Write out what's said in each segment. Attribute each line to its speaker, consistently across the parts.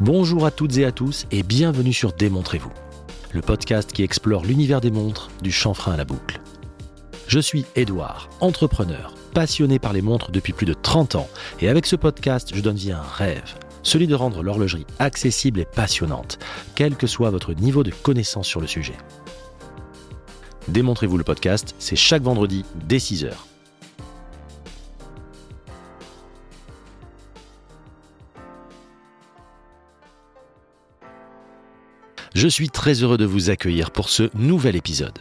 Speaker 1: Bonjour à toutes et à tous et bienvenue sur Démontrez-vous, le podcast qui explore l'univers des montres du chanfrein à la boucle. Je suis Édouard, entrepreneur, passionné par les montres depuis plus de 30 ans et avec ce podcast, je donne vie à un rêve, celui de rendre l'horlogerie accessible et passionnante, quel que soit votre niveau de connaissance sur le sujet. Démontrez-vous le podcast, c'est chaque vendredi dès 6h. Je suis très heureux de vous accueillir pour ce nouvel épisode.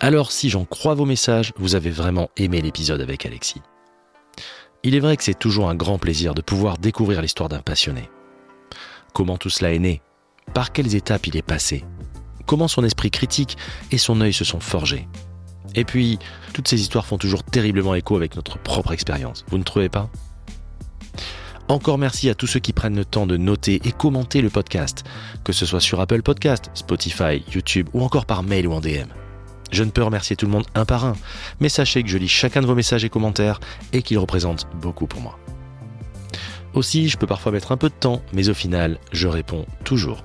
Speaker 1: Alors si j'en crois vos messages, vous avez vraiment aimé l'épisode avec Alexis. Il est vrai que c'est toujours un grand plaisir de pouvoir découvrir l'histoire d'un passionné. Comment tout cela est né Par quelles étapes il est passé Comment son esprit critique et son œil se sont forgés Et puis, toutes ces histoires font toujours terriblement écho avec notre propre expérience, vous ne trouvez pas encore merci à tous ceux qui prennent le temps de noter et commenter le podcast, que ce soit sur Apple Podcast, Spotify, YouTube ou encore par mail ou en DM. Je ne peux remercier tout le monde un par un, mais sachez que je lis chacun de vos messages et commentaires et qu'ils représentent beaucoup pour moi. Aussi, je peux parfois mettre un peu de temps, mais au final, je réponds toujours.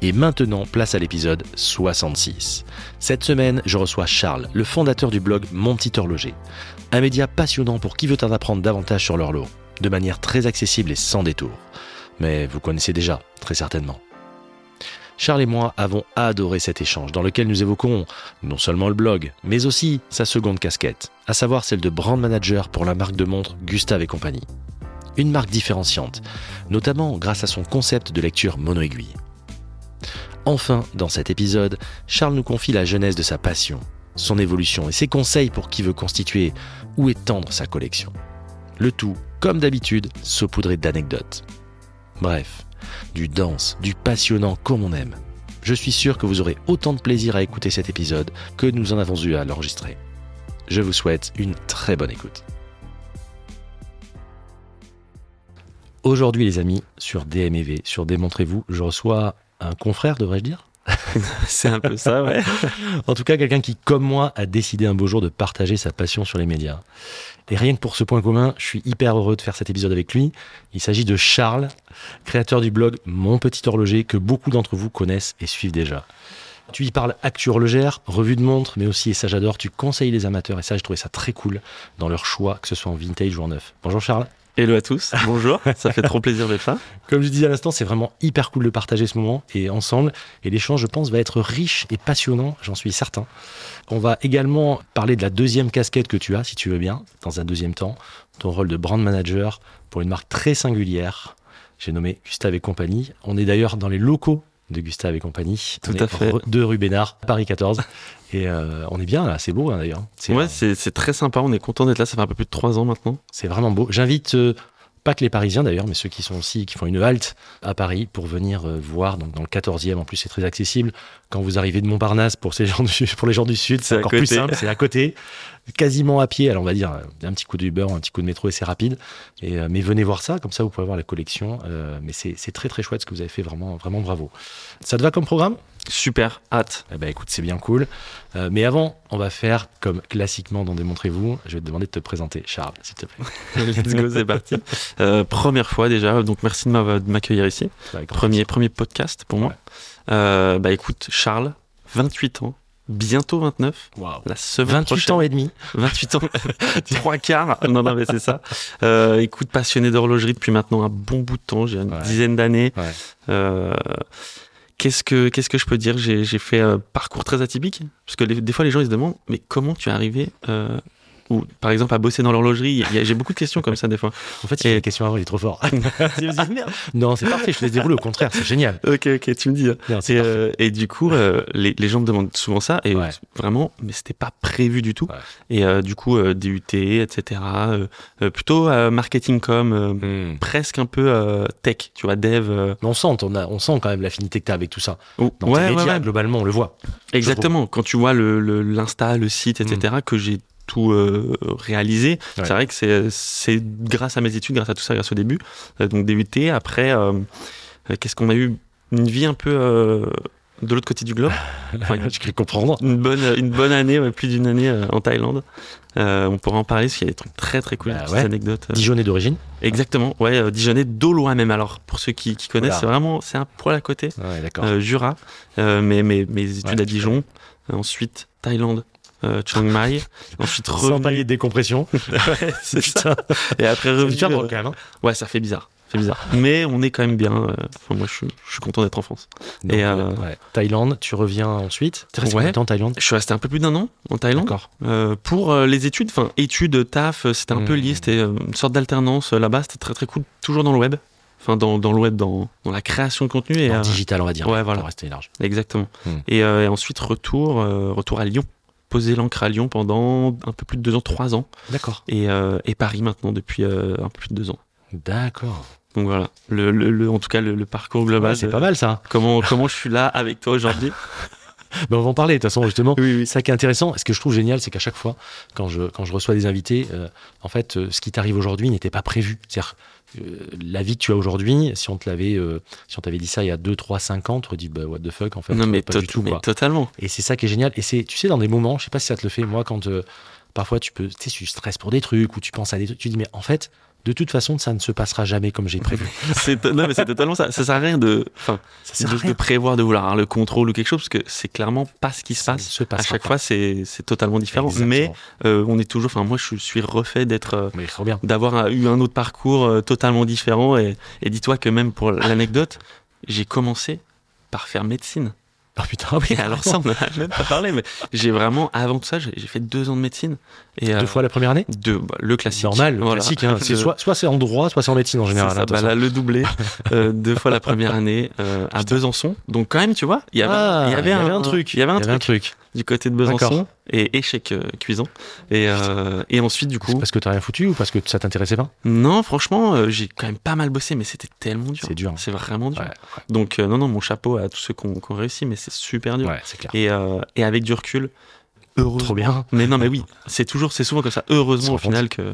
Speaker 1: Et maintenant, place à l'épisode 66. Cette semaine, je reçois Charles, le fondateur du blog Mon Petit Horloger, un média passionnant pour qui veut en apprendre davantage sur l'horloge de manière très accessible et sans détour. Mais vous connaissez déjà, très certainement. Charles et moi avons adoré cet échange dans lequel nous évoquons non seulement le blog, mais aussi sa seconde casquette, à savoir celle de brand manager pour la marque de montres Gustave et compagnie. Une marque différenciante, notamment grâce à son concept de lecture mono-aiguille. Enfin, dans cet épisode, Charles nous confie la jeunesse de sa passion, son évolution et ses conseils pour qui veut constituer ou étendre sa collection. Le tout, comme d'habitude, saupoudré d'anecdotes. Bref, du dense, du passionnant comme on aime. Je suis sûr que vous aurez autant de plaisir à écouter cet épisode que nous en avons eu à l'enregistrer. Je vous souhaite une très bonne écoute. Aujourd'hui les amis, sur DMEV, sur Démontrez-vous, je reçois un confrère, devrais-je dire
Speaker 2: C'est un peu ça, ouais.
Speaker 1: en tout cas, quelqu'un qui, comme moi, a décidé un beau jour de partager sa passion sur les médias. Et rien que pour ce point commun, je suis hyper heureux de faire cet épisode avec lui. Il s'agit de Charles, créateur du blog Mon Petit Horloger, que beaucoup d'entre vous connaissent et suivent déjà. Tu y parles actu horlogère, revue de montres, mais aussi, et ça j'adore, tu conseilles les amateurs, et ça j'ai trouvé ça très cool dans leur choix, que ce soit en vintage ou en neuf. Bonjour Charles.
Speaker 2: Hello à tous, bonjour, ça fait trop plaisir d'être là.
Speaker 1: Comme je disais à l'instant, c'est vraiment hyper cool de partager ce moment et ensemble. Et l'échange, je pense, va être riche et passionnant, j'en suis certain. On va également parler de la deuxième casquette que tu as, si tu veux bien, dans un deuxième temps, ton rôle de brand manager pour une marque très singulière. J'ai nommé Gustave et compagnie. On est d'ailleurs dans les locaux de Gustave et compagnie.
Speaker 2: Tout à fait.
Speaker 1: De rue Bénard, Paris 14. Et euh, on est bien là, c'est beau hein, d'ailleurs.
Speaker 2: Ouais, c'est très sympa, on est content d'être là, ça fait un peu plus de trois ans maintenant.
Speaker 1: C'est vraiment beau. J'invite euh, pas que les Parisiens d'ailleurs, mais ceux qui sont aussi, qui font une halte à Paris pour venir euh, voir, donc dans le 14e, en plus c'est très accessible. Quand vous arrivez de Montparnasse, pour, ces gens du, pour les gens du Sud, c'est encore plus simple, c'est à côté, quasiment à pied, alors on va dire euh, un petit coup d'Uber, un petit coup de métro et c'est rapide. Et, euh, mais venez voir ça, comme ça vous pouvez voir la collection. Euh, mais c'est très très chouette ce que vous avez fait, vraiment, vraiment bravo. Ça te va comme programme
Speaker 2: Super, hâte.
Speaker 1: Eh ben écoute, c'est bien cool. Euh, mais avant, on va faire comme classiquement dans Démontrez-vous. Je vais te demander de te présenter, Charles, s'il te plaît.
Speaker 2: Let's go, c'est parti. Euh, première fois déjà, donc merci de m'accueillir ici. Premier, premier podcast pour moi. Ouais. Euh, bah écoute, Charles, 28 ans, bientôt 29.
Speaker 1: Wow.
Speaker 2: La semaine
Speaker 1: 28
Speaker 2: prochaine.
Speaker 1: ans et demi.
Speaker 2: 28 ans, trois quarts. Non, non, mais c'est ça. Euh, écoute, passionné d'horlogerie depuis maintenant un bon bout de temps. J'ai une
Speaker 1: Ouais.
Speaker 2: dizaine d'années.
Speaker 1: Ouais.
Speaker 2: Euh, Qu'est-ce que, qu'est-ce que je peux dire J'ai j'ai fait un parcours très atypique, parce que les- des fois les gens ils se demandent, mais comment tu es arrivé, euh, ou par exemple à bosser dans l'horlogerie Il y a- J'ai beaucoup de questions comme ça des fois.
Speaker 1: En fait, il fait
Speaker 2: Et-
Speaker 1: la question avant, il est trop fort. non, c'est parfait, je te laisse dérouler, au contraire, c'est génial.
Speaker 2: Ok, ok, tu me dis. hein.
Speaker 1: Non, c'est
Speaker 2: Et,
Speaker 1: parfait.
Speaker 2: euh, et du coup, euh, les, les gens me demandent souvent ça, et
Speaker 1: Ouais.
Speaker 2: vraiment, mais c'était pas prévu du tout.
Speaker 1: Ouais.
Speaker 2: Et euh, du coup, euh, DUT, etc. euh, euh, plutôt euh, marketing com, euh,
Speaker 1: Hmm.
Speaker 2: presque un peu euh, tech, tu vois, dev. euh,
Speaker 1: Mais on sent, on, a- on sent quand même l'affinité que tu as avec tout ça.
Speaker 2: ou-
Speaker 1: Dans tes médias, globalement, on le voit.
Speaker 2: Exactement. Quand tu vois l'insta, le, l'Insta, le site, etc., que j'ai tout euh, réalisé,
Speaker 1: Hmm. Ouais.
Speaker 2: c'est vrai que c'est- c'est grâce à mes études, grâce à tout ça, grâce au début. Euh, donc DUT, après, euh, euh, qu'est-ce qu'on a eu Une vie un peu euh, de l'autre côté du globe. Enfin, une-
Speaker 1: J'ai cru comprendre.
Speaker 2: une bonne, une bonne année, ouais, plus d'une année euh, en Thaïlande. Euh, on pourra en parler parce qu'il y a des trucs très très cool,
Speaker 1: Bah
Speaker 2: des petites
Speaker 1: ouais.
Speaker 2: anecdotes. euh.
Speaker 1: Dijonais d'origine.
Speaker 2: Exactement, ouais, euh, Dijonais, Dolois même. Alors, pour ceux qui, qui connaissent,
Speaker 1: Oula.
Speaker 2: c'est vraiment c'est un poil à côté.
Speaker 1: Ouais, d'accord.
Speaker 2: Euh, Jura, euh, mes, mes, mes études
Speaker 1: Ouais,
Speaker 2: à Dijon, Euh, ensuite Thaïlande, euh, Chiang Mai, ensuite
Speaker 1: Sans
Speaker 2: revenu.
Speaker 1: palier de décompression.
Speaker 2: Ouais, c'est ça.
Speaker 1: Putain,
Speaker 2: Et
Speaker 1: c'est
Speaker 2: après revenu.
Speaker 1: dur,
Speaker 2: euh,
Speaker 1: quand même. hein.
Speaker 2: ouais, ça fait bizarre. ça fait bizarre. Mais on est quand même bien. euh, Enfin, moi, je suis, je suis content d'être en France.
Speaker 1: Donc,
Speaker 2: Et, euh,
Speaker 1: ouais. Thaïlande, tu reviens ensuite. T'es resté
Speaker 2: Ouais.
Speaker 1: combien de temps en Thaïlande
Speaker 2: Je suis resté un peu plus d'un an en Thaïlande.
Speaker 1: D'accord.
Speaker 2: Euh, pour euh, les études, enfin études, taf, euh, c'était un peu
Speaker 1: Mhm.
Speaker 2: lié, c'était euh, une sorte d'alternance euh, là-bas, c'était très très cool, toujours dans le web, enfin dans, dans le web, dans, dans la création de contenu. Et,
Speaker 1: En
Speaker 2: euh,
Speaker 1: digital, on va dire.
Speaker 2: ouais, voilà.
Speaker 1: Pour rester large.
Speaker 2: exactement.
Speaker 1: Mhm.
Speaker 2: Et, euh, et ensuite retour, euh, retour à Lyon, poser l'ancre à Lyon pendant un peu plus de deux ans, trois ans,
Speaker 1: D'accord.
Speaker 2: et, euh, et Paris maintenant depuis euh, un peu plus de deux ans.
Speaker 1: D'accord.
Speaker 2: Donc voilà, le, le- le- en tout cas le, le parcours global,
Speaker 1: Ouais, c'est
Speaker 2: de euh,
Speaker 1: pas mal ça.
Speaker 2: Comment, comment je suis là avec toi aujourd'hui
Speaker 1: Ben, on va en parler de toute façon justement.
Speaker 2: Oui, oui.
Speaker 1: Ça qui est intéressant, et ce que je trouve génial, c'est qu'à chaque fois, quand je, quand je reçois des invités, euh, en fait, euh, ce qui t'arrive aujourd'hui n'était pas prévu. C'est-à-dire, euh, la vie que tu as aujourd'hui, si on te l'avait, euh, si on t'avait dit ça il y a 2, 3, 5 ans, tu aurais dit, bah, what the fuck, en fait,
Speaker 2: Non mais,
Speaker 1: pas
Speaker 2: tot-
Speaker 1: du tout,
Speaker 2: mais
Speaker 1: quoi.
Speaker 2: totalement.
Speaker 1: Et c'est ça qui est génial. Et c'est, tu sais, dans des moments, je sais pas si ça te le fait, moi, quand euh, parfois tu peux, tu sais, tu stresses pour des trucs, ou tu penses à des trucs, tu dis, mais en fait, de toute façon, ça ne se passera jamais comme j'ai prévu.
Speaker 2: C'est- non mais c'est totalement ça. Ça sert à rien de, enfin,
Speaker 1: Ça
Speaker 2: C'est
Speaker 1: sert à
Speaker 2: de,
Speaker 1: rien.
Speaker 2: de prévoir, de vouloir avoir le contrôle ou quelque chose, parce que c'est clairement pas ce qui se
Speaker 1: Ça ne
Speaker 2: passe.
Speaker 1: se
Speaker 2: À
Speaker 1: passera
Speaker 2: chaque
Speaker 1: pas.
Speaker 2: fois, c'est c'est totalement différent. Mais
Speaker 1: Exactement.
Speaker 2: euh, on est toujours. Enfin, moi, je suis refait d'être, euh,
Speaker 1: Mais trop bien.
Speaker 2: d'avoir euh, eu un autre parcours euh, totalement différent. Et, et dis-toi que même pour l'anecdote, j'ai commencé par faire médecine.
Speaker 1: Ah putain, oui.
Speaker 2: Et alors ça, on en a même pas parlé, mais j'ai vraiment avant tout ça, j'ai j'ai fait deux ans de médecine. Et euh,
Speaker 1: Deux fois la première année
Speaker 2: deux, bah, le classique.
Speaker 1: Normal, le
Speaker 2: Voilà.
Speaker 1: classique. hein. C'est
Speaker 2: Le-
Speaker 1: soit, soit c'est en droit, soit c'est en médecine en général.
Speaker 2: C'est ça,
Speaker 1: hein, de toute
Speaker 2: bah
Speaker 1: façon.
Speaker 2: là, le doublé euh, deux fois la première année euh, à Besançon. Donc quand même, tu vois, il y avait,
Speaker 1: Ah,
Speaker 2: il y avait, un, truc, il y avait un
Speaker 1: Il y
Speaker 2: truc
Speaker 1: avait un truc.
Speaker 2: du côté de Besançon
Speaker 1: D'accord.
Speaker 2: et échec euh, cuisant. Et, euh, et ensuite, du
Speaker 1: C'est
Speaker 2: coup,
Speaker 1: Parce que t'as rien foutu ou parce que ça t'intéressait pas
Speaker 2: non, franchement, euh, j'ai quand même pas mal bossé, mais c'était tellement dur.
Speaker 1: C'est dur. hein.
Speaker 2: C'est vraiment dur.
Speaker 1: Ouais,
Speaker 2: Donc euh, non, non, mon chapeau à tous ceux qui ont, qui ont réussi, mais c'est super dur.
Speaker 1: Ouais, c'est clair.
Speaker 2: Et, euh, et avec du recul, heureux.
Speaker 1: Trop bien.
Speaker 2: Mais non, mais oui, c'est toujours, c'est souvent comme ça.
Speaker 1: Se
Speaker 2: Heureusement, au
Speaker 1: rend compte.
Speaker 2: final, que,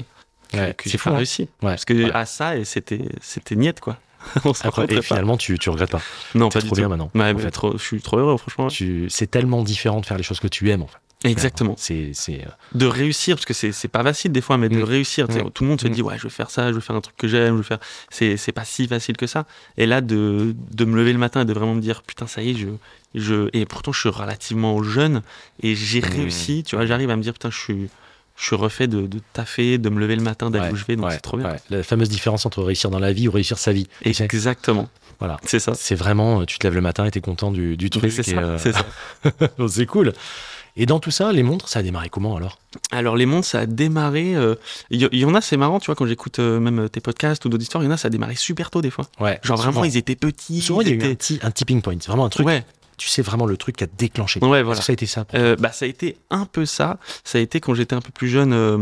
Speaker 2: que-
Speaker 1: Ouais,
Speaker 2: que
Speaker 1: c'est
Speaker 2: j'ai
Speaker 1: fou,
Speaker 2: pas
Speaker 1: hein.
Speaker 2: réussi.
Speaker 1: Ouais.
Speaker 2: Parce que
Speaker 1: Ouais.
Speaker 2: à ça, et c'était, c'était niette, quoi. On se
Speaker 1: Après,
Speaker 2: rencontrait
Speaker 1: et
Speaker 2: pas.
Speaker 1: finalement, tu, tu regrettes pas.
Speaker 2: non,
Speaker 1: C'est
Speaker 2: pas du
Speaker 1: trop
Speaker 2: tout.
Speaker 1: bien maintenant.
Speaker 2: Ouais,
Speaker 1: en
Speaker 2: mais
Speaker 1: fait.
Speaker 2: trop- je suis trop heureux, franchement.
Speaker 1: Tu- C'est tellement différent de faire les choses que tu aimes. En fait.
Speaker 2: Exactement.
Speaker 1: C'est, c'est, euh,
Speaker 2: de réussir, parce que c'est c'est pas facile des fois, mais de
Speaker 1: Mm.
Speaker 2: réussir. tu sais,
Speaker 1: Mm.
Speaker 2: Tout le monde se
Speaker 1: Mm.
Speaker 2: dit, ouais, je vais faire ça, je vais faire un truc que j'aime, je vais faire. C'est c'est pas si facile que ça. Et là, de, de me lever le matin et de vraiment me dire, putain, ça y est, je. je... Et pourtant, je suis relativement jeune et j'ai
Speaker 1: Mm.
Speaker 2: réussi, tu vois, j'arrive à me dire, putain, je suis. Je suis refait de, de taffer, de me lever le matin, d'aller
Speaker 1: Ouais,
Speaker 2: où je vais, donc
Speaker 1: ouais,
Speaker 2: c'est trop bien.
Speaker 1: ouais. La fameuse différence entre réussir dans la vie ou réussir sa vie. tu sais.
Speaker 2: Exactement.
Speaker 1: Voilà.
Speaker 2: C'est ça.
Speaker 1: C'est vraiment, euh, tu te lèves le matin et t'es content du, du
Speaker 2: Mais
Speaker 1: truc.
Speaker 2: C'est
Speaker 1: et,
Speaker 2: ça.
Speaker 1: euh,
Speaker 2: c'est ça.
Speaker 1: c'est cool. Et dans tout ça, les montres, ça a démarré comment alors
Speaker 2: Alors les mondes, ça a démarré. euh, Il y, il y en a, c'est marrant, tu vois, quand j'écoute euh, même tes podcasts ou d'autres histoires, il y en a, ça a démarré super tôt des fois.
Speaker 1: Ouais.
Speaker 2: Genre vraiment,
Speaker 1: souvent,
Speaker 2: ils étaient petits.
Speaker 1: souvent, il y a
Speaker 2: ils
Speaker 1: eu un,
Speaker 2: étaient...
Speaker 1: petit- un tipping point. C'est vraiment un truc.
Speaker 2: Ouais,
Speaker 1: Tu sais vraiment le truc qui a déclenché.
Speaker 2: ouais, voilà.
Speaker 1: Ça a été ça. pour-
Speaker 2: Euh, bah, ça a été un peu ça. Ça a été quand j'étais un peu plus jeune, euh,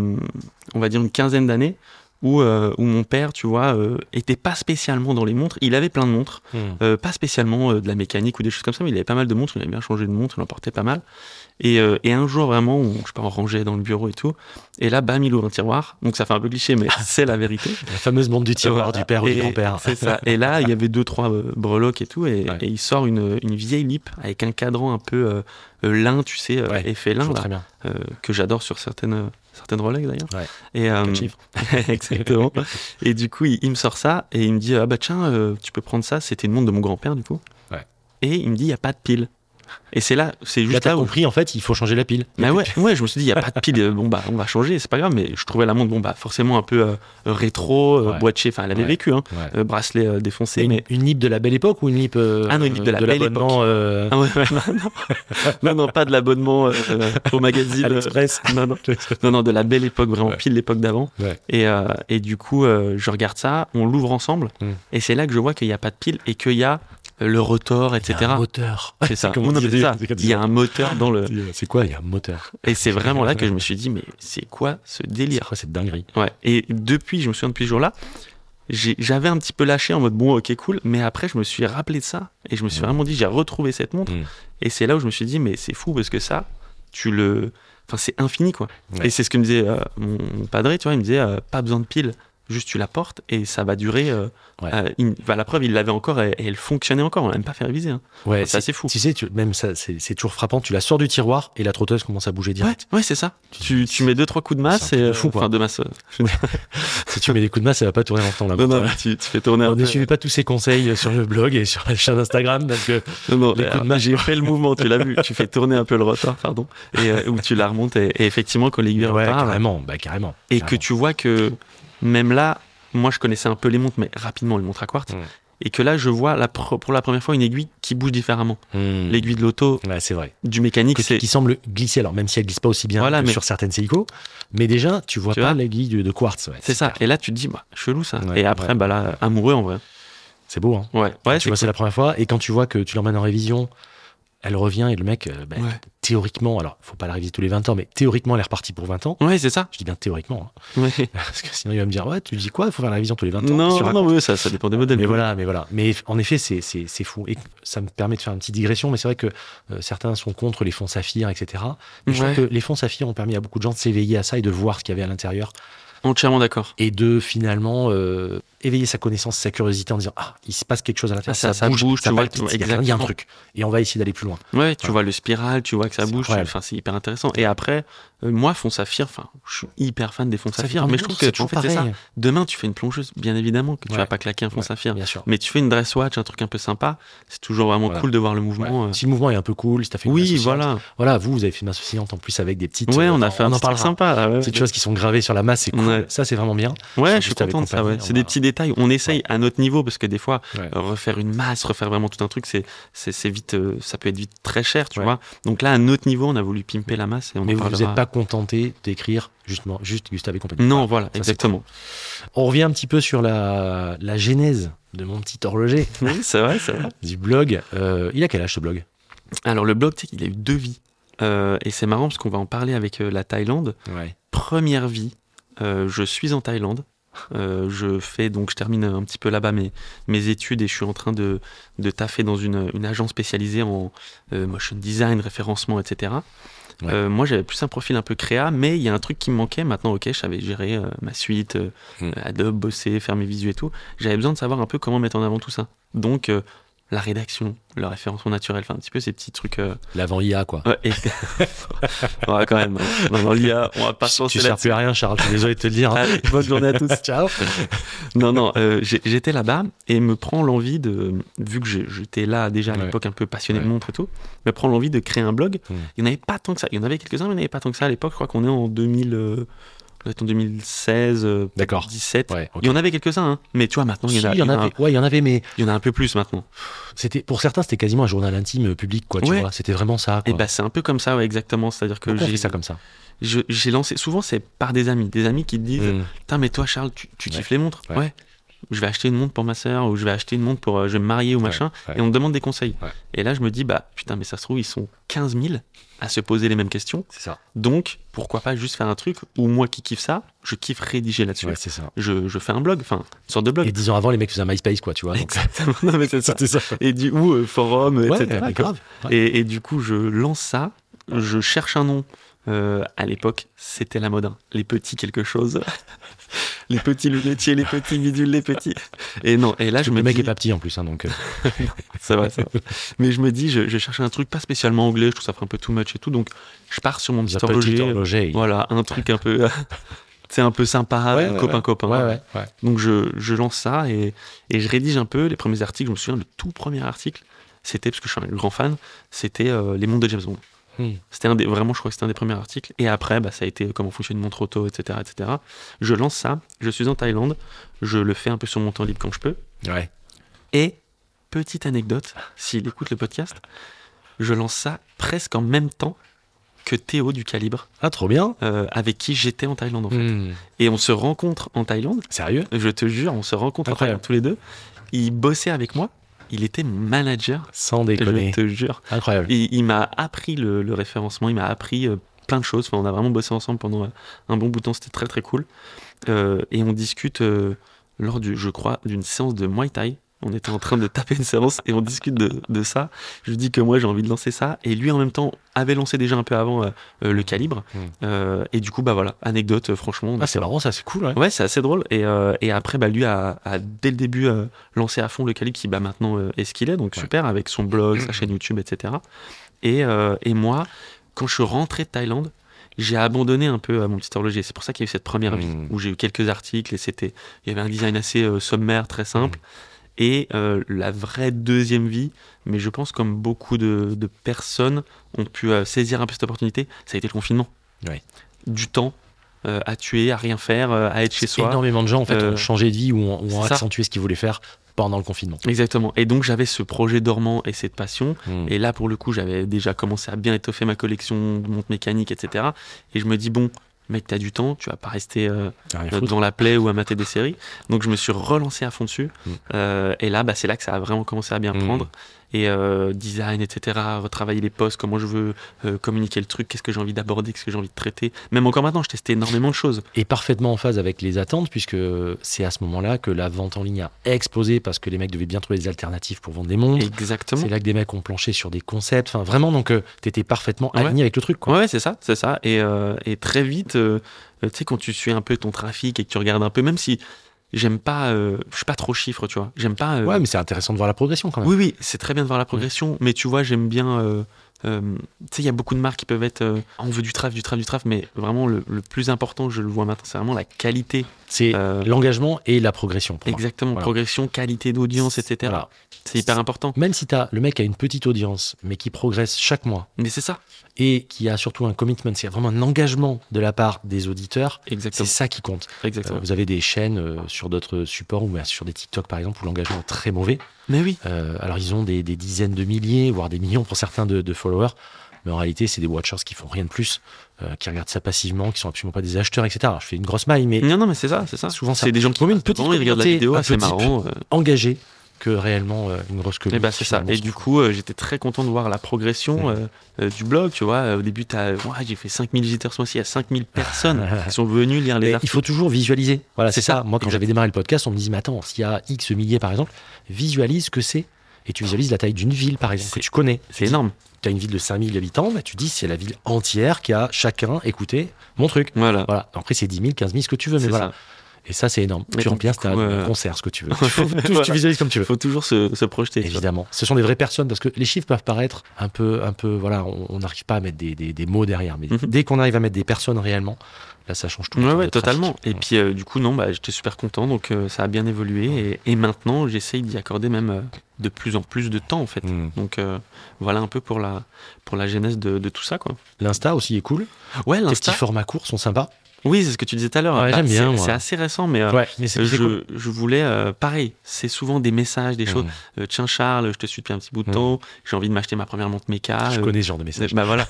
Speaker 2: on va dire une quinzaine d'années, où, euh, où mon père, tu vois, euh, était pas spécialement dans les montres. Il avait plein de montres,
Speaker 1: Hmm.
Speaker 2: euh, pas spécialement euh, de la mécanique ou des choses comme ça, mais il avait pas mal de montres. Il avait bien changé de montre, il en portait pas mal. Et, euh, et un jour, vraiment, on, je sais pas, on rangeait dans le bureau et tout. Et là, bam, il ouvre un tiroir. Donc ça fait un peu cliché, mais c'est la vérité.
Speaker 1: La fameuse montre du tiroir
Speaker 2: Voilà.
Speaker 1: du père ou du
Speaker 2: Et-
Speaker 1: grand-père.
Speaker 2: C'est ça. Et là, il y avait deux, trois euh, breloques et tout. Et,
Speaker 1: Ouais.
Speaker 2: et il sort une, une vieille lip avec un cadran un peu euh, euh, lin, tu sais, euh,
Speaker 1: Ouais,
Speaker 2: effet
Speaker 1: Je
Speaker 2: lin,
Speaker 1: vois
Speaker 2: là,
Speaker 1: très bien.
Speaker 2: euh, que j'adore sur certaines, euh, certaines Rolex d'ailleurs.
Speaker 1: Ouais.
Speaker 2: Et, euh,
Speaker 1: Quel chiffre.
Speaker 2: exactement. Et du coup, il, il me sort ça et il me dit Ah bah tiens, euh, tu peux prendre ça. C'était une montre de mon grand-père, du coup.
Speaker 1: Ouais.
Speaker 2: Et il me dit Il n'y a pas de pile. Et c'est là, c'est
Speaker 1: Là,
Speaker 2: juste
Speaker 1: t'as
Speaker 2: là où.
Speaker 1: compris, en fait, il faut changer la pile.
Speaker 2: Bah ouais, ouais, je me suis dit, il n'y a pas de pile, euh, bon bah on va changer, c'est pas grave, mais je trouvais la montre, bon bah forcément un peu euh, rétro, euh,
Speaker 1: Ouais.
Speaker 2: boîtier, enfin elle avait
Speaker 1: Ouais.
Speaker 2: vécu, hein,
Speaker 1: Ouais.
Speaker 2: euh, bracelet euh, défoncé,
Speaker 1: une,
Speaker 2: mais
Speaker 1: une nip de la belle époque ou une nip euh,
Speaker 2: Ah non, une nip de la
Speaker 1: de
Speaker 2: belle
Speaker 1: l'abonnement, euh,
Speaker 2: Ah ouais, ouais, non, non. non, non, pas de l'abonnement euh, euh, au magazine.
Speaker 1: à
Speaker 2: euh,
Speaker 1: l'Express
Speaker 2: non, non. non, non, de la belle époque, vraiment
Speaker 1: Ouais.
Speaker 2: pile l'époque d'avant.
Speaker 1: Ouais.
Speaker 2: Et, euh, et du coup, euh, je regarde ça, on l'ouvre ensemble,
Speaker 1: Mm.
Speaker 2: et c'est là que je vois qu'il n'y a pas de pile et qu'il y a euh, le rotor,
Speaker 1: Il y a
Speaker 2: etc.
Speaker 1: un moteur.
Speaker 2: C'est ça.
Speaker 1: comme on
Speaker 2: Non, mais
Speaker 1: disait-
Speaker 2: c'est ça.
Speaker 1: c'est comme
Speaker 2: Il y a un moteur dans le.
Speaker 1: C'est quoi Il y a un moteur.
Speaker 2: Et c'est vraiment là que je me suis dit, mais c'est quoi ce
Speaker 1: C'est
Speaker 2: délire
Speaker 1: quoi cette dinguerie
Speaker 2: Ouais. Et depuis, je me souviens depuis ce jour-là, j'ai- j'avais un petit peu lâché en mode bon, ok, cool. Mais après, je me suis rappelé de ça et je me suis
Speaker 1: Mm.
Speaker 2: vraiment dit, j'ai retrouvé cette montre.
Speaker 1: Mm.
Speaker 2: Et c'est là où je me suis dit, mais c'est fou parce que ça, tu le. Enfin, c'est infini quoi.
Speaker 1: Ouais.
Speaker 2: Et c'est ce que me disait euh, mon, mon padré, tu vois, il me disait, euh, pas besoin de pile. Juste, tu la portes et ça va durer. euh,
Speaker 1: Ouais.
Speaker 2: euh, une- bah, la preuve, il l'avait encore et, et elle fonctionnait encore. On l'a même pas fait réviser. hein.
Speaker 1: Ouais,
Speaker 2: Enfin, c'est assez fou.
Speaker 1: Tu sais, tu- même ça, c'est c'est toujours frappant. Tu la sors du tiroir et la trotteuse commence à bouger
Speaker 2: Ouais,
Speaker 1: direct.
Speaker 2: ouais, c'est ça. Tu, tu mets deux, trois coups de masse
Speaker 1: C'est un truc de
Speaker 2: et. euh,
Speaker 1: fou, quoi.
Speaker 2: Enfin, de masse. euh, je-
Speaker 1: Si tu mets des coups de masse, ça va pas tourner longtemps là.
Speaker 2: Non, non, tu, tu fais tourner un
Speaker 1: Alors,
Speaker 2: peu.
Speaker 1: ne suivez pas tous ces conseils euh, sur le blog et sur la chaîne Instagram parce que
Speaker 2: Non, non,
Speaker 1: les
Speaker 2: euh,
Speaker 1: coups de masse.
Speaker 2: j'ai fait le mouvement, tu l'as vu. Tu fais tourner un peu le rotor, pardon. Et euh, où tu la remontes et, et effectivement, quand l'aiguille
Speaker 1: Ouais,
Speaker 2: repart,
Speaker 1: carrément, bah carrément.
Speaker 2: Et que
Speaker 1: carrément.
Speaker 2: tu vois que même là, moi je connaissais un peu les montres, mais rapidement les montres à quartz.
Speaker 1: Mm.
Speaker 2: Et que là, je vois la pro- pour la première fois une aiguille qui bouge différemment.
Speaker 1: Hmm.
Speaker 2: L'aiguille de l'auto,
Speaker 1: Ouais, c'est vrai.
Speaker 2: du mécanique,
Speaker 1: Que-
Speaker 2: c'est.
Speaker 1: qui semble glisser, alors même si elle glisse pas aussi bien
Speaker 2: Voilà,
Speaker 1: que
Speaker 2: mais-
Speaker 1: sur certaines Seiko, mais déjà tu vois
Speaker 2: Tu
Speaker 1: pas
Speaker 2: vois
Speaker 1: l'aiguille de, de quartz. ouais,
Speaker 2: C'est ça.
Speaker 1: clair.
Speaker 2: Et là, tu te dis, bah, chelou ça.
Speaker 1: Ouais,
Speaker 2: et après,
Speaker 1: ouais.
Speaker 2: bah là, amoureux en vrai.
Speaker 1: C'est beau, hein.
Speaker 2: Ouais, ouais,
Speaker 1: tu
Speaker 2: c'est
Speaker 1: vois, c'est la première fois. Et quand tu vois que tu l'emmènes en révision, elle revient et le mec, euh, bah,
Speaker 2: Ouais.
Speaker 1: théoriquement, alors faut pas la réviser tous les 20 ans, mais théoriquement elle est repartie pour 20 ans.
Speaker 2: Ouais, c'est ça.
Speaker 1: Je dis bien théoriquement, hein,
Speaker 2: Ouais.
Speaker 1: parce que sinon il va me dire ouais, tu dis quoi, il faut faire la révision tous les 20 ans.
Speaker 2: Non,
Speaker 1: Qu'est-ce que tu
Speaker 2: non, ouais, ça, ça dépend des modèles.
Speaker 1: Mais voilà, mais voilà. Mais en effet, c'est- c'est c'est fou. Et ça me permet de faire une petite digression, mais c'est vrai que euh, certains sont contre les fonds saphir, etc. Mais je
Speaker 2: Ouais.
Speaker 1: trouve que les fonds saphir ont permis à beaucoup de gens de s'éveiller à ça et de voir ce qu'il y avait à l'intérieur
Speaker 2: Entièrement d'accord.
Speaker 1: et de finalement euh, éveiller sa connaissance, sa curiosité en disant Ah, il se passe quelque chose à l'intérieur.
Speaker 2: Ah, ça- ça bouge,
Speaker 1: ça
Speaker 2: tu vois,
Speaker 1: palpite,
Speaker 2: tu vois,
Speaker 1: il y a- il y a un
Speaker 2: exactement.
Speaker 1: truc. Et on va essayer d'aller plus loin.
Speaker 2: Ouais, tu
Speaker 1: Ouais.
Speaker 2: vois le spiral, tu vois que ça
Speaker 1: C'est
Speaker 2: bouge. tu-
Speaker 1: incroyable.
Speaker 2: Enfin, c'est hyper intéressant. Et après, euh, moi, Fonds Saphir, enfin, je suis hyper fan des Fonds Saphir. Mais je trouve que
Speaker 1: c'est
Speaker 2: en
Speaker 1: toujours
Speaker 2: fait, c'est ça.
Speaker 1: pareil.
Speaker 2: Demain, tu fais une plongeuse, bien évidemment, que tu
Speaker 1: Ouais.
Speaker 2: vas pas claquer un Fonds
Speaker 1: Ouais.
Speaker 2: Saphir.
Speaker 1: Bien sûr.
Speaker 2: Mais tu fais une dress watch, un truc un peu sympa, c'est toujours vraiment
Speaker 1: Voilà.
Speaker 2: cool de voir le mouvement.
Speaker 1: Ouais.
Speaker 2: euh.
Speaker 1: Si le mouvement est un peu cool, si t'as fait une
Speaker 2: Oui,
Speaker 1: associante.
Speaker 2: voilà.
Speaker 1: Voilà, vous, vous avez fait une associante en plus avec des petites.
Speaker 2: Ouais,
Speaker 1: euh,
Speaker 2: on a fait un
Speaker 1: en
Speaker 2: petit truc
Speaker 1: parlera.
Speaker 2: sympa. là, ouais.
Speaker 1: Petites choses qui sont gravées sur la masse, c'est cool.
Speaker 2: Ouais.
Speaker 1: Ça, c'est vraiment bien.
Speaker 2: Ouais,
Speaker 1: sont
Speaker 2: je suis
Speaker 1: juste avec
Speaker 2: content de ça.
Speaker 1: compagnie,
Speaker 2: ouais.
Speaker 1: on
Speaker 2: C'est des
Speaker 1: va-
Speaker 2: petits détails. On essaye à notre niveau parce que des fois,
Speaker 1: Ouais.
Speaker 2: euh, refaire une masse, refaire vraiment tout un truc, c'est c'est c'est vite, euh, ça peut être vite très cher, tu
Speaker 1: Ouais.
Speaker 2: vois. Donc là, à notre niveau, on a voulu pimper la masse et on
Speaker 1: Mais
Speaker 2: en
Speaker 1: vous
Speaker 2: parlera.
Speaker 1: vous êtes pas contenté d'écrire justement juste Gustave et compagnie.
Speaker 2: Non, voilà,
Speaker 1: c'est
Speaker 2: exactement.
Speaker 1: On revient un petit peu sur la, la genèse de mon petit horloger
Speaker 2: Oui, c'est vrai, c'est vrai.
Speaker 1: du blog. Euh, il a quel âge ce blog
Speaker 2: Alors le blog, tu sais qu'il a eu deux vies. Euh, et c'est marrant parce qu'on va en parler avec euh, la Thaïlande.
Speaker 1: Ouais.
Speaker 2: première vie, euh, je suis en Thaïlande. Euh, je fais donc je termine un petit peu là-bas mes, mes études et je suis en train de, de taffer dans une, une agence spécialisée en euh, motion design, référencement, etc.
Speaker 1: Ouais.
Speaker 2: Euh, moi j'avais plus un profil un peu créa, mais il y a un truc qui me manquait. Maintenant, ok, je savais gérer euh, ma suite, euh,
Speaker 1: Mm.
Speaker 2: Adobe, bosser, faire mes visuels et tout. J'avais besoin de savoir un peu comment mettre en avant tout ça. Donc euh, la rédaction, le référencement naturel, enfin un petit peu ces petits trucs. euh,
Speaker 1: L'avant IA quoi.
Speaker 2: ouais, et- Ouais, quand même. hein. Non, non, l'IA, on va pas se
Speaker 1: Tu
Speaker 2: lancer
Speaker 1: tu sers
Speaker 2: là-dessus.
Speaker 1: plus à rien, Charles. Je suis désolé de te le dire. hein.
Speaker 2: Allez, bonne journée à tous.
Speaker 1: Ciao.
Speaker 2: Non, non, euh, j'ai- j'étais là-bas et me prend l'envie de, vu que j'ai- j'étais là déjà à
Speaker 1: Ouais.
Speaker 2: l'époque un peu passionné
Speaker 1: Ouais.
Speaker 2: de montres et tout, me prend l'envie de créer un blog.
Speaker 1: Mm.
Speaker 2: Il n'y en avait pas tant que ça. Il y en avait quelques-uns, mais il n'y en avait pas tant que ça à l'époque. Je crois qu'on est en 2000, euh, on est en 2016, euh, peut-être
Speaker 1: D'accord.
Speaker 2: 17.
Speaker 1: Ouais. ok.
Speaker 2: Il y en avait quelques-uns, hein. mais tu vois, maintenant, il y, en a, hein.
Speaker 1: Si, il y en
Speaker 2: un-
Speaker 1: avait. Ouais, il y en avait, mais
Speaker 2: il y en a un peu plus maintenant.
Speaker 1: c'était pour certains c'était quasiment un journal intime euh, public quoi. Tu
Speaker 2: Ouais.
Speaker 1: vois, c'était vraiment ça.
Speaker 2: Et
Speaker 1: Quoi.
Speaker 2: bah, c'est un peu comme ça, ouais, exactement. C'est-à-dire que
Speaker 1: Pourquoi on
Speaker 2: j'ai-
Speaker 1: fait ça comme ça
Speaker 2: je- j'ai lancé, souvent c'est par des amis, des amis qui te disent
Speaker 1: Mm.
Speaker 2: Putain, mais toi, Charles, tu, tu
Speaker 1: Ouais.
Speaker 2: kiffes les montres
Speaker 1: Ouais.
Speaker 2: ouais. Je vais acheter une montre pour ma sœur, ou je vais acheter une montre pour. euh, je vais me marier ou machin.
Speaker 1: ouais.
Speaker 2: Et on me demande des conseils.
Speaker 1: Ouais.
Speaker 2: Et là, je me dis, bah putain, mais ça se trouve, ils sont 15 000 à se poser les mêmes questions.
Speaker 1: C'est ça.
Speaker 2: Donc, pourquoi pas juste faire un truc où moi qui kiffe ça, je kiffe rédiger là-dessus.
Speaker 1: Ouais, c'est ça.
Speaker 2: Je, je fais un blog, enfin, une sorte de blog.
Speaker 1: Et dix ans avant, les mecs faisaient un MySpace quoi, tu vois. donc-
Speaker 2: Exactement. Non, mais c'est ça.
Speaker 1: C'était ça.
Speaker 2: Et du ou euh, forum,
Speaker 1: Ouais,
Speaker 2: etc.
Speaker 1: ouais, grave. Ouais.
Speaker 2: Et, et du coup, je lance ça. Je cherche un nom. Euh, à l'époque, c'était la mode. hein. Les petits quelque chose. les petits lunetiers, les petits bidules, les petits. Et non, et là, je
Speaker 1: le
Speaker 2: me
Speaker 1: mec
Speaker 2: dis.
Speaker 1: est pas petit en plus, hein, donc. euh,
Speaker 2: Ça va, ça va. Mais je me dis, je, je cherche un truc pas spécialement anglais. Je trouve ça ferait un peu too much et tout. Donc, je pars sur mon
Speaker 1: un
Speaker 2: petit
Speaker 1: petit
Speaker 2: horloger.
Speaker 1: horloger. il-
Speaker 2: Voilà, un truc un peu. C'est un peu sympa,
Speaker 1: Ouais, ouais,
Speaker 2: copain-copain.
Speaker 1: Ouais, ouais, ouais.
Speaker 2: Donc je, je lance ça et, et je rédige un peu les premiers articles. Je me souviens, le tout premier article, c'était, parce que je suis un grand fan, c'était euh, Les mondes de James Bond.
Speaker 1: Hmm.
Speaker 2: C'était un des, vraiment, je crois que c'était un des premiers articles. Et après, bah, ça a été comment fonctionne une montre auto, etc., etc. Je lance ça, je suis en Thaïlande, je le fais un peu sur mon temps libre quand je peux.
Speaker 1: Ouais.
Speaker 2: Et petite anecdote, s'il écoute le podcast, je lance ça presque en même temps que Théo du Calibre,
Speaker 1: Ah, trop bien.
Speaker 2: euh, avec qui j'étais en Thaïlande. en fait.
Speaker 1: Hmm.
Speaker 2: Et on se rencontre en Thaïlande.
Speaker 1: Sérieux
Speaker 2: Je te jure, on se rencontre en
Speaker 1: Incroyable.
Speaker 2: Thaïlande tous les deux. Il bossait avec moi. Il était mon manager.
Speaker 1: Sans
Speaker 2: Je
Speaker 1: déconner.
Speaker 2: te jure.
Speaker 1: Incroyable.
Speaker 2: Il, il m'a appris le, le référencement. Il m'a appris euh, plein de choses. Enfin, on a vraiment bossé ensemble pendant euh, un bon bout de temps. C'était très très cool. Euh, et on discute euh, lors du, je crois, d'une séance de Muay Thai. On était en train de taper une séance et on discute de, de ça. Je lui dis que moi j'ai envie de lancer ça. Et lui en même temps avait lancé déjà un peu avant euh, euh, le calibre.
Speaker 1: Hmm.
Speaker 2: Euh, et du coup, bah voilà, anecdote, euh, franchement.
Speaker 1: Ah, c'est marrant, ça, c'est cool. ouais.
Speaker 2: Ouais, c'est assez drôle. Et, euh, et après, bah, lui a, a, dès le début euh, lancé à fond le calibre qui bah, maintenant euh, est ce qu'il est, donc
Speaker 1: Ouais.
Speaker 2: super, avec son blog, sa chaîne YouTube, etc. Et, euh, et moi, quand je suis rentré de Thaïlande, j'ai abandonné un peu à mon petit horloger. C'est pour ça qu'il y a eu cette première vie
Speaker 1: Mm.
Speaker 2: où j'ai eu quelques articles et c'était, il y avait un design assez euh, sommaire, très simple. Et euh, la vraie deuxième vie, mais je pense comme beaucoup de, de personnes ont pu euh, saisir un peu cette opportunité, ça a été le confinement.
Speaker 1: Oui.
Speaker 2: Du temps euh, à tuer, à rien faire, euh, à être chez soi.
Speaker 1: Énormément de gens en fait ont
Speaker 2: Euh,
Speaker 1: changé de vie ou ont, ou ont
Speaker 2: c'est ça.
Speaker 1: accentué ce qu'ils voulaient faire pendant le confinement.
Speaker 2: Exactement. Et donc j'avais ce projet dormant et cette passion.
Speaker 1: Mm.
Speaker 2: Et là, pour le coup, j'avais déjà commencé à bien étoffer ma collection de montres mécaniques, etc. Et je me dis, bon, mec, t'as du temps, tu vas pas rester euh,
Speaker 1: T'as rien à foutre.
Speaker 2: devant la plaie ou à mater des séries. Donc je me suis relancé à fond dessus.
Speaker 1: Mm.
Speaker 2: Euh, et là, bah, c'est là que ça a vraiment commencé à bien
Speaker 1: Mm.
Speaker 2: prendre. Et euh, design, etc., retravailler les postes, comment je veux euh, communiquer le truc, qu'est-ce que j'ai envie d'aborder, qu'est-ce que j'ai envie de traiter. Même encore maintenant, je testais énormément de choses.
Speaker 1: Et parfaitement en phase avec les attentes, puisque c'est à ce moment-là que la vente en ligne a explosé parce que les mecs devaient bien trouver des alternatives pour vendre des montres.
Speaker 2: Exactement.
Speaker 1: Mm. C'est là que des mecs ont planché sur des concepts. Enfin, vraiment, donc, euh, t'étais parfaitement
Speaker 2: Ouais.
Speaker 1: aligné avec le truc, quoi.
Speaker 2: Ouais, ouais, c'est ça, c'est ça. Et, euh, et très vite, euh, euh, tu sais, quand tu suis un peu ton trafic et que tu regardes un peu, même si j'aime pas, euh, je suis pas trop chiffre, tu vois. J'aime pas. euh,
Speaker 1: Ouais, mais c'est intéressant de voir la progression quand même.
Speaker 2: Oui, oui, c'est très bien de
Speaker 1: Mm.
Speaker 2: voir la progression, mais tu vois, j'aime bien. euh, euh, tu sais, il y a beaucoup de marques qui peuvent être. euh, Ah, on veut du traf, du traf, du traf, mais vraiment, le, le plus important, je le vois maintenant, c'est vraiment la qualité.
Speaker 1: C'est
Speaker 2: Euh,
Speaker 1: l'engagement et la progression. pour moi.
Speaker 2: exactement,
Speaker 1: Voilà.
Speaker 2: progression, qualité d'audience, etc.
Speaker 1: Voilà.
Speaker 2: C'est hyper important.
Speaker 1: Même si t'as, le mec a une petite audience, mais qui progresse chaque mois
Speaker 2: Mais c'est ça,
Speaker 1: et qui a surtout un commitment, c'est vraiment un engagement de la part des auditeurs. C'est
Speaker 2: exactement.
Speaker 1: ça qui compte. Euh,
Speaker 2: exactement.
Speaker 1: vous avez des chaînes euh, sur d'autres supports ou euh, sur des TikTok par exemple où l'engagement est très mauvais.
Speaker 2: Mais oui,
Speaker 1: Euh, alors ils ont des, des dizaines de milliers, voire des millions pour certains de, de followers, mais en réalité c'est des watchers qui font rien de plus, euh, qui regardent ça passivement, qui sont absolument pas des acheteurs, etc. Alors, je fais une grosse maille, mais
Speaker 2: non, non, mais c'est ça, c'est ça.
Speaker 1: souvent ça
Speaker 2: Mm. C'est des gens qui
Speaker 1: Comme une
Speaker 2: passent devant,
Speaker 1: petite
Speaker 2: ils regardent la
Speaker 1: communauté,
Speaker 2: vidéo,
Speaker 1: un
Speaker 2: ah, c'est
Speaker 1: petit
Speaker 2: marrant. euh,
Speaker 1: engagé que réellement euh, une grosse
Speaker 2: Et
Speaker 1: communauté.
Speaker 2: bah c'est ça. Et du coup, euh, j'étais très content de voir la progression euh, euh, du blog. Tu vois, Euh, au début, t'as, euh, Ouais, j'ai fait 5000 visiteurs ce mois-ci, il y a 5000 personnes qui sont venues lire les
Speaker 1: Mais il
Speaker 2: articles.
Speaker 1: faut toujours visualiser. Voilà, c'est
Speaker 2: C'est
Speaker 1: ça.
Speaker 2: ça.
Speaker 1: Moi, quand j'avais démarré le podcast, on me disait, mais attends, s'il y a X milliers, par exemple, visualise ce que c'est. Et tu visualises la taille d'une ville, par exemple, que
Speaker 2: C'est-
Speaker 1: tu connais.
Speaker 2: C'est énorme.
Speaker 1: Tu as une ville de 5000 habitants, bah, tu dis, c'est la ville entière qui a chacun écouté mon truc.
Speaker 2: Voilà.
Speaker 1: Voilà. Après, c'est 10 000, 15 000, ce que tu veux, mais
Speaker 2: C'est
Speaker 1: voilà.
Speaker 2: ça.
Speaker 1: Et ça, c'est énorme.
Speaker 2: Mais
Speaker 1: tu
Speaker 2: donc,
Speaker 1: remplis un
Speaker 2: du coup,
Speaker 1: stade,
Speaker 2: euh,
Speaker 1: un concert, ce que tu veux. Tu, faut- tu- tu visualises comme tu
Speaker 2: Il
Speaker 1: veux.
Speaker 2: faut toujours se, se projeter. tu vois.
Speaker 1: Évidemment, ce sont des vraies personnes parce que les chiffres peuvent paraître un peu, un peu, voilà, on on n'arrive pas à mettre des, des- des mots derrière, mais
Speaker 2: Mhm.
Speaker 1: dès qu'on arrive à mettre des personnes réellement, là, ça change tout. en
Speaker 2: Ouais,
Speaker 1: termes
Speaker 2: ouais,
Speaker 1: de trafic.
Speaker 2: totalement. Et puis, euh, du coup, non, bah, j'étais super content. Donc, euh, ça a bien évolué. Et, et maintenant, j'essaye d'y accorder même euh, de plus en plus de temps, en fait.
Speaker 1: Mm.
Speaker 2: Donc, euh, voilà un peu pour la, pour la genèse de, de tout ça, quoi.
Speaker 1: L'insta aussi est cool.
Speaker 2: Ouais,
Speaker 1: Les
Speaker 2: l'Insta.
Speaker 1: petits formats courts sont sympas.
Speaker 2: Oui, c'est ce que tu disais tout à l'heure.
Speaker 1: Ouais,
Speaker 2: Bah,
Speaker 1: j'aime bien,
Speaker 2: c'est-
Speaker 1: moi.
Speaker 2: C'est assez récent, mais euh,
Speaker 1: Ouais, Ah, mais c'est
Speaker 2: Euh,
Speaker 1: c'est
Speaker 2: je,
Speaker 1: cool.
Speaker 2: je voulais, euh, pareil, c'est souvent des messages, des choses.
Speaker 1: Mmh.
Speaker 2: Euh, Tiens, Charles, je te suis depuis un petit bout de
Speaker 1: Mm.
Speaker 2: temps, j'ai envie de m'acheter ma première montre méca.
Speaker 1: je
Speaker 2: euh,
Speaker 1: connais ce genre de
Speaker 2: euh,
Speaker 1: message.
Speaker 2: bah voilà.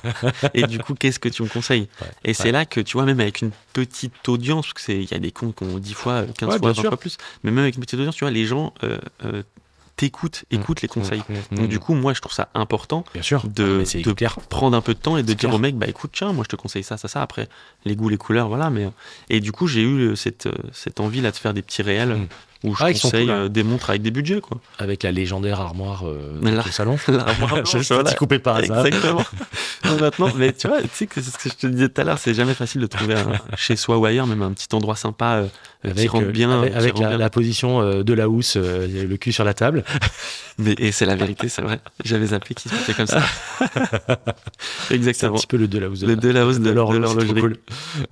Speaker 2: Et du coup, qu'est-ce que tu me conseilles
Speaker 1: Ouais.
Speaker 2: Et c'est là que, tu vois, même avec une petite audience, parce qu'il y a des comptes qu'on 10 fois, euh, 15
Speaker 1: Ouais,
Speaker 2: fois,
Speaker 1: bien
Speaker 2: 20
Speaker 1: sûr.
Speaker 2: fois plus, mais même avec une petite audience, tu vois, les gens euh, euh, t'écoutent,
Speaker 1: Mm.
Speaker 2: écoutent les conseils.
Speaker 1: Mmh.
Speaker 2: Donc, du coup, moi, je trouve ça important
Speaker 1: bien sûr,
Speaker 2: de-
Speaker 1: Ah, mais c'est
Speaker 2: de-
Speaker 1: clair.
Speaker 2: prendre un peu de temps et de
Speaker 1: C'est
Speaker 2: dire
Speaker 1: clair.
Speaker 2: au mec bah écoute tiens moi je te conseille ça ça ça après les goûts les couleurs voilà mais euh, et du coup j'ai eu euh, cette, euh, cette envie là de faire des petits réels
Speaker 1: Mm.
Speaker 2: où je
Speaker 1: Ah, ils sont
Speaker 2: conseille
Speaker 1: cool, hein.
Speaker 2: euh, des montres avec des budgets quoi
Speaker 1: Avec la légendaire armoire euh,
Speaker 2: Mais là-
Speaker 1: au salon.
Speaker 2: L'armoire
Speaker 1: Je
Speaker 2: blanche,
Speaker 1: je
Speaker 2: voilà.
Speaker 1: t'ai coupé par hasard.
Speaker 2: exactement Non, maintenant mais tu vois tu sais que c'est ce que je te disais tout à l'heure c'est jamais facile de trouver un- chez soi ou ailleurs même un petit endroit sympa euh, euh, qui rentre
Speaker 1: euh,
Speaker 2: bien
Speaker 1: avec,
Speaker 2: qui
Speaker 1: avec
Speaker 2: rentre
Speaker 1: la,
Speaker 2: bien.
Speaker 1: la position euh, de la housse, euh, le cul sur la table.
Speaker 2: mais et c'est la vérité c'est vrai j'avais zappé qui se mettait comme ça
Speaker 1: C'est un
Speaker 2: exactement
Speaker 1: petit peu le de la housse.
Speaker 2: le de la hausse de, de
Speaker 1: l'horloge, c'est trop
Speaker 2: l'horlogerie
Speaker 1: cool.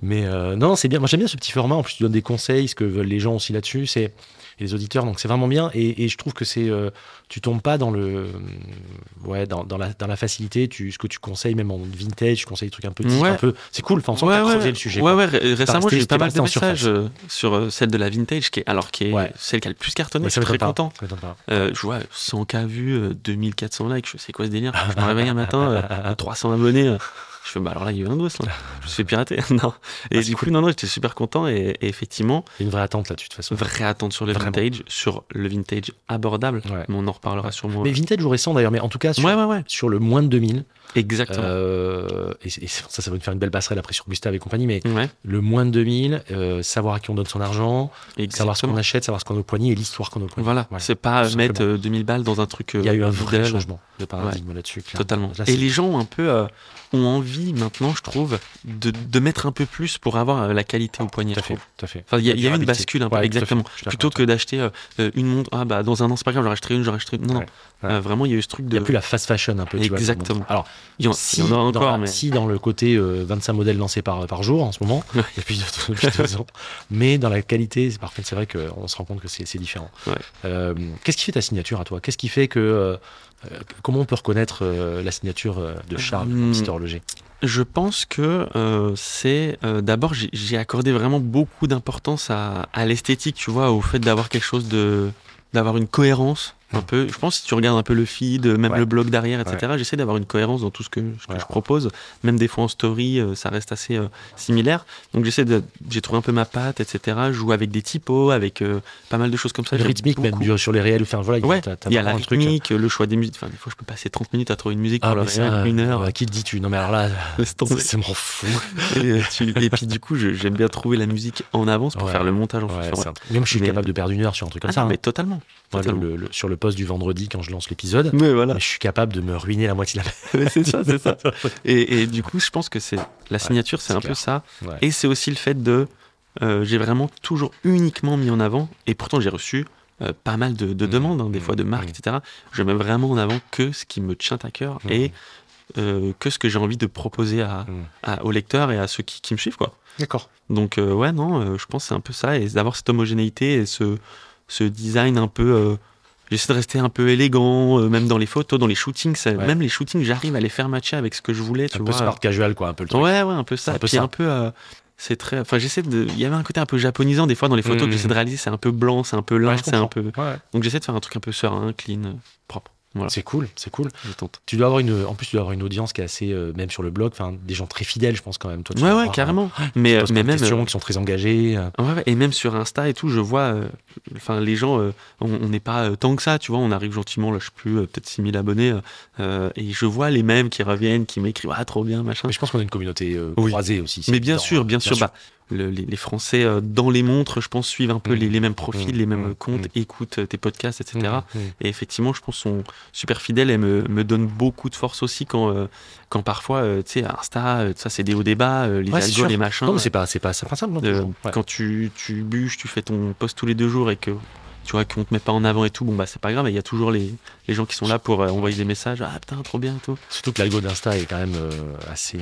Speaker 1: Mais euh, non, c'est bien. Moi, j'aime bien ce petit format. En plus, tu donnes des conseils, ce que veulent les gens aussi là-dessus, c'est et les auditeurs. Donc, c'est vraiment bien. Et, et je trouve que c'est, euh, tu tombes pas dans le, euh, ouais, dans, dans la, dans la facilité. Tu, ce que tu conseilles, même en vintage, tu conseilles des trucs un peu, petits,
Speaker 2: Ouais.
Speaker 1: un peu. C'est cool. Enfin, on sent que t'as creusé le sujet.
Speaker 2: Ouais,
Speaker 1: quoi.
Speaker 2: ouais, ré- récemment,
Speaker 1: resté-
Speaker 2: j'ai eu
Speaker 1: t'es
Speaker 2: pas mal
Speaker 1: resté
Speaker 2: de
Speaker 1: en surface.
Speaker 2: messages euh, sur euh, celle de la vintage, qui est, alors qui est
Speaker 1: Ouais.
Speaker 2: celle qui a le plus cartonné.
Speaker 1: Mais
Speaker 2: je suis
Speaker 1: ça
Speaker 2: très
Speaker 1: m'étonne pas.
Speaker 2: content.
Speaker 1: Ça m'étonne pas.
Speaker 2: Euh, je vois 100 cas vus, euh, 2400 likes. Je sais quoi ce délire. Je me réveille un matin, euh, 300 abonnés. euh. Je fais, bah alors là, il y a eu un dos, là. Je me suis fait pirater. non. Et
Speaker 1: Ah, c'est
Speaker 2: du coup, non, non, j'étais super content. Et, et effectivement,
Speaker 1: Il y a une vraie attente là-dessus, de toute façon.
Speaker 2: vraie attente sur le
Speaker 1: Vraiment.
Speaker 2: vintage, sur le vintage abordable.
Speaker 1: Ouais.
Speaker 2: Mais on en reparlera sûrement. euh.
Speaker 1: Mais vintage ou récent d'ailleurs. Mais en tout cas, sur,
Speaker 2: ouais, ouais, ouais.
Speaker 1: sur le moins de 2000,
Speaker 2: Exactement.
Speaker 1: Euh, et, et ça, ça va nous faire une belle passerelle après sur Gustave et compagnie, mais
Speaker 2: ouais,
Speaker 1: le moins de 2000, euh, savoir à qui on donne son argent, savoir ce
Speaker 2: exactement.
Speaker 1: qu'on achète, savoir ce qu'on a au poignet et l'histoire qu'on a au poignet.
Speaker 2: Voilà,
Speaker 1: Voilà,
Speaker 2: c'est pas
Speaker 1: tout
Speaker 2: mettre
Speaker 1: simplement.
Speaker 2: euh, 2000 balles dans un truc. euh,
Speaker 1: Il y a eu un vrai
Speaker 2: idéal.
Speaker 1: changement de paradigme là-dessus. clairement.
Speaker 2: Totalement.
Speaker 1: Là,
Speaker 2: et
Speaker 1: c'est-
Speaker 2: les gens ont un peu euh, ont envie maintenant, je trouve, de, de mettre un peu plus pour avoir euh, la qualité au poignet.
Speaker 1: Ah, Tout à
Speaker 2: je
Speaker 1: fait,
Speaker 2: trouve.
Speaker 1: tout à fait.
Speaker 2: Enfin, il y a, il y a eu une
Speaker 1: Durabilité.
Speaker 2: bascule un peu,
Speaker 1: Ouais, tout à fait.
Speaker 2: exactement.
Speaker 1: Je suis d'accord
Speaker 2: Plutôt que d'acheter euh, euh, une montre, ah bah dans un an c'est pas grave, j'en achèterai une, j'en achèterai une.
Speaker 1: Ouais,
Speaker 2: Non, non.
Speaker 1: ouais.
Speaker 2: Euh, vraiment, il y a eu ce truc
Speaker 1: Il n'y
Speaker 2: de.
Speaker 1: a plus la fast fashion un peu. tu vois, comme on-
Speaker 2: Exactement.
Speaker 1: Alors,
Speaker 2: Il y en,
Speaker 1: si,
Speaker 2: il y en a
Speaker 1: dans
Speaker 2: encore,
Speaker 1: la-
Speaker 2: mais.
Speaker 1: si dans le côté euh, 25 modèles lancés par, par jour en ce moment,
Speaker 2: Ouais.
Speaker 1: depuis, deux, depuis deux ans, mais dans la qualité, c'est parfait, c'est vrai qu'on se rend compte que c'est c'est différent.
Speaker 2: Ouais.
Speaker 1: Euh, Qu'est-ce qui fait ta signature à toi Qu'est-ce qui fait que. euh, euh, comment on peut reconnaître euh, la signature euh, de Charles,
Speaker 2: Hmm.
Speaker 1: Mister Loger
Speaker 2: Je pense que euh, c'est euh, d'abord j'ai- j'ai accordé vraiment beaucoup d'importance à, à l'esthétique, tu vois, au fait d'avoir quelque chose de d'avoir une cohérence un peu. Je pense que si tu regardes un peu le feed, euh, même
Speaker 1: Hmm. Ouais.
Speaker 2: le blog derrière, etc. J'essaie d'avoir une cohérence dans tout ce que, ce que
Speaker 1: Ouais.
Speaker 2: je propose. Même des fois en story, euh, ça reste assez euh, similaire. Donc j'essaie de j'ai trouvé un peu ma patte, etc. Je joue avec des typos, avec euh, pas mal de choses comme ça.
Speaker 1: Le
Speaker 2: J'aime
Speaker 1: rythmique, même
Speaker 2: beaucoup.
Speaker 1: du- sur les réels, ou enfin, voilà, il y a-
Speaker 2: Ouais,
Speaker 1: t'as- t'as
Speaker 2: Il y a la
Speaker 1: vraiment un truc.
Speaker 2: rythmique, le choix des musiques. Enfin, des fois, je peux passer 30 minutes à trouver une musique
Speaker 1: Ah,
Speaker 2: pour le
Speaker 1: mais ça,
Speaker 2: réel, une heure.
Speaker 1: euh, qui le dis-tu Non, mais alors là,
Speaker 2: Laisse tomber.
Speaker 1: c'est m'en fous.
Speaker 2: et, euh, tu- et puis du coup, je- j'aime bien trouver la musique en avance pour
Speaker 1: Ouais.
Speaker 2: faire le montage en
Speaker 1: Ouais,
Speaker 2: fonction.
Speaker 1: c'est un truc. Même je suis
Speaker 2: Mais-
Speaker 1: capable de perdre une heure sur un truc comme
Speaker 2: Ah,
Speaker 1: ça. hein.
Speaker 2: mais totalement.
Speaker 1: Moi, le-
Speaker 2: totalement.
Speaker 1: le- le- sur le poste du vendredi, quand je lance l'épisode,
Speaker 2: Mais voilà,
Speaker 1: mais je suis capable de me ruiner la moitié de la
Speaker 2: Mais c'est ça, c'est ça. Et, et du coup, je pense que c'est la signature, c'est
Speaker 1: c'est
Speaker 2: un peu
Speaker 1: clair.
Speaker 2: ça.
Speaker 1: Ouais.
Speaker 2: Et c'est aussi le fait de, euh, j'ai vraiment toujours uniquement mis en avant, et pourtant j'ai reçu euh, pas mal de, de
Speaker 1: Mhm.
Speaker 2: demandes, hein, des fois de
Speaker 1: Mhm.
Speaker 2: marques,
Speaker 1: Mhm.
Speaker 2: etc. Je mets vraiment en avant que ce qui me tient à cœur
Speaker 1: Mhm.
Speaker 2: et euh, que ce que j'ai envie de proposer à,
Speaker 1: Mhm.
Speaker 2: à- aux lecteurs et à ceux qui, qui me suivent, quoi.
Speaker 1: D'accord.
Speaker 2: Donc euh, ouais, non, euh, je pense que c'est un peu ça, et d'avoir cette homogénéité et ce, ce design un peu... euh, J'essaie de rester un peu élégant, euh, même dans les photos, dans les shootings. ça-
Speaker 1: Ouais.
Speaker 2: Même les shootings, j'arrive à les faire matcher avec ce que je voulais, tu
Speaker 1: Un peu
Speaker 2: vois.
Speaker 1: smart casual, quoi, un peu le truc.
Speaker 2: ouais, ouais, un peu
Speaker 1: C'est
Speaker 2: ça.
Speaker 1: un peu
Speaker 2: Puis
Speaker 1: ça.
Speaker 2: un peu... euh, c'est très... Enfin, j'essaie de... Il y avait un côté un peu japonisant, des fois, dans les photos
Speaker 1: Mhm.
Speaker 2: que j'essaie de réaliser. C'est un peu blanc, c'est un peu lin,
Speaker 1: Ouais, je
Speaker 2: c'est un
Speaker 1: comprends.
Speaker 2: peu...
Speaker 1: Ouais, ouais.
Speaker 2: Donc j'essaie de faire un truc un peu serein, clean, euh, propre. Voilà,
Speaker 1: C'est cool, c'est cool.
Speaker 2: je tente.
Speaker 1: Tu dois avoir une, en plus, tu dois avoir une audience qui est assez, euh, même sur le blog, enfin, des gens très fidèles, je pense quand même. Toi, tu
Speaker 2: Ouais,
Speaker 1: dois
Speaker 2: ouais,
Speaker 1: avoir,
Speaker 2: carrément. Mais,
Speaker 1: euh,
Speaker 2: euh,
Speaker 1: qui se posent plein de
Speaker 2: mais même... euh, hein.
Speaker 1: questions, qui sont très engagés. euh,
Speaker 2: Ouais, ouais, et même sur Insta et tout, je vois, euh, enfin les gens, euh, on on n'est pas euh, tant que ça, tu vois, on arrive gentiment, là je sais plus, euh, peut-être 6000 abonnés, euh, euh, et je vois les mêmes qui reviennent, qui m'écrivent, ah trop bien, machin.
Speaker 1: Mais je pense qu'on a une communauté euh,
Speaker 2: Oui.
Speaker 1: croisée aussi. c'est
Speaker 2: Mais bien
Speaker 1: évident, hein,
Speaker 2: sûr, bien sûr, bah, le- les, les Français euh, dans les montres, je pense, suivent un peu
Speaker 1: Mm.
Speaker 2: les, les mêmes profils,
Speaker 1: Mm.
Speaker 2: les mêmes
Speaker 1: Mm.
Speaker 2: comptes, écoutent euh, tes podcasts, etc.
Speaker 1: Mm, mm.
Speaker 2: Et effectivement, je pense sont super fidèles et me, me donnent beaucoup de force aussi quand, euh, quand parfois, euh, tu sais, Insta, euh, ça c'est des hauts débats, euh, les
Speaker 1: Ouais, c'est
Speaker 2: algos,
Speaker 1: sûr.
Speaker 2: les machins.
Speaker 1: Non, mais c'est pas, c'est pas, c'est pas simple, non,
Speaker 2: Euh,
Speaker 1: toujours. Ouais.
Speaker 2: Quand tu, tu bûches, tu fais ton poste tous les deux jours et que tu vois qu'on te met pas en avant et tout, bon bah c'est pas grave, et il y a toujours les, les gens qui sont là pour euh, envoyer des messages, ah putain trop bien et tout.
Speaker 1: Surtout que l'algo d'Insta est quand même euh, assez. euh,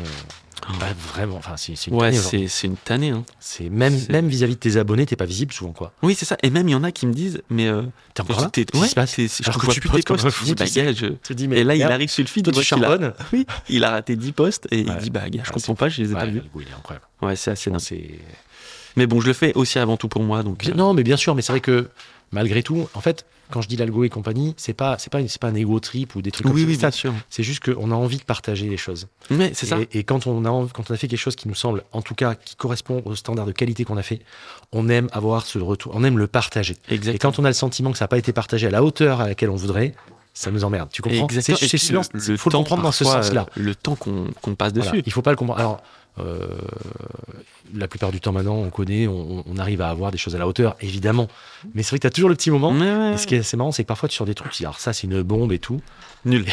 Speaker 2: Oh.
Speaker 1: bah, vraiment, enfin, c'est c'est une
Speaker 2: Ouais,
Speaker 1: tannée, genre.
Speaker 2: c'est c'est une tannée. Hein.
Speaker 1: C'est même,
Speaker 2: c'est-
Speaker 1: même vis-à-vis de tes abonnés, t'es pas visible souvent, quoi.
Speaker 2: Oui c'est ça, et même il y en a qui me disent, mais euh,
Speaker 1: T'es encore là
Speaker 2: t'es-
Speaker 1: Ah, Qu'est-ce qui
Speaker 2: ouais,
Speaker 1: se passe
Speaker 2: t'es- je
Speaker 1: Alors
Speaker 2: te
Speaker 1: que
Speaker 2: vois
Speaker 1: tu
Speaker 2: plus tes
Speaker 1: postes comme
Speaker 2: posts,
Speaker 1: un
Speaker 2: Je dis,
Speaker 1: fou,
Speaker 2: bah,
Speaker 1: tu sais.
Speaker 2: gars, je-
Speaker 1: Tu te dis, mais
Speaker 2: et là il
Speaker 1: merde,
Speaker 2: arrive sur le feed,
Speaker 1: toi,
Speaker 2: il voit
Speaker 1: tu
Speaker 2: qu'il a...
Speaker 1: charbonnes.
Speaker 2: Oui, il a raté 10 posts et il
Speaker 1: Ouais.
Speaker 2: dit bah gars je
Speaker 1: Ouais,
Speaker 2: comprends pas, je les ai
Speaker 1: Ouais,
Speaker 2: pas vus.
Speaker 1: le goût, il est incroyable.
Speaker 2: Ouais c'est assez dingue.
Speaker 1: C'est-
Speaker 2: Mais bon je le fais aussi avant tout pour moi donc. euh,
Speaker 1: Bien- non, mais bien sûr, mais c'est vrai que malgré tout, en fait, quand je dis l'algo et compagnie, c'est pas, c'est pas, une- c'est pas un ego trip ou des trucs comme
Speaker 2: Oui
Speaker 1: ça.
Speaker 2: oui
Speaker 1: C'est
Speaker 2: bien
Speaker 1: ça.
Speaker 2: sûr.
Speaker 1: C'est juste qu'on a envie de partager les choses.
Speaker 2: Mais c'est ça.
Speaker 1: Et, et quand on a envie- quand on a fait quelque chose qui nous semble, en tout cas, qui correspond au standard de qualité qu'on a fait, on aime avoir ce retour, on aime le partager. Et
Speaker 2: Exactement.
Speaker 1: quand on a le sentiment que ça n'a pas été partagé à la hauteur à laquelle on voudrait, ça nous emmerde. Tu comprends
Speaker 2: Exactement.
Speaker 1: C'est-
Speaker 2: Et
Speaker 1: c'est
Speaker 2: puis,
Speaker 1: silence. faut le
Speaker 2: temps,
Speaker 1: comprendre dans ce
Speaker 2: parfois,
Speaker 1: sens-là.
Speaker 2: euh, Le temps qu'on qu'on passe
Speaker 1: Voilà,
Speaker 2: dessus.
Speaker 1: il faut pas le comprendre. Alors, euh, la plupart du temps maintenant, on connaît, on, on arrive à avoir des choses à la hauteur, évidemment. Mais c'est vrai que tu as toujours le petit moment.
Speaker 2: Ouais, ouais,
Speaker 1: Et ce qui est assez marrant, c'est que parfois tu sors des trucs, tu dis, alors ça c'est une bombe et tout.
Speaker 2: Nul.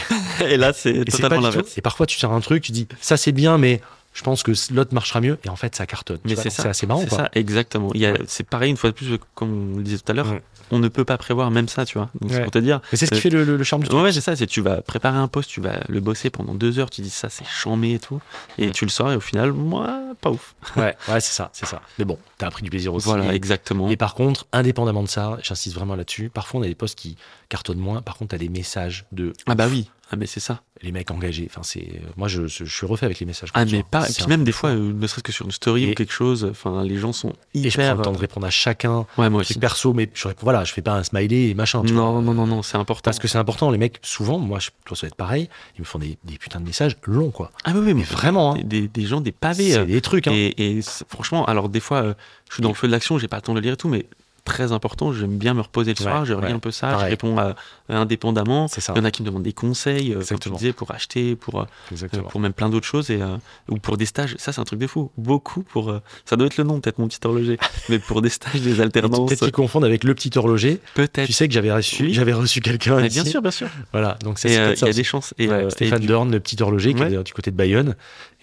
Speaker 2: Et là, c'est
Speaker 1: Et, c'est pas
Speaker 2: totalement
Speaker 1: du
Speaker 2: l'inverse.
Speaker 1: tout. et parfois tu sors un truc, tu dis, ça c'est bien, mais je pense que l'autre marchera mieux. Et en fait, ça cartonne. Tu
Speaker 2: Mais
Speaker 1: vois,
Speaker 2: c'est
Speaker 1: donc
Speaker 2: ça,
Speaker 1: C'est assez marrant.
Speaker 2: C'est
Speaker 1: quoi.
Speaker 2: ça, exactement. Il y a-
Speaker 1: Ouais.
Speaker 2: C'est pareil, une fois de plus, comme on le disait tout à l'heure,
Speaker 1: Ouais.
Speaker 2: on ne peut pas prévoir même ça, tu vois. Donc, c'est
Speaker 1: Ouais.
Speaker 2: pour te dire.
Speaker 1: Mais c'est ce qui
Speaker 2: Euh,
Speaker 1: fait le, le- le charme du truc.
Speaker 2: Ouais, ouais, c'est ça, c'est tu vas préparer un poste, tu vas le bosser pendant deux heures, tu dis ça, c'est chambé et tout, et
Speaker 1: Mm.
Speaker 2: tu le sors, et au final, moi, pas ouf.
Speaker 1: Ouais, ouais, c'est ça, c'est ça. Mais bon, t'as appris du plaisir aussi.
Speaker 2: Voilà,
Speaker 1: Et-
Speaker 2: exactement.
Speaker 1: Et par contre, indépendamment de ça, j'insiste vraiment là-dessus, parfois on a des posts qui cartonnent moins, par contre, tu as des messages de
Speaker 2: Ah bah oui, ah mais c'est ça.
Speaker 1: les mecs engagés. Enfin, c'est euh, moi, je, je suis refait avec les messages.
Speaker 2: Ah
Speaker 1: comme
Speaker 2: mais
Speaker 1: ça.
Speaker 2: pas,
Speaker 1: C'est
Speaker 2: puis
Speaker 1: un-
Speaker 2: même des fois, euh, ne serait-ce que sur une story
Speaker 1: Et-
Speaker 2: ou quelque chose, enfin, les gens sont
Speaker 1: et je prends
Speaker 2: hyper. euh,
Speaker 1: le temps de répondre à chacun,
Speaker 2: Ouais, moi
Speaker 1: truc
Speaker 2: aussi.
Speaker 1: perso, mais je réponds, voilà, je fais pas un smiley et machin. tu vois.
Speaker 2: Non, non, non, non, c'est important.
Speaker 1: Parce que c'est important, les mecs, souvent, moi, je, toi, ça va être pareil, ils me font des, des putains de messages longs, quoi.
Speaker 2: Ah oui, oui,
Speaker 1: Mais
Speaker 2: mais
Speaker 1: vraiment, hein,
Speaker 2: des, des- des gens, des pavés. euh,
Speaker 1: c'est des trucs, hein.
Speaker 2: Et, et c'est- franchement, alors des fois, euh, je suis dans le feu de l'action, j'ai pas le temps de lire et tout, mais très important. J'aime bien me reposer le soir,
Speaker 1: Ouais,
Speaker 2: je relis
Speaker 1: ouais,
Speaker 2: un peu ça, je
Speaker 1: pareil.
Speaker 2: réponds à- euh, indépendamment.
Speaker 1: C'est ça.
Speaker 2: Il y en a qui me demandent des conseils, euh, comme tu
Speaker 1: Exactement.
Speaker 2: disais, pour acheter, pour, euh,
Speaker 1: Exactement.
Speaker 2: pour même plein d'autres choses, et, euh, ou pour des stages. Ça, c'est un truc de fou. Beaucoup pour. euh, ça doit être le nom, peut-être, mon petit horloger. mais pour des stages, des
Speaker 1: Et tu-
Speaker 2: alternances. euh,
Speaker 1: Peut-être qu'ils confondent avec le petit horloger.
Speaker 2: Peut-être.
Speaker 1: Tu sais que j'avais reçu,
Speaker 2: Oui.
Speaker 1: j'avais reçu quelqu'un.
Speaker 2: Mais
Speaker 1: ici.
Speaker 2: bien sûr, bien sûr.
Speaker 1: Voilà, donc ça,
Speaker 2: Et
Speaker 1: c'est
Speaker 2: euh,
Speaker 1: peut-être
Speaker 2: il y
Speaker 1: ça.
Speaker 2: a des chances. Et,
Speaker 1: Ouais,
Speaker 2: euh, et
Speaker 1: Stéphane
Speaker 2: du-
Speaker 1: Dorn, le petit horloger qui
Speaker 2: Ouais.
Speaker 1: est du côté de Bayonne.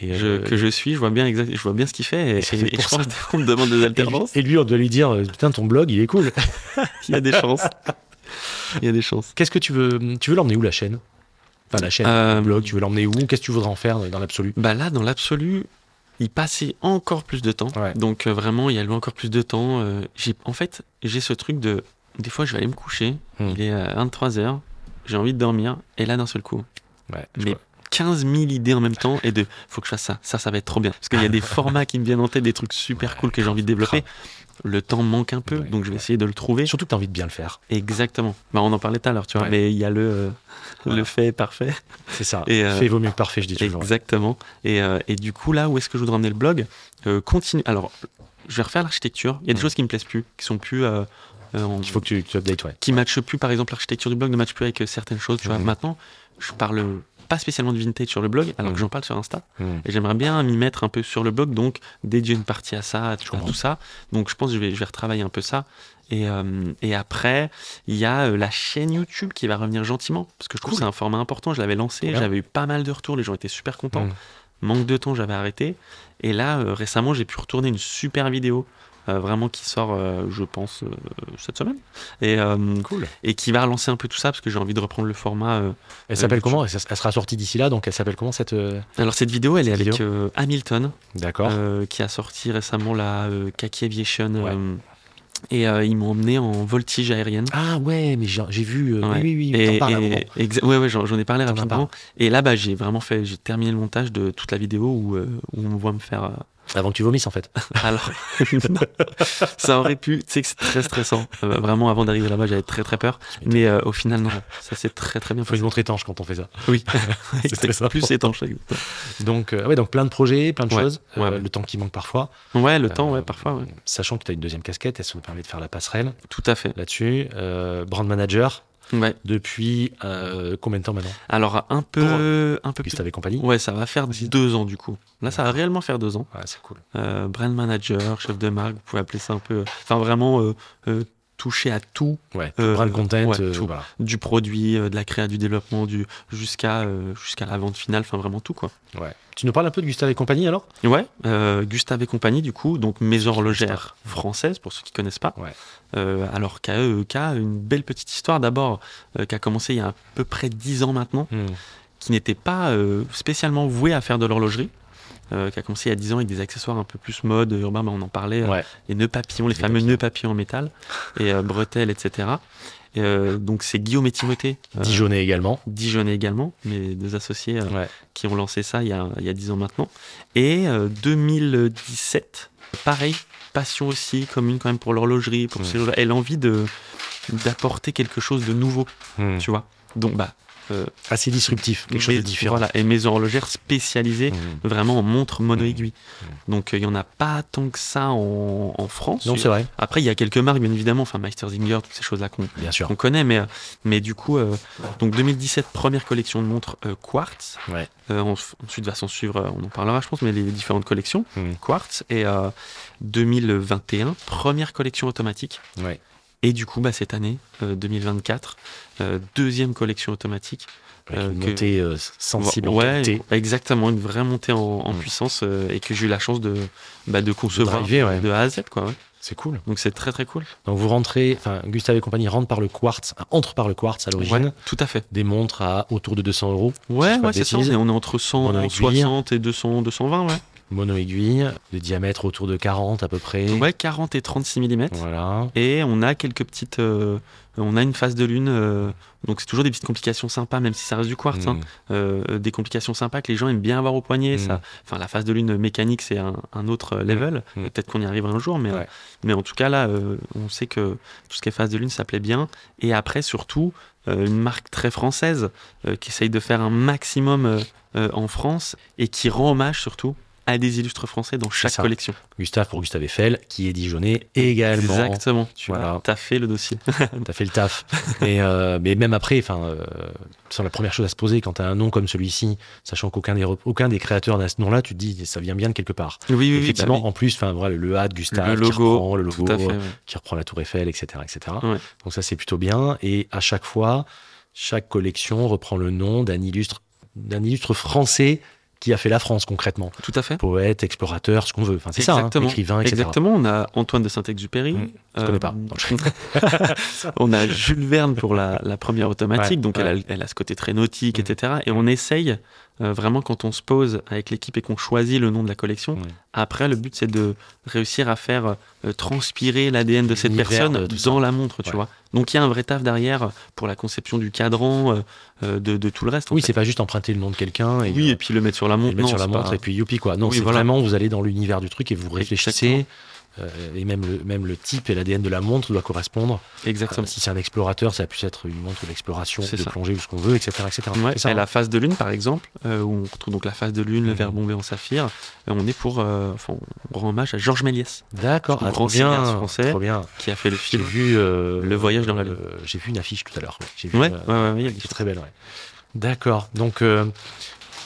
Speaker 1: Et,
Speaker 2: je-
Speaker 1: euh,
Speaker 2: que je suis, je vois bien exact, je vois bien ce qu'il fait. Et,
Speaker 1: Et ça fait
Speaker 2: et- et
Speaker 1: pour
Speaker 2: je
Speaker 1: ça.
Speaker 2: pense qu'on me demande des
Speaker 1: et lui-
Speaker 2: alternances.
Speaker 1: et lui, on doit lui dire euh, Putain, ton blog, il est cool.
Speaker 2: Il y a des chances. Il y a des chances.
Speaker 1: Qu'est-ce que tu veux Tu veux l'emmener où la chaîne Enfin, la chaîne,
Speaker 2: Euh,
Speaker 1: le blog, tu veux l'emmener où Qu'est-ce que tu voudrais en faire dans l'absolu
Speaker 2: Bah là, dans l'absolu, il passait encore plus de temps.
Speaker 1: Ouais.
Speaker 2: Donc euh, vraiment, il y a eu encore plus de temps. Euh, j'ai- en fait, j'ai ce truc de... Des fois, je vais aller me coucher.
Speaker 1: Hmm.
Speaker 2: Il est à 23h. J'ai envie de dormir. Et là, d'un seul coup,
Speaker 1: Ouais, je
Speaker 2: mais
Speaker 1: vois.
Speaker 2: 15 000 idées en même temps. Et de... Faut que je fasse ça. Ça, ça va être trop bien. Parce qu'il y a des formats qui me viennent en tête, des trucs super cool que j'ai envie de développer. Le temps manque un peu.
Speaker 1: Ah. Ouais,
Speaker 2: donc je vais
Speaker 1: ouais.
Speaker 2: essayer de le trouver.
Speaker 1: Surtout que tu as envie de bien le faire.
Speaker 2: Exactement. Bah, on en parlait tout à l'heure, tu vois.
Speaker 1: Ouais.
Speaker 2: Mais il y a le, euh,
Speaker 1: Voilà.
Speaker 2: le fait parfait.
Speaker 1: C'est ça.
Speaker 2: Et, euh,
Speaker 1: Fait vaut mieux que parfait, je dis toujours.
Speaker 2: Exactement. Et, euh, et du coup, là où est-ce que je voudrais emmener le blog Euh, Continue. Alors, je vais refaire l'architecture. Il y a des
Speaker 1: Mm.
Speaker 2: choses qui me plaisent plus, qui sont plus. euh, euh, en-
Speaker 1: Il faut que tu, tu updates, ouais.
Speaker 2: qui matchent plus. Par exemple, l'architecture du blog ne matche plus avec euh, certaines choses. Tu vois,
Speaker 1: Mm.
Speaker 2: maintenant, je parle pas spécialement de vintage sur le blog, alors
Speaker 1: Mm.
Speaker 2: que j'en parle sur Insta.
Speaker 1: Mm.
Speaker 2: Et j'aimerais bien m'y mettre un peu sur le blog, donc dédier une partie à ça, à tout, à
Speaker 1: comprends.
Speaker 2: tout ça. Donc je pense que je vais, je vais retravailler un peu ça. Et, euh, et après, il y a euh, la chaîne YouTube qui va revenir gentiment, parce que je trouve
Speaker 1: Cool.
Speaker 2: que c'est un format important. Je l'avais lancé,
Speaker 1: Bien.
Speaker 2: j'avais eu pas mal de retours, les gens étaient super contents.
Speaker 1: Mm.
Speaker 2: Manque de temps, j'avais arrêté. Et là, euh, récemment, j'ai pu retourner une super vidéo. euh, vraiment qui sort, euh, je pense, euh, cette semaine. Et, euh,
Speaker 1: Cool.
Speaker 2: et qui va relancer un peu tout ça, parce que j'ai envie de reprendre le format euh,
Speaker 1: Elle s'appelle
Speaker 2: YouTube.
Speaker 1: comment elle, elle sera sortie d'ici là, donc elle s'appelle comment cette. euh,
Speaker 2: Alors cette vidéo, elle est
Speaker 1: Cette
Speaker 2: avec
Speaker 1: vidéo.
Speaker 2: euh, Hamilton,
Speaker 1: D'accord.
Speaker 2: euh, qui a sorti récemment la euh, Kaki Aviation.
Speaker 1: Ouais.
Speaker 2: euh, et euh, ils m'ont emmené en voltige aérienne.
Speaker 1: Ah ouais, mais j'ai j'ai vu. euh,
Speaker 2: Ouais.
Speaker 1: Oui, oui, oui.
Speaker 2: Et,
Speaker 1: t'en parles à un
Speaker 2: et-
Speaker 1: moment.
Speaker 2: exa- ouais, ouais, j'en j'en ai parlé
Speaker 1: T'en as
Speaker 2: rapidement. Et là, bah, j'ai vraiment fait, j'ai terminé le montage de toute la vidéo où, euh, où on me voit me faire. euh,
Speaker 1: Avant que tu vomisses, en fait.
Speaker 2: Alors, non. ça aurait pu. Tu sais que c'est très stressant. Euh, vraiment, avant d'arriver là-bas, j'avais très très peur.
Speaker 1: Tu m'étonnes.
Speaker 2: Mais euh, au final, non, ça s'est très très bien
Speaker 1: Faut
Speaker 2: passé.
Speaker 1: une montre étanche quand on fait ça.
Speaker 2: Oui,
Speaker 1: c'est stressant.
Speaker 2: plus étanche. exactement.
Speaker 1: Donc, euh, ouais, donc plein de projets, plein de
Speaker 2: Ouais,
Speaker 1: choses. euh,
Speaker 2: ouais. Mm.
Speaker 1: Le temps qui manque parfois.
Speaker 2: Ouais, le temps,
Speaker 1: Euh,
Speaker 2: ouais, parfois, ouais.
Speaker 1: Sachant que tu as une deuxième casquette, elle se permet de faire la passerelle
Speaker 2: tout à fait.
Speaker 1: là-dessus. Euh, brand manager,
Speaker 2: Ouais.
Speaker 1: depuis euh, combien de temps maintenant
Speaker 2: Alors un
Speaker 1: euh,
Speaker 2: peu, un peu plus.
Speaker 1: Gustave et compagnie
Speaker 2: Ouais, ça va faire deux ans du coup. Là, ça va réellement faire deux ans.
Speaker 1: Ouais, c'est cool.
Speaker 2: Euh, brand manager, chef de marque, vous pouvez appeler ça un peu. euh, Enfin, vraiment euh, euh, toucher à tout,
Speaker 1: Ouais,
Speaker 2: Euh,
Speaker 1: brand content,
Speaker 2: ouais,
Speaker 1: euh,
Speaker 2: tout.
Speaker 1: voilà.
Speaker 2: du produit, euh, de la créa, du développement, du jusqu'à euh, jusqu'à la vente finale. Enfin, vraiment tout quoi.
Speaker 1: Ouais. Tu nous parles un peu de Gustave et compagnie alors
Speaker 2: Ouais, euh, Gustave et compagnie du coup, donc mes horlogères françaises pour ceux qui connaissent pas.
Speaker 1: Ouais.
Speaker 2: Euh, alors KEEK, une belle petite histoire d'abord euh, qui a commencé il y a à peu près dix ans maintenant. qui n'était pas euh, spécialement voué à faire de l'horlogerie, euh, qui a commencé il y a 10 ans avec des accessoires un peu plus mode, euh, urbain, mais on en parlait, euh,
Speaker 1: Ouais.
Speaker 2: les nœuds papillons, les,
Speaker 1: Les
Speaker 2: fameux
Speaker 1: papillons.
Speaker 2: nœuds papillons en métal, et euh, bretelles, etc. Et, euh, donc c'est Guillaume et Timothée, euh,
Speaker 1: Dijonais également.
Speaker 2: Dijonais également, mes deux associés euh,
Speaker 1: Ouais.
Speaker 2: qui ont lancé ça il y a, il y a 10 ans maintenant. Et euh, 2017, pareil, passion aussi commune quand même pour l'horlogerie, pour
Speaker 1: Ouais.
Speaker 2: ces choses-là, et l'envie de d'apporter quelque chose de nouveau,
Speaker 1: Hmm.
Speaker 2: tu vois. Donc bah
Speaker 1: Assez disruptif, quelque chose de
Speaker 2: mes-
Speaker 1: différent.
Speaker 2: Voilà, et mes horlogères spécialisées
Speaker 1: Hmm.
Speaker 2: vraiment en montre
Speaker 1: Mhm.
Speaker 2: mono-aiguille.
Speaker 1: Mhm.
Speaker 2: Donc euh, il y n'y en a pas tant que ça en, en France.
Speaker 1: Non, c'est vrai,
Speaker 2: Après, il y a quelques marques, bien évidemment, enfin Meisterzinger, toutes ces choses-là qu'on
Speaker 1: bien sûr.
Speaker 2: qu'on connaît, mais, euh, mais du coup, euh, donc 2017, première collection de montres euh, Quartz.
Speaker 1: Ouais.
Speaker 2: Euh, on- ensuite va s'en suivre, euh, on en parlera, je pense, mais les différentes collections
Speaker 1: Mhm.
Speaker 2: Quartz. Et euh, 2021, première collection automatique.
Speaker 1: Ouais.
Speaker 2: Et du coup, bah, cette année, euh, 2024, euh, deuxième collection automatique.
Speaker 1: Avec
Speaker 2: Euh,
Speaker 1: une
Speaker 2: que-
Speaker 1: montée euh, sensible en
Speaker 2: Ouais,
Speaker 1: qualité.
Speaker 2: Exactement, une vraie montée en, en
Speaker 1: Mm.
Speaker 2: puissance euh, et que j'ai eu la chance de, bah, de
Speaker 1: De
Speaker 2: concevoir de,
Speaker 1: driver, ouais.
Speaker 2: A à Z. Quoi, ouais.
Speaker 1: C'est cool.
Speaker 2: Donc c'est très très cool.
Speaker 1: Donc vous rentrez, enfin Gustave et compagnie rentre par le quartz, euh, entre par le quartz à l'origine,
Speaker 2: Ouais, tout à fait.
Speaker 1: des montres à autour de 200 euros,
Speaker 2: Ouais,
Speaker 1: pas de
Speaker 2: ouais c'est ça. On
Speaker 1: bêtises.
Speaker 2: est, on est entre
Speaker 1: On a une aiguille.
Speaker 2: 160 et 200, 220. Ouais.
Speaker 1: mono aiguille, de diamètre autour de 40 à peu près.
Speaker 2: ouais, 40 et 36 mm.
Speaker 1: Voilà.
Speaker 2: Et on a quelques petites. euh, on a une phase de lune. euh, donc c'est toujours des petites complications sympas, même si ça reste du quartz. hein.
Speaker 1: Hmm.
Speaker 2: Euh, des complications sympas que les gens aiment bien avoir au poignet.
Speaker 1: Mm.
Speaker 2: Ça, enfin, la phase de lune mécanique, c'est un, un autre level.
Speaker 1: Mm.
Speaker 2: Et Peut-être qu'on y arrivera un jour, mais,
Speaker 1: Ouais.
Speaker 2: euh, mais en tout cas, là, euh, on sait que tout ce qui est phase de lune, ça plaît bien. Et après, surtout, euh, une marque très française euh, qui essaye de faire un maximum euh, euh, en France et qui rend hommage surtout à des illustres français dans chaque
Speaker 1: ça.
Speaker 2: collection.
Speaker 1: Gustave pour Gustave Eiffel, qui est Dijonais également.
Speaker 2: Exactement.
Speaker 1: Tu
Speaker 2: Voilà.
Speaker 1: vois.
Speaker 2: T'as fait le dossier.
Speaker 1: T'as fait le taf. Et, euh, mais même après, enfin, euh, c'est la première chose à se poser quand t'as un nom comme celui-ci, sachant qu'aucun des, rep- aucun des créateurs n'a ce nom-là, tu te dis ça vient bien de quelque part.
Speaker 2: Oui, oui, oui.
Speaker 1: Effectivement,
Speaker 2: bah
Speaker 1: en plus, enfin, voilà, le A de Gustave,
Speaker 2: Le
Speaker 1: qui
Speaker 2: logo,
Speaker 1: reprend le
Speaker 2: oui,
Speaker 1: logo,
Speaker 2: tout à fait. ouais.
Speaker 1: qui reprend la Tour Eiffel, etc., etc.
Speaker 2: Ouais.
Speaker 1: Donc ça, c'est plutôt bien. Et à chaque fois, chaque collection reprend le nom d'un illustre, d'un illustre français qui a fait la France concrètement.
Speaker 2: Tout à fait.
Speaker 1: Poète, explorateur, ce qu'on veut. Enfin, c'est ça, hein,
Speaker 2: Exactement.
Speaker 1: écrivain, etc.
Speaker 2: Exactement. On a Antoine de Saint-Exupéry. euh,
Speaker 1: Mmh, je connais pas. Non,
Speaker 2: on a Jules Verne pour la, la première automatique,
Speaker 1: Ouais,
Speaker 2: donc Elle, a, elle a ce côté très nautique,
Speaker 1: Mm.
Speaker 2: etc. Et on essaye euh, vraiment quand on se pose avec l'équipe et qu'on choisit le nom de la collection.
Speaker 1: Ouais.
Speaker 2: Après, le but c'est de réussir à faire euh, transpirer l'ADN de cette
Speaker 1: L'univers
Speaker 2: personne
Speaker 1: de tout ça.
Speaker 2: dans la montre, tu
Speaker 1: Ouais.
Speaker 2: vois. Donc il y a un vrai taf derrière euh, pour la conception du cadran, euh, euh, de, de tout le reste. en
Speaker 1: Oui,
Speaker 2: fait.
Speaker 1: c'est pas juste emprunter le nom de quelqu'un et,
Speaker 2: oui,
Speaker 1: euh,
Speaker 2: et puis le mettre sur la
Speaker 1: et
Speaker 2: montre.
Speaker 1: le mettre
Speaker 2: non,
Speaker 1: sur la
Speaker 2: c'est pas-
Speaker 1: montre et puis youpi quoi. Non,
Speaker 2: Oui,
Speaker 1: c'est
Speaker 2: voilà.
Speaker 1: vraiment vous allez dans l'univers du truc et vous réfléchissez. euh, et même le, même le type et l'ADN de la montre doit correspondre.
Speaker 2: Exactement.
Speaker 1: Euh, si c'est un explorateur, ça puisse être une montre d'exploration,
Speaker 2: C'est
Speaker 1: de
Speaker 2: ça.
Speaker 1: plongée ou ce qu'on veut, etc. etc.
Speaker 2: Ouais,
Speaker 1: C'est ça,
Speaker 2: et
Speaker 1: hein
Speaker 2: la phase de lune, par exemple, euh, où on retrouve donc la phase de lune, le
Speaker 1: Mhm.
Speaker 2: verre bombé en saphir, euh, on est pour, euh, enfin, on rend hommage à Georges Méliès,
Speaker 1: D'accord,
Speaker 2: Parce
Speaker 1: ah, trop
Speaker 2: qu'on prend le cinéaste
Speaker 1: bien,
Speaker 2: français.
Speaker 1: trop bien.
Speaker 2: qui a fait le
Speaker 1: J'ai
Speaker 2: film.
Speaker 1: vu euh,
Speaker 2: Le voyage dans la lune.
Speaker 1: euh, J'ai vu une affiche tout à l'heure. ouais. J'ai vu,
Speaker 2: Ouais, ouais,
Speaker 1: euh,
Speaker 2: ouais, ouais,
Speaker 1: qui est très belle. ouais. D'accord. Donc euh,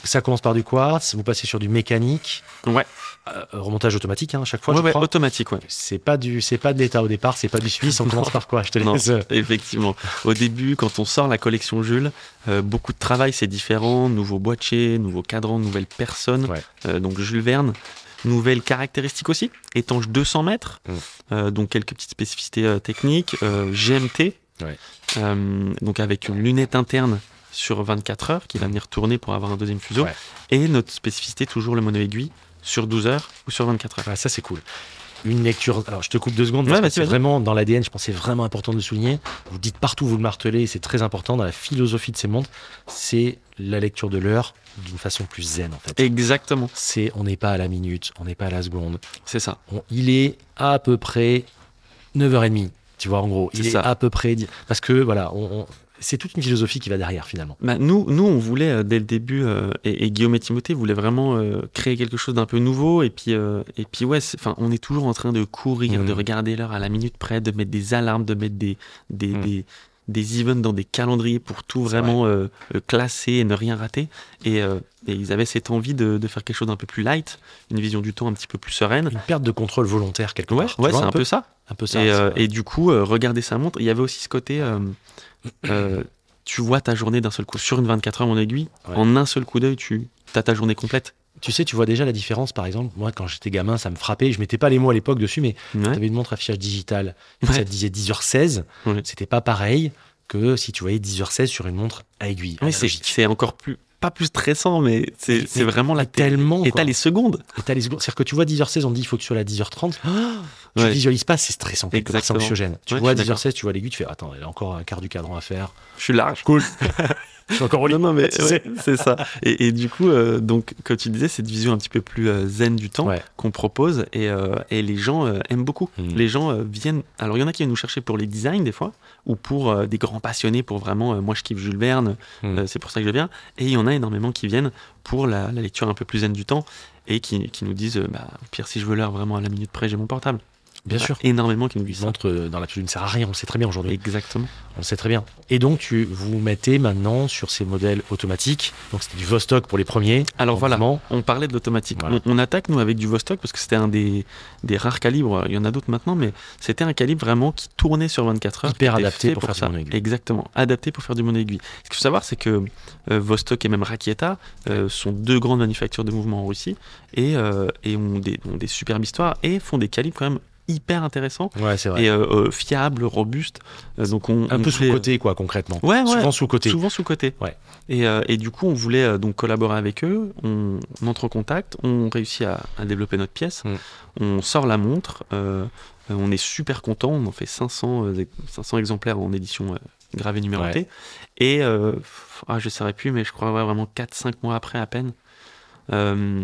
Speaker 1: ça commence par du quartz. Vous passez sur du mécanique.
Speaker 2: Ouais.
Speaker 1: Euh, remontage automatique hein, à chaque fois.
Speaker 2: Ouais,
Speaker 1: je
Speaker 2: ouais,
Speaker 1: crois.
Speaker 2: automatique, ouais.
Speaker 1: C'est pas du, c'est pas de l'État au départ. C'est pas du Suisse. On commence par quoi Je te
Speaker 2: Non.
Speaker 1: laisse. euh,
Speaker 2: Effectivement. Au début, quand on sort la collection Jules, euh, beaucoup de travail, c'est différent. Nouveau boîtier, nouveau cadran, nouvelle personne.
Speaker 1: Ouais.
Speaker 2: Euh, donc Jules Verne. Nouvelles caractéristiques aussi. Étanche 200 mètres.
Speaker 1: Mm.
Speaker 2: Euh, donc quelques petites spécificités euh, techniques. Euh, GMT.
Speaker 1: Ouais.
Speaker 2: Euh, donc avec une lunette interne sur 24 heures qui va venir tourner pour avoir un deuxième fuseau.
Speaker 1: Mmh. Ouais.
Speaker 2: Et notre spécificité, toujours le mono aiguille, sur 12 heures ou sur 24 heures.
Speaker 1: ah, ça c'est cool. Une lecture. Alors je te coupe deux secondes.
Speaker 2: Ouais,
Speaker 1: parce que
Speaker 2: vas-y,
Speaker 1: c'est
Speaker 2: vas-y.
Speaker 1: vraiment dans l'ADN. Je pense que c'est vraiment important de le souligner. Vous le dites partout, vous le martelez. et C'est très important dans la philosophie de ces montres. C'est la lecture de l'heure d'une façon plus zen en fait.
Speaker 2: Exactement.
Speaker 1: c'est on n'est pas à la minute, on n'est pas à la seconde.
Speaker 2: C'est ça.
Speaker 1: On- il est à peu près 9h30, tu vois, en gros. Il
Speaker 2: C'est
Speaker 1: est
Speaker 2: ça.
Speaker 1: à peu près. dix- Parce que, voilà, on- on- c'est toute une philosophie qui va derrière, finalement.
Speaker 2: Bah, nous, nous, on voulait euh, dès le début, euh, et, et Guillaume et Timothée voulaient vraiment euh, créer quelque chose d'un peu nouveau. Et puis, euh, et puis ouais, c'est- enfin, on est toujours en train de courir,
Speaker 1: Mhm.
Speaker 2: de regarder l'heure à la minute près, de mettre des alarmes, de mettre des, des,
Speaker 1: Mhm.
Speaker 2: des, des events dans des calendriers pour tout
Speaker 1: C'est
Speaker 2: vraiment euh, euh, classer et ne rien rater. Et, euh, et ils avaient cette envie de, de faire quelque chose d'un peu plus light, une vision du temps un petit peu plus sereine.
Speaker 1: Une perte de contrôle volontaire, quelque
Speaker 2: Ouais,
Speaker 1: part. tu
Speaker 2: ouais,
Speaker 1: vois,
Speaker 2: c'est un peu ça.
Speaker 1: un peu ça.
Speaker 2: et,
Speaker 1: c'est-
Speaker 2: euh, et du coup, euh, regarder sa montre, il y avait aussi ce côté. euh, euh, tu vois ta journée d'un seul coup sur une 24 heures mon aiguille.
Speaker 1: Ouais.
Speaker 2: En un seul coup d'œil, tu as ta journée complète.
Speaker 1: Tu sais, tu vois déjà la différence, par exemple. Moi, quand j'étais gamin, ça me frappait. Je mettais pas les mots à l'époque dessus, mais
Speaker 2: Ouais.
Speaker 1: tu avais une montre affichage digital.
Speaker 2: Ouais.
Speaker 1: Ça te disait 10h16.
Speaker 2: Ouais.
Speaker 1: C'était pas pareil que si tu voyais 10h16 sur une montre à aiguille.
Speaker 2: Ouais, Ah c'est
Speaker 1: analogique.
Speaker 2: c'est encore plus, pas plus stressant, mais
Speaker 1: Mais-
Speaker 2: c'est c'est
Speaker 1: mais-
Speaker 2: vraiment la tête.
Speaker 1: Tellement.
Speaker 2: Et
Speaker 1: quoi.
Speaker 2: t'as les secondes.
Speaker 1: Et t'as les secondes. C'est-à-dire que tu vois 10h16, on te dit il faut que tu sois là à 10h30. Tu
Speaker 2: Ouais.
Speaker 1: visualises pas, c'est stressant, quelque part, c'est
Speaker 2: Exactement.
Speaker 1: anxiogène. Tu
Speaker 2: Ouais,
Speaker 1: vois à
Speaker 2: je suis
Speaker 1: 10h16, tu vois l'aiguille, tu fais Attends, il y a encore un quart du cadran à faire.
Speaker 2: Je suis large.
Speaker 1: Je suis encore au lit.
Speaker 2: Non, non, mais
Speaker 1: Tu
Speaker 2: ouais,
Speaker 1: sais.
Speaker 2: c'est ça. Et, et du coup, euh, donc, comme tu disais, cette vision un petit peu plus euh, zen du temps
Speaker 1: Ouais.
Speaker 2: qu'on propose et, euh, et les gens euh, aiment beaucoup.
Speaker 1: Mm.
Speaker 2: Les gens euh, viennent. Alors, il y en a qui viennent nous chercher pour les designs des fois ou pour euh, des grands passionnés, pour vraiment. euh, moi, je kiffe Jules Verne,
Speaker 1: Mm.
Speaker 2: euh, c'est pour ça que je viens. Et il y en a énormément qui viennent pour la, la lecture un peu plus zen du temps et qui, qui nous disent euh, bah, au pire, si je veux l'heure vraiment à la minute près, j'ai mon portable.
Speaker 1: Bien sûr.
Speaker 2: Énormément qui nous
Speaker 1: Une
Speaker 2: disent Ah, ça.
Speaker 1: montre euh, dans l'absolu ne sert à rien, on le sait très bien aujourd'hui.
Speaker 2: Exactement.
Speaker 1: On le sait très bien. Et donc, tu vous mettez maintenant sur ces modèles automatiques. Donc, c'était du Vostok pour les premiers.
Speaker 2: Alors, voilà.
Speaker 1: Heureusement.
Speaker 2: On parlait de l'automatique.
Speaker 1: Voilà.
Speaker 2: On, on attaque, nous, avec du Vostok, parce que c'était un des, des rares calibres. Il y en a d'autres maintenant, mais c'était un calibre vraiment qui tournait sur 24 heures.
Speaker 1: Hyper
Speaker 2: qui était
Speaker 1: adapté
Speaker 2: fait
Speaker 1: pour faire du
Speaker 2: ça.
Speaker 1: mono aiguille.
Speaker 2: Exactement, adapté pour faire du mono aiguille. Ce qu'il faut savoir, c'est que euh, Vostok et même Rakieta euh, sont deux grandes manufactures de mouvement en Russie et, euh, et ont, des, ont des superbes histoires et font des calibres quand même hyper intéressants
Speaker 1: Ouais, c'est vrai.
Speaker 2: et euh, euh, fiables, robustes. Euh, donc on,
Speaker 1: un
Speaker 2: on
Speaker 1: peu
Speaker 2: voulait-
Speaker 1: sous-côté, quoi, concrètement.
Speaker 2: Ouais, ouais.
Speaker 1: Souvent sous-côté.
Speaker 2: Souvent sous côté.
Speaker 1: Ouais.
Speaker 2: Et, euh, et du coup, on voulait euh, donc collaborer avec eux. On, on entre en contact. On réussit à, à développer notre pièce.
Speaker 1: Mm.
Speaker 2: On sort la montre. euh, euh, on est super content. On en fait 500, euh, ex- 500 exemplaires en édition euh, gravée numérotée. Et euh, pff, ah, je saurais plus, mais je crois ouais, vraiment 4-5 mois après à peine. euh,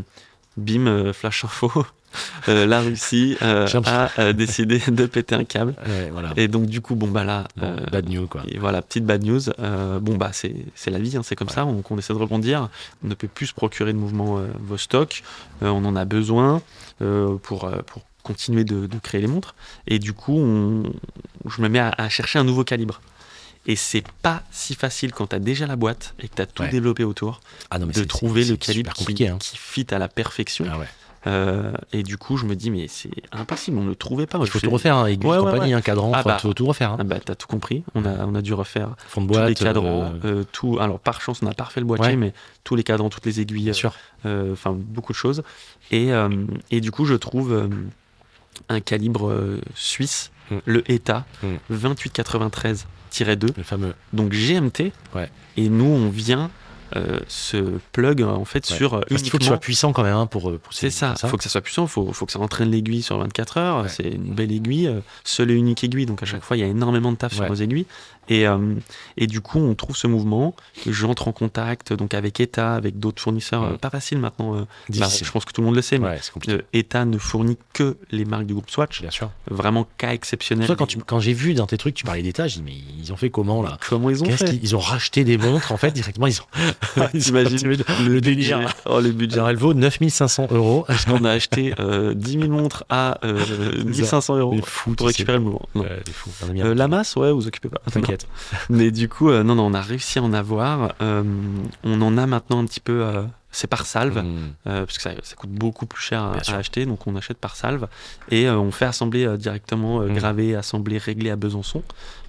Speaker 2: bim, euh, flash info. euh, la Russie euh,
Speaker 1: J'ai l'impression-
Speaker 2: a euh, décidé de péter un câble.
Speaker 1: Ouais, voilà.
Speaker 2: Et donc, du coup, bon, bah là.
Speaker 1: Bon,
Speaker 2: euh,
Speaker 1: bad news, quoi.
Speaker 2: et voilà, petite bad news. Euh, bon, bah, c'est c'est la vie, hein, c'est comme ça. On, on essaie de rebondir. On ne peut plus se procurer de mouvement euh, vos stocks. Euh, on en a besoin euh, pour, euh, pour continuer de, de créer les montres. Et du coup, on- je me mets à, à chercher un nouveau calibre. Et c'est pas si facile quand t'as déjà la boîte et que t'as tout
Speaker 1: Ouais.
Speaker 2: développé autour
Speaker 1: Ah non, mais
Speaker 2: de
Speaker 1: c'est-
Speaker 2: trouver
Speaker 1: c'est-
Speaker 2: le
Speaker 1: c'est
Speaker 2: calibre
Speaker 1: super
Speaker 2: qui,
Speaker 1: compliqué. hein.
Speaker 2: qui fit à la perfection.
Speaker 1: Ah ouais.
Speaker 2: Euh, et du coup, je me dis, mais c'est impossible, on ne le trouvait pas.
Speaker 1: Il
Speaker 2: Je
Speaker 1: faut
Speaker 2: fais-
Speaker 1: tout refaire, hein, aiguille,
Speaker 2: Ouais, ouais,
Speaker 1: compagnie, un cadran,
Speaker 2: Ah
Speaker 1: enfin,
Speaker 2: bah.
Speaker 1: faut tout refaire. hein.
Speaker 2: Ah bah, t'as tout compris. On a, on a dû refaire
Speaker 1: Fond de
Speaker 2: tous
Speaker 1: boîte,
Speaker 2: les cadrans,
Speaker 1: euh,
Speaker 2: euh, tout. Alors par chance, on n'a pas refait le boîtier,
Speaker 1: Ouais.
Speaker 2: mais tous les cadrans, toutes les aiguilles,
Speaker 1: bien sûr.
Speaker 2: euh, enfin beaucoup de choses. Et, euh, et du coup, je trouve euh, un calibre euh, suisse,
Speaker 1: Mm.
Speaker 2: le ETA
Speaker 1: Mm.
Speaker 2: 2893-2,
Speaker 1: Le fameux.
Speaker 2: donc GMT.
Speaker 1: Ouais.
Speaker 2: Et nous, on vient euh, se plug euh, en fait
Speaker 1: Ouais.
Speaker 2: sur euh,
Speaker 1: Parce qu'il faut que tu
Speaker 2: uniquement.
Speaker 1: sois puissant quand même hein, pour euh, pousser.
Speaker 2: C'est ça, il faut que ça soit puissant, il faut, faut que ça entraîne l'aiguille sur 24 heures,
Speaker 1: Ouais.
Speaker 2: c'est une belle aiguille, euh, seule et unique aiguille, donc à chaque fois il y a énormément de taf sur
Speaker 1: Ouais.
Speaker 2: nos aiguilles. Et, euh, et du coup, on trouve ce mouvement, j'entre en contact donc avec ETA, avec d'autres fournisseurs,
Speaker 1: Mm.
Speaker 2: euh, pas facile maintenant, euh, bah,
Speaker 1: Difficile.
Speaker 2: je pense que tout le monde le sait, mais
Speaker 1: Ouais, c'est compliqué.
Speaker 2: euh, ETA ne fournit que les marques du groupe Swatch,
Speaker 1: Bien sûr.
Speaker 2: vraiment cas exceptionnel.
Speaker 1: Toi, quand, tu- quand j'ai vu dans tes trucs, tu parlais d'état, j'ai dit, mais ils ont fait comment là
Speaker 2: Comment ils ont
Speaker 1: Qu'est-ce
Speaker 2: fait
Speaker 1: qu'ils ils ont racheté des montres en fait directement Ils ont. ils ont-
Speaker 2: T'imagines
Speaker 1: le délire.
Speaker 2: Oh, le budget.
Speaker 1: Genre, elle vaut 9500 euros.
Speaker 2: Parce qu'on a acheté euh, 10 000 montres à euh, 1500 euros
Speaker 1: Les fous,
Speaker 2: pour
Speaker 1: tu sais.
Speaker 2: récupérer le mouvement. Non.
Speaker 1: Ouais, des fous. On a mis un-
Speaker 2: Euh, la masse, ouais, vous occupez pas.
Speaker 1: T'inquiète.
Speaker 2: Mais du coup, euh, non, non, on a réussi à en avoir. Euh, on en a maintenant un petit peu. euh, c'est par salve,
Speaker 1: Mm.
Speaker 2: euh, parce que ça, ça coûte beaucoup plus cher à,
Speaker 1: Bien sûr.
Speaker 2: à acheter, donc on achète par salve et euh, on fait assembler euh, directement, euh,
Speaker 1: Mm.
Speaker 2: graver, assembler, régler à Besançon,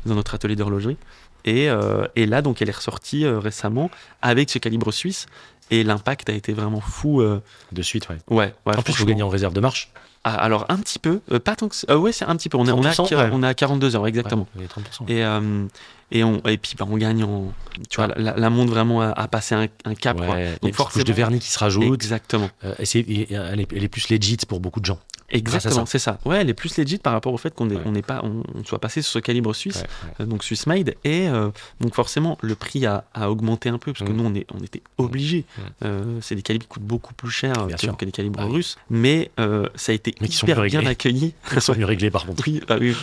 Speaker 2: dans notre atelier d'horlogerie. Et, euh, et là, donc, elle est ressortie euh, récemment avec ce calibre suisse et l'impact a été vraiment fou. euh,
Speaker 1: De suite, ouais.
Speaker 2: ouais, ouais,
Speaker 1: en plus, vous
Speaker 2: franchement.
Speaker 1: gagnez en réserve de marche.
Speaker 2: Ah, alors, un petit peu, euh, pas tant que. ça- euh, ouais, c'est un petit peu. On est, on est à,
Speaker 1: 30%,
Speaker 2: quar-
Speaker 1: ouais.
Speaker 2: on est à 42 heures, exactement.
Speaker 1: Ouais, vous avez 30%.
Speaker 2: Et, euh, et, on, et puis bah, on gagne en. Tu vois, la, la montre vraiment a, a passé un, un cap.
Speaker 1: Ouais,
Speaker 2: quoi.
Speaker 1: il y a une
Speaker 2: Donc
Speaker 1: petite couche de
Speaker 2: forcément-
Speaker 1: vernis qui se rajoute.
Speaker 2: Exactement.
Speaker 1: Euh, et c'est- et elle, est, elle est plus legit pour beaucoup de gens.
Speaker 2: Exactement, c'est ça. Ouais, elle est plus legit par rapport au fait qu'on est-
Speaker 1: Ouais.
Speaker 2: on n'est pas, on, on soit passé sur ce calibre suisse,
Speaker 1: Ouais, ouais.
Speaker 2: euh, donc Swiss made, et euh, donc forcément le prix a, a augmenté un peu parce que
Speaker 1: Mm.
Speaker 2: nous on, est, on était obligés.
Speaker 1: Mm.
Speaker 2: Euh, c'est des calibres qui coûtent beaucoup plus cher
Speaker 1: Bien
Speaker 2: que,
Speaker 1: sûr.
Speaker 2: que les calibres
Speaker 1: Ah oui.
Speaker 2: russes, mais euh, ça a été
Speaker 1: Mais qui sont
Speaker 2: hyper
Speaker 1: plus
Speaker 2: bien
Speaker 1: réglés.
Speaker 2: accueilli.
Speaker 1: Ils sont mieux réglés par contre.
Speaker 2: Oui, ah oui,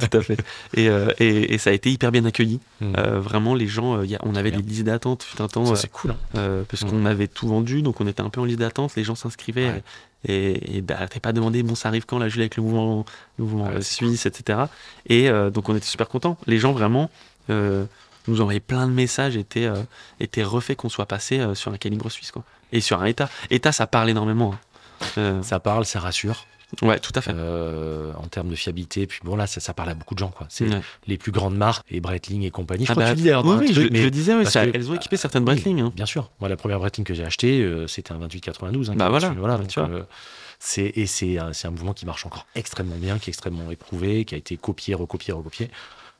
Speaker 2: tout à fait. Et, euh, et, et ça a été hyper bien accueilli.
Speaker 1: Mm.
Speaker 2: Euh, vraiment, les gens, euh, y a- on avait
Speaker 1: Bien.
Speaker 2: des listes d'attente, fut un temps,
Speaker 1: Ça,
Speaker 2: euh,
Speaker 1: c'est cool. hein.
Speaker 2: euh, parce
Speaker 1: Mm.
Speaker 2: qu'on avait tout vendu, donc on était un peu en liste d'attente, les gens s'inscrivaient.
Speaker 1: Ouais.
Speaker 2: Et, et bah, t'es pas demandé, bon, ça arrive quand la Julie avec le mouvement, le mouvement
Speaker 1: Ouais,
Speaker 2: euh,
Speaker 1: c'est
Speaker 2: suisse, etc. Et euh, donc on était super contents. Les gens vraiment euh, nous envoyaient plein de messages, étaient, euh, étaient refaits qu'on soit passé euh, sur un calibre suisse, quoi. Et sur un état. État, ça parle énormément. hein. Euh,
Speaker 1: Ça parle, ça rassure
Speaker 2: ouais, tout à fait.
Speaker 1: euh, en termes de fiabilité. Puis bon, là, ça, ça parle à beaucoup de gens. quoi. C'est
Speaker 2: Ouais.
Speaker 1: les plus grandes marques, et Breitling et compagnie. Je
Speaker 2: Mm. Ah
Speaker 1: crois que tu
Speaker 2: bah,
Speaker 1: le dis, d'ailleurs, dans
Speaker 2: oui,
Speaker 1: un
Speaker 2: oui,
Speaker 1: truc,
Speaker 2: je,
Speaker 1: mais-
Speaker 2: je le disais, ouais,
Speaker 1: parce
Speaker 2: ça-
Speaker 1: que-
Speaker 2: elles ont équipé certaines
Speaker 1: Oui,
Speaker 2: Breitling. hein.
Speaker 1: Bien sûr. Moi, la première Breitling que j'ai achetée, euh, c'était un 2892. hein,
Speaker 2: Bah
Speaker 1: qui-
Speaker 2: voilà,
Speaker 1: donc,
Speaker 2: tu vois.
Speaker 1: euh, c'est, et c'est un, c'est un mouvement qui marche encore extrêmement bien, qui est extrêmement éprouvé, qui a été copié, recopié, recopié.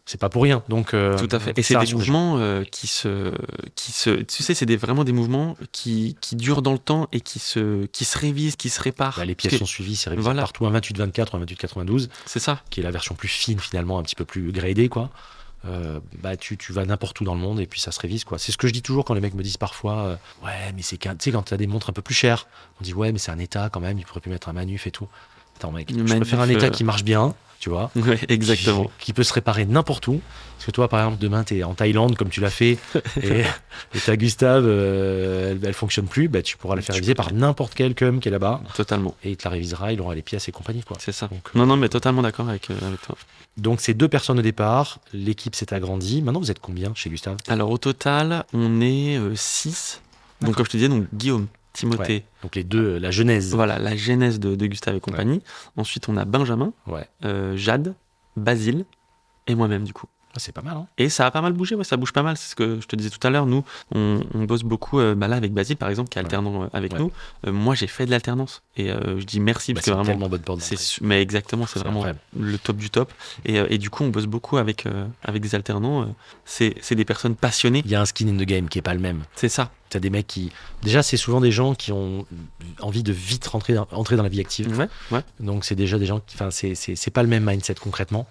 Speaker 1: C'est pas pour rien. Donc, euh,
Speaker 2: Tout à fait. Et
Speaker 1: ça
Speaker 2: c'est des
Speaker 1: rassure.
Speaker 2: mouvements euh, qui se, qui se, tu sais, c'est des, vraiment des mouvements qui, qui durent dans le temps et qui se, qui se révisent, qui se réparent.
Speaker 1: Bah, les
Speaker 2: Parce
Speaker 1: pièces
Speaker 2: que-
Speaker 1: sont suivies, c'est révisé
Speaker 2: voilà.
Speaker 1: partout un 28-24, un 28-92,
Speaker 2: C'est ça.
Speaker 1: qui est la version plus fine finalement, un petit peu plus gradée quoi. Euh, bah tu, tu vas n'importe où dans le monde et puis ça se révise quoi. C'est ce que je dis toujours quand les mecs me disent parfois euh, ouais mais c'est qu'un tu sais quand t'as des montres un peu plus chères, on dit ouais mais c'est un état quand même, il pourrait plus mettre un manuf et tout. Attends mec,
Speaker 2: Une
Speaker 1: je préfère un
Speaker 2: manuf,
Speaker 1: état
Speaker 2: euh,
Speaker 1: qui marche bien, tu vois.
Speaker 2: Ouais, exactement.
Speaker 1: Qui, qui peut se réparer n'importe où. Parce que toi, par exemple, demain, tu es en Thaïlande, comme tu l'as fait, et, et ta Gustave, euh, elle, elle fonctionne plus, bah, tu pourras la faire
Speaker 2: Tu
Speaker 1: réviser
Speaker 2: peux-
Speaker 1: par n'importe quel cum qui est là-bas,
Speaker 2: Totalement.
Speaker 1: et il te la révisera, il aura les pièces et compagnie, quoi.
Speaker 2: C'est ça.
Speaker 1: Donc, euh,
Speaker 2: Non, non, mais totalement d'accord avec, euh, avec toi.
Speaker 1: donc c'est deux personnes au départ, l'équipe s'est agrandie. Maintenant, vous êtes combien chez Gustave
Speaker 2: Alors au total, on est 6. donc comme je te disais, donc Guillaume, Timothée,
Speaker 1: Donc les deux, euh, la genèse.
Speaker 2: voilà la genèse de, de Gustave et compagnie. Ensuite, on a Benjamin,
Speaker 1: Ouais.
Speaker 2: euh, Jade, Basile et moi-même du coup.
Speaker 1: Ah, C'est pas mal, hein
Speaker 2: Et ça a pas mal bougé, ouais, ça bouge pas mal. C'est ce que je te disais tout à l'heure. Nous, on, on bosse beaucoup euh, bah là avec Basile, par exemple, qui est
Speaker 1: Ouais.
Speaker 2: alternant euh, avec
Speaker 1: Ouais.
Speaker 2: nous. Euh, moi, j'ai fait de l'alternance. Et euh, je dis merci
Speaker 1: Bah,
Speaker 2: parce
Speaker 1: C'est
Speaker 2: que vraiment,
Speaker 1: tellement bonne porte
Speaker 2: c'est
Speaker 1: d'entrée.
Speaker 2: su- mais exactement, c'est vraiment
Speaker 1: incroyable.
Speaker 2: le top du top. Et, euh, et du coup, on bosse beaucoup avec, euh, avec des alternants. euh. C'est c'est des personnes passionnées,
Speaker 1: Il y a un skin in the game qui est pas le même.
Speaker 2: c'est ça.
Speaker 1: T'as des mecs qui... Déjà, c'est souvent des gens qui ont envie de vite rentrer dans, entrer dans la vie active.
Speaker 2: Ouais, ouais.
Speaker 1: Donc c'est déjà des gens qui, enfin c'est c'est c'est pas le même mindset concrètement.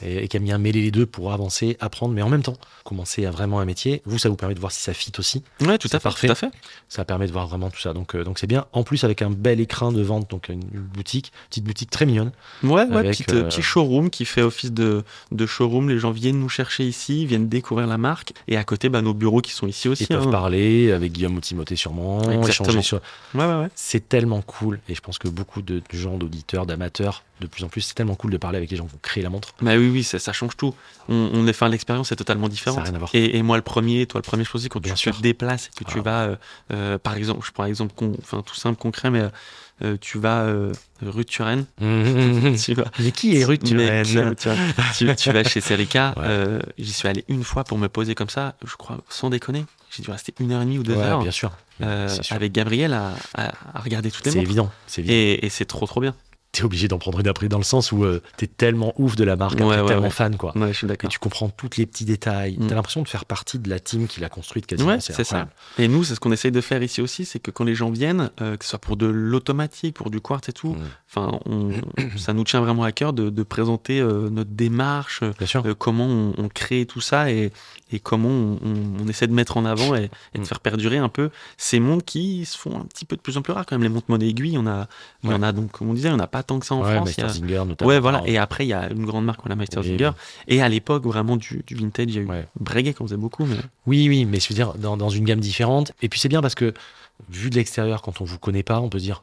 Speaker 1: et, et qui aime bien mêler les deux pour avancer, apprendre, mais en même temps commencer à vraiment un métier. Vous, ça vous permet de voir si ça fit aussi.
Speaker 2: Ouais, tout
Speaker 1: C'est
Speaker 2: à fait.
Speaker 1: parfait.
Speaker 2: Tout à fait.
Speaker 1: Ça permet de voir vraiment tout ça. Donc, euh, donc c'est bien. En plus, avec un bel écrin de vente, donc une, une boutique, petite boutique très mignonne.
Speaker 2: Ouais, ouais,
Speaker 1: Avec,
Speaker 2: petite, euh,
Speaker 1: euh,
Speaker 2: petit showroom qui fait office de, de showroom. Les gens viennent nous chercher ici, viennent découvrir la marque. Et à côté, bah, nos bureaux qui sont ici aussi.
Speaker 1: Ils peuvent
Speaker 2: hein.
Speaker 1: parler avec Guillaume ou Timothée sûrement,
Speaker 2: Exactement.
Speaker 1: échanger sur,
Speaker 2: Ouais, ouais, ouais.
Speaker 1: c'est tellement cool et je pense que beaucoup de gens, d'auditeurs, d'amateurs, de plus en plus, c'est tellement cool de parler avec les gens qui ont créé la montre.
Speaker 2: Bah oui, oui, ça, ça change tout. On, on est, enfin, l'expérience est totalement différente.
Speaker 1: Ça n'a rien à voir.
Speaker 2: Et, et moi, le premier, toi, le premier, je pense aussi, quand
Speaker 1: Bien
Speaker 2: tu
Speaker 1: sûr.
Speaker 2: te déplaces et que tu
Speaker 1: Ah.
Speaker 2: vas, euh, euh, par exemple, je prends un exemple con- enfin, tout simple, concret, mais euh, euh, tu vas euh, rue de Turenne, tu vas.
Speaker 1: Mais qui Mm. est Ruth
Speaker 2: Mais-
Speaker 1: Turenne
Speaker 2: tu, vois, tu- tu vas chez Celica,
Speaker 1: Ouais.
Speaker 2: euh, j'y suis allé une fois pour me poser comme ça, je crois, sans déconner. J'ai dû rester une heure et demie ou deux
Speaker 1: Ouais,
Speaker 2: heures
Speaker 1: Bien sûr,
Speaker 2: euh,
Speaker 1: c'est sûr.
Speaker 2: avec Gabriel à, à- à regarder toutes les
Speaker 1: c'est
Speaker 2: montres.
Speaker 1: évident. C'est évident.
Speaker 2: Et, et c'est trop, trop bien.
Speaker 1: T'es obligé d'en prendre une après dans le sens où euh, t'es tellement ouf de la marque,
Speaker 2: Ouais,
Speaker 1: t'es
Speaker 2: ouais,
Speaker 1: tellement
Speaker 2: ouais.
Speaker 1: fan quoi.
Speaker 2: Ouais, je suis
Speaker 1: Et
Speaker 2: d'accord.
Speaker 1: tu comprends tous les petits détails.
Speaker 2: Mm.
Speaker 1: T'as l'impression de faire partie de la team qui l'a construite quasiment.
Speaker 2: Ouais, c'est ça.
Speaker 1: incroyable.
Speaker 2: Et nous, c'est ce qu'on essaye de faire ici aussi, c'est que quand les gens viennent, euh, que ce soit pour de l'automatique, pour du quartz et tout,
Speaker 1: Mm.
Speaker 2: enfin, on- ça nous tient vraiment à cœur de, de présenter euh, notre démarche,
Speaker 1: Bien sûr.
Speaker 2: euh, comment on, on crée tout ça et, et comment on, on- on essaie de mettre en avant et, et de
Speaker 1: Mm.
Speaker 2: faire perdurer un peu ces montres qui se font un petit peu de plus en plus rares quand même. Les montres monnaie aiguille, on a, il y
Speaker 1: Ouais.
Speaker 2: en a donc, comme on disait, on n'a pas tant que ça en
Speaker 1: ouais,
Speaker 2: France. il y a-
Speaker 1: Meistersinger notamment.
Speaker 2: Ouais, voilà. Et après, il y a une grande marque, on a Meistersinger. Et à l'époque, vraiment, du, du vintage, il y a eu
Speaker 1: Ouais.
Speaker 2: Breguet qu'on faisait beaucoup. Mais...
Speaker 1: Oui, oui, mais je veux dire, dans, dans une gamme différente. Et puis c'est bien parce que, vu de l'extérieur, quand on vous connaît pas, on peut se dire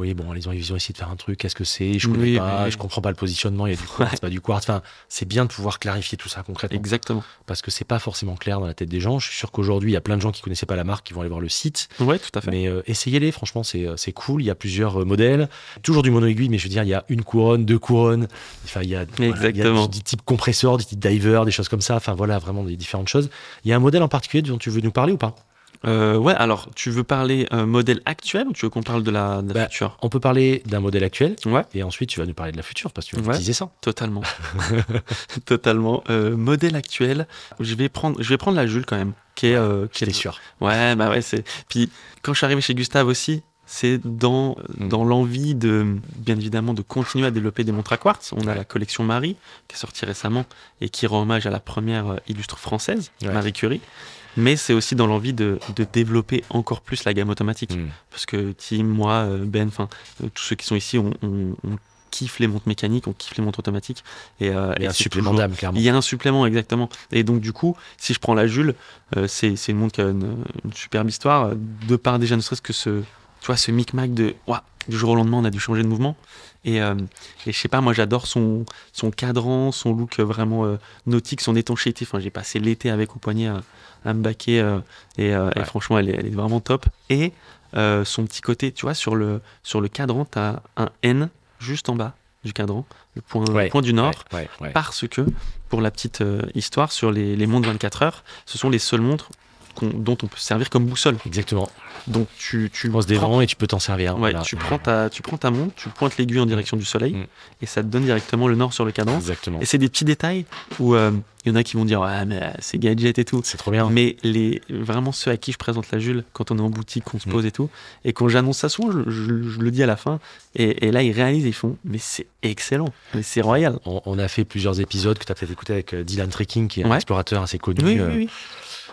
Speaker 1: Oui, bon, allez, ils ont, ils ont essayé de faire un truc, qu'est-ce que c'est Je connais
Speaker 2: Oui,
Speaker 1: pas,
Speaker 2: oui.
Speaker 1: je comprends pas le positionnement, il y a du quartz, c'est pas du quartz. Enfin, c'est bien de pouvoir clarifier tout ça concrètement.
Speaker 2: Exactement.
Speaker 1: Parce que c'est pas forcément clair dans la tête des gens. Je suis sûr qu'aujourd'hui, il y a plein de gens qui connaissaient pas la marque qui vont aller voir le site.
Speaker 2: Ouais, tout à fait.
Speaker 1: Mais euh, essayez-les, franchement, c'est euh, c'est cool. Il y a plusieurs euh, modèles. Toujours du mono-aiguille, mais je veux dire, il y a une couronne, deux couronnes. Enfin, il y a, voilà, il y a
Speaker 2: Exactement.
Speaker 1: du, du type compresseur, du type diver, des choses comme ça. Enfin, voilà, vraiment des différentes choses. Il y a un modèle en particulier dont tu veux nous parler ou pas
Speaker 2: Euh, ouais, alors, tu veux parler euh, modèle actuel ou tu veux qu'on parle de la, de la
Speaker 1: Bah,
Speaker 2: future
Speaker 1: On peut parler d'un modèle actuel.
Speaker 2: Ouais.
Speaker 1: Et ensuite, tu vas nous parler de la future parce que tu vas
Speaker 2: Ouais.
Speaker 1: utiliser ça.
Speaker 2: Totalement. Totalement. Euh, modèle actuel, je vais, prendre, je vais prendre la Jules quand même, qui est... euh, qui est-
Speaker 1: J'étais sûr.
Speaker 2: Ouais, bah ouais, c'est... Puis, quand je suis arrivé chez Gustave aussi, c'est dans,
Speaker 1: Mm.
Speaker 2: dans l'envie de, bien évidemment, de continuer à développer des montres à quartz. On a
Speaker 1: Ouais.
Speaker 2: la collection Marie, qui est sortie récemment et qui rend hommage à la première euh, illustre française,
Speaker 1: Ouais.
Speaker 2: Marie Curie. Mais c'est aussi dans l'envie de, de développer encore plus la gamme automatique.
Speaker 1: Mm.
Speaker 2: parce que Tim, moi, euh, Ben, enfin euh, tous ceux qui sont ici, on, on- on kiffe les montres mécaniques, on kiffe les montres automatiques. Et, euh,
Speaker 1: Il y
Speaker 2: et
Speaker 1: a un
Speaker 2: c'est
Speaker 1: supplément
Speaker 2: toujours-
Speaker 1: d'âme, clairement.
Speaker 2: Il y a un supplément, exactement. Et donc, du coup, si je prends la Jules, euh, c'est c'est une montre qui a une, une superbe histoire, euh, de part déjà ne serait-ce que ce, tu vois, ce micmac de Ouah, du jour au lendemain, on a dû changer de mouvement. Et, euh, et je sais pas, moi, j'adore son, son cadran, son look euh, vraiment euh, nautique, son étanchéité. Enfin, j'ai passé l'été avec au poignet à, à me baquer. euh, et, euh, et
Speaker 1: Ouais.
Speaker 2: franchement, elle est, elle est vraiment top. Et euh, son petit côté, tu vois, sur le, sur le cadran, tu as un N juste en bas du cadran, le point, le
Speaker 1: Ouais,
Speaker 2: point du nord.
Speaker 1: Ouais, ouais, ouais.
Speaker 2: Parce que, pour la petite euh, histoire, sur les, les montres 24 heures, ce sont les seules montres qu'on- dont on peut se servir comme boussole.
Speaker 1: Exactement.
Speaker 2: Donc tu, tu,
Speaker 1: Tu penses des
Speaker 2: prends,
Speaker 1: vents et tu peux t'en servir. hein.
Speaker 2: ouais,
Speaker 1: Voilà.
Speaker 2: tu, prends ta, tu prends ta montre, tu pointes l'aiguille en direction du soleil
Speaker 1: Mm.
Speaker 2: et ça te donne directement le nord sur le cadran.
Speaker 1: Exactement.
Speaker 2: Et c'est des petits détails où euh, il y en a qui vont dire Ouais, mais euh, c'est Hmm. gadget et tout.
Speaker 1: C'est trop bien.
Speaker 2: Mais les, vraiment ceux à qui je présente la Jules quand on est en boutique, qu'on se
Speaker 1: Mm.
Speaker 2: pose et tout, et quand j'annonce ça souvent, je, je- je le dis à la fin, et, et là ils réalisent, ils font Mais c'est excellent, mais c'est royal.
Speaker 1: On, on a fait plusieurs épisodes que tu as peut-être écouté avec euh, Dylan Trekking, qui est un
Speaker 2: Ouais.
Speaker 1: explorateur assez connu,
Speaker 2: Oui,
Speaker 1: euh,
Speaker 2: oui, oui.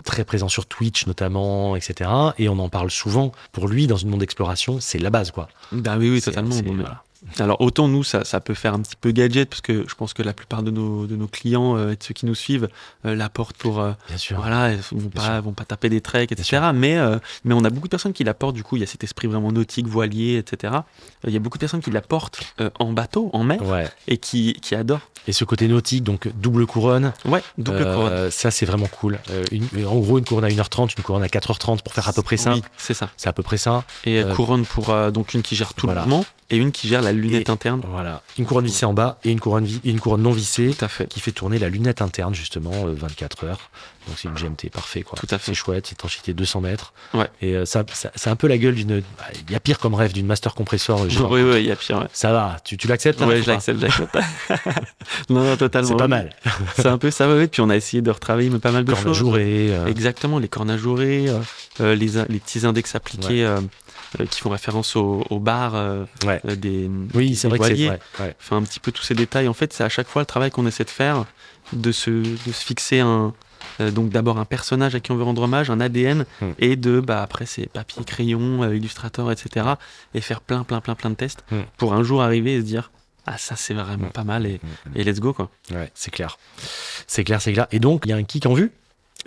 Speaker 1: très présent sur Twitch notamment, etc. Et on en parle souvent. Pour lui, dans une monde d'exploration, c'est la base, quoi.
Speaker 2: Bah oui, oui,
Speaker 1: C'est-
Speaker 2: totalement.
Speaker 1: c'est-
Speaker 2: Non, mais-
Speaker 1: voilà.
Speaker 2: Alors autant nous, ça, ça peut faire un petit peu gadget, parce que je pense que la plupart de nos, de nos clients euh, et de ceux qui nous suivent euh, l'apportent pour... euh,
Speaker 1: Bien sûr.
Speaker 2: voilà, ils vont
Speaker 1: Bien
Speaker 2: pas, vont pas taper des treks, etc.
Speaker 1: sûr.
Speaker 2: Mais, euh, mais on a beaucoup de personnes qui l'apportent, du coup, il y a cet esprit vraiment nautique, voilier, etc. Euh, Il y a beaucoup de personnes qui l'apportent euh, en bateau, en mer,
Speaker 1: Ouais.
Speaker 2: et qui, qui adorent.
Speaker 1: Et ce côté nautique, donc double couronne,
Speaker 2: Ouais, double
Speaker 1: euh,
Speaker 2: couronne.
Speaker 1: ça c'est vraiment cool. Euh, une- en gros, une couronne à 1h30, une couronne à 4h30 pour faire à peu près ça.
Speaker 2: Oui, c'est ça.
Speaker 1: C'est à peu près ça.
Speaker 2: Et
Speaker 1: Euh,
Speaker 2: couronne pour euh, donc une qui gère tout
Speaker 1: voilà.
Speaker 2: le mouvement et une qui gère la lunette
Speaker 1: Et-
Speaker 2: interne.
Speaker 1: Voilà. Une couronne vissée en bas et une couronne, vi- et une couronne non vissée
Speaker 2: Tout à fait.
Speaker 1: qui fait tourner la lunette interne justement euh, 24 heures. Donc c'est une GMT parfait quoi.
Speaker 2: Tout à fait.
Speaker 1: C'est chouette, c'est étanchéité 200 mètres.
Speaker 2: Ouais.
Speaker 1: Et euh, ça, ça- c'est un peu la gueule d'une. bah, Il y a pire comme rêve d'une master compressor. euh, je crois.
Speaker 2: Oui, oui, il y a pire. ouais.
Speaker 1: Ça va, tu, tu l'acceptes hein,
Speaker 2: Ouais,
Speaker 1: ou
Speaker 2: je
Speaker 1: pas
Speaker 2: l'accepte, je l'accepte. non, non, totalement.
Speaker 1: C'est pas mal.
Speaker 2: C'est un peu ça, ouais, ouais. Puis on a essayé de retravailler mais pas mal de
Speaker 1: Corne à
Speaker 2: choses.
Speaker 1: jour et, euh,
Speaker 2: Exactement, les cornes à jouer, euh, euh, les, in- les petits index appliqués euh, euh, qui font référence au, au bar euh,
Speaker 1: Ouais.
Speaker 2: euh, des.
Speaker 1: Oui, c'est vrai
Speaker 2: des
Speaker 1: que c'est
Speaker 2: voiliers.
Speaker 1: ouais, ouais.
Speaker 2: Enfin, un petit peu tous ces détails. En fait, c'est à chaque fois le travail qu'on essaie de faire, de se, de se fixer un. euh, donc d'abord un personnage à qui on veut rendre hommage, un ADN,
Speaker 1: Hmm.
Speaker 2: et de bah après c'est papier, crayon, euh, Illustrator, etc. Et faire plein plein plein plein de tests
Speaker 1: Hmm.
Speaker 2: pour un jour arriver et se dire ah ça c'est vraiment
Speaker 1: Hmm.
Speaker 2: pas mal et,
Speaker 1: Hmm.
Speaker 2: et let's go quoi.
Speaker 1: Ouais, c'est clair. C'est clair, c'est clair. Et donc, il y a un kick en vue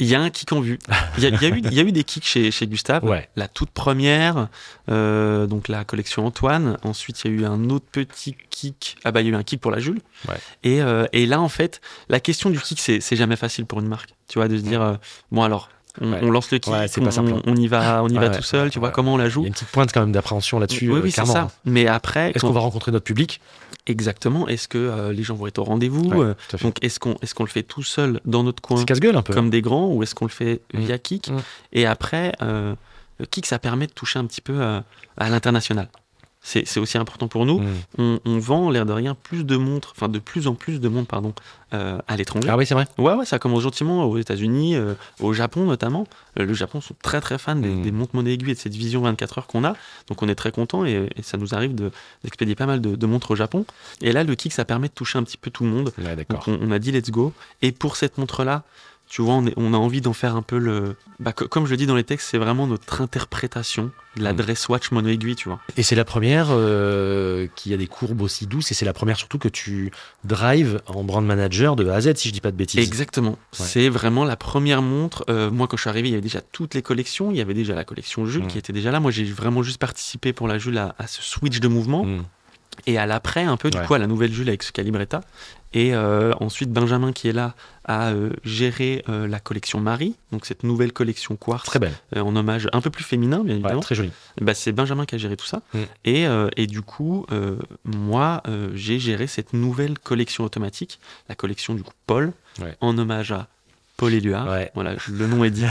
Speaker 2: Il y a un kick en vue. Il y a, il y a eu il y a eu des kicks chez chez Gustave.
Speaker 1: Ouais.
Speaker 2: La toute première, euh, donc la collection Antoine. Ensuite, il y a eu un autre petit kick. Ah bah, il y a eu un kick pour la Jules.
Speaker 1: Ouais.
Speaker 2: Et, euh, et là, en fait, la question du kick, c'est c'est jamais facile pour une marque. Tu vois, de se dire, euh, bon alors, on,
Speaker 1: Ouais.
Speaker 2: on lance le kick,
Speaker 1: Ouais, c'est
Speaker 2: on,
Speaker 1: pas simple, hein.
Speaker 2: on y va, on y
Speaker 1: Ouais,
Speaker 2: va
Speaker 1: ouais.
Speaker 2: tout seul. Tu vois
Speaker 1: Ouais.
Speaker 2: comment on la
Speaker 1: Il y
Speaker 2: joue
Speaker 1: a une petite pointe quand même d'appréhension là-dessus.
Speaker 2: Oui,
Speaker 1: euh,
Speaker 2: oui, c'est
Speaker 1: clairement,
Speaker 2: ça.
Speaker 1: hein.
Speaker 2: Mais après,
Speaker 1: Est-ce
Speaker 2: quand-
Speaker 1: qu'on va rencontrer notre public
Speaker 2: exactement, est-ce que euh, les gens vont être au rendez-vous
Speaker 1: Ouais,
Speaker 2: Euh,
Speaker 1: tout à fait.
Speaker 2: Donc, est-ce qu'on est qu'on le fait tout seul dans notre coin
Speaker 1: C'est casse-gueule un peu.
Speaker 2: comme des grands ou est-ce qu'on le fait
Speaker 1: Mm.
Speaker 2: via Kik
Speaker 1: Mm.
Speaker 2: Et après, euh, le Kik, ça permet de toucher un petit peu euh, à l'international. C'est c'est aussi important pour nous.
Speaker 1: Mm.
Speaker 2: On, on vend, l'air de rien, plus de montres, enfin de plus en plus de montres, pardon, euh, à l'étranger.
Speaker 1: Ah oui, c'est vrai.
Speaker 2: Ouais, ouais, ça commence gentiment aux États-Unis, euh, au Japon notamment. Euh, le Japon sont très très fans des,
Speaker 1: Mm.
Speaker 2: des montres monnaie aiguille et de cette vision 24 heures qu'on a. Donc on est très content et, et ça nous arrive de- d'expédier pas mal de, de montres au Japon. Et là, le Kik, ça permet de toucher un petit peu tout le monde.
Speaker 1: Ouais, d'accord.
Speaker 2: Donc, on, on a dit let's go. Et pour cette montre-là, tu vois, on, est- on a envie d'en faire un peu le. bah, co- comme je le dis dans les textes, c'est vraiment notre interprétation de la
Speaker 1: Mm.
Speaker 2: dress watch mono-aiguille, tu vois.
Speaker 1: Et c'est la première euh, qui a des courbes aussi douces et c'est la première surtout que tu drives en brand manager de A à Z si je dis pas de bêtises.
Speaker 2: Exactement. C'est vraiment la première montre. Euh, moi, quand je suis arrivé, il y avait déjà toutes les collections. Il y avait déjà la collection Jules
Speaker 1: Mm.
Speaker 2: qui était déjà là. Moi, j'ai vraiment juste participé pour la Jules à, à ce switch de mouvement
Speaker 1: Mm.
Speaker 2: et à l'après, un peu, du
Speaker 1: Ouais.
Speaker 2: coup, à la nouvelle Jules avec ce calibretta. Et euh, ensuite, Benjamin qui est là a euh, géré euh, la collection Marie, donc cette nouvelle collection quartz
Speaker 1: Très belle,
Speaker 2: euh, en hommage un peu plus féminin, bien
Speaker 1: Ouais,
Speaker 2: évidemment.
Speaker 1: très jolie.
Speaker 2: Bah, c'est Benjamin qui a géré tout ça.
Speaker 1: Mm.
Speaker 2: Et, euh, et du coup, euh, moi, euh, j'ai géré cette nouvelle collection automatique, la collection du coup Paul,
Speaker 1: Ouais.
Speaker 2: en hommage à Paul Éluard.
Speaker 1: Ouais.
Speaker 2: Voilà, je- le nom est dit.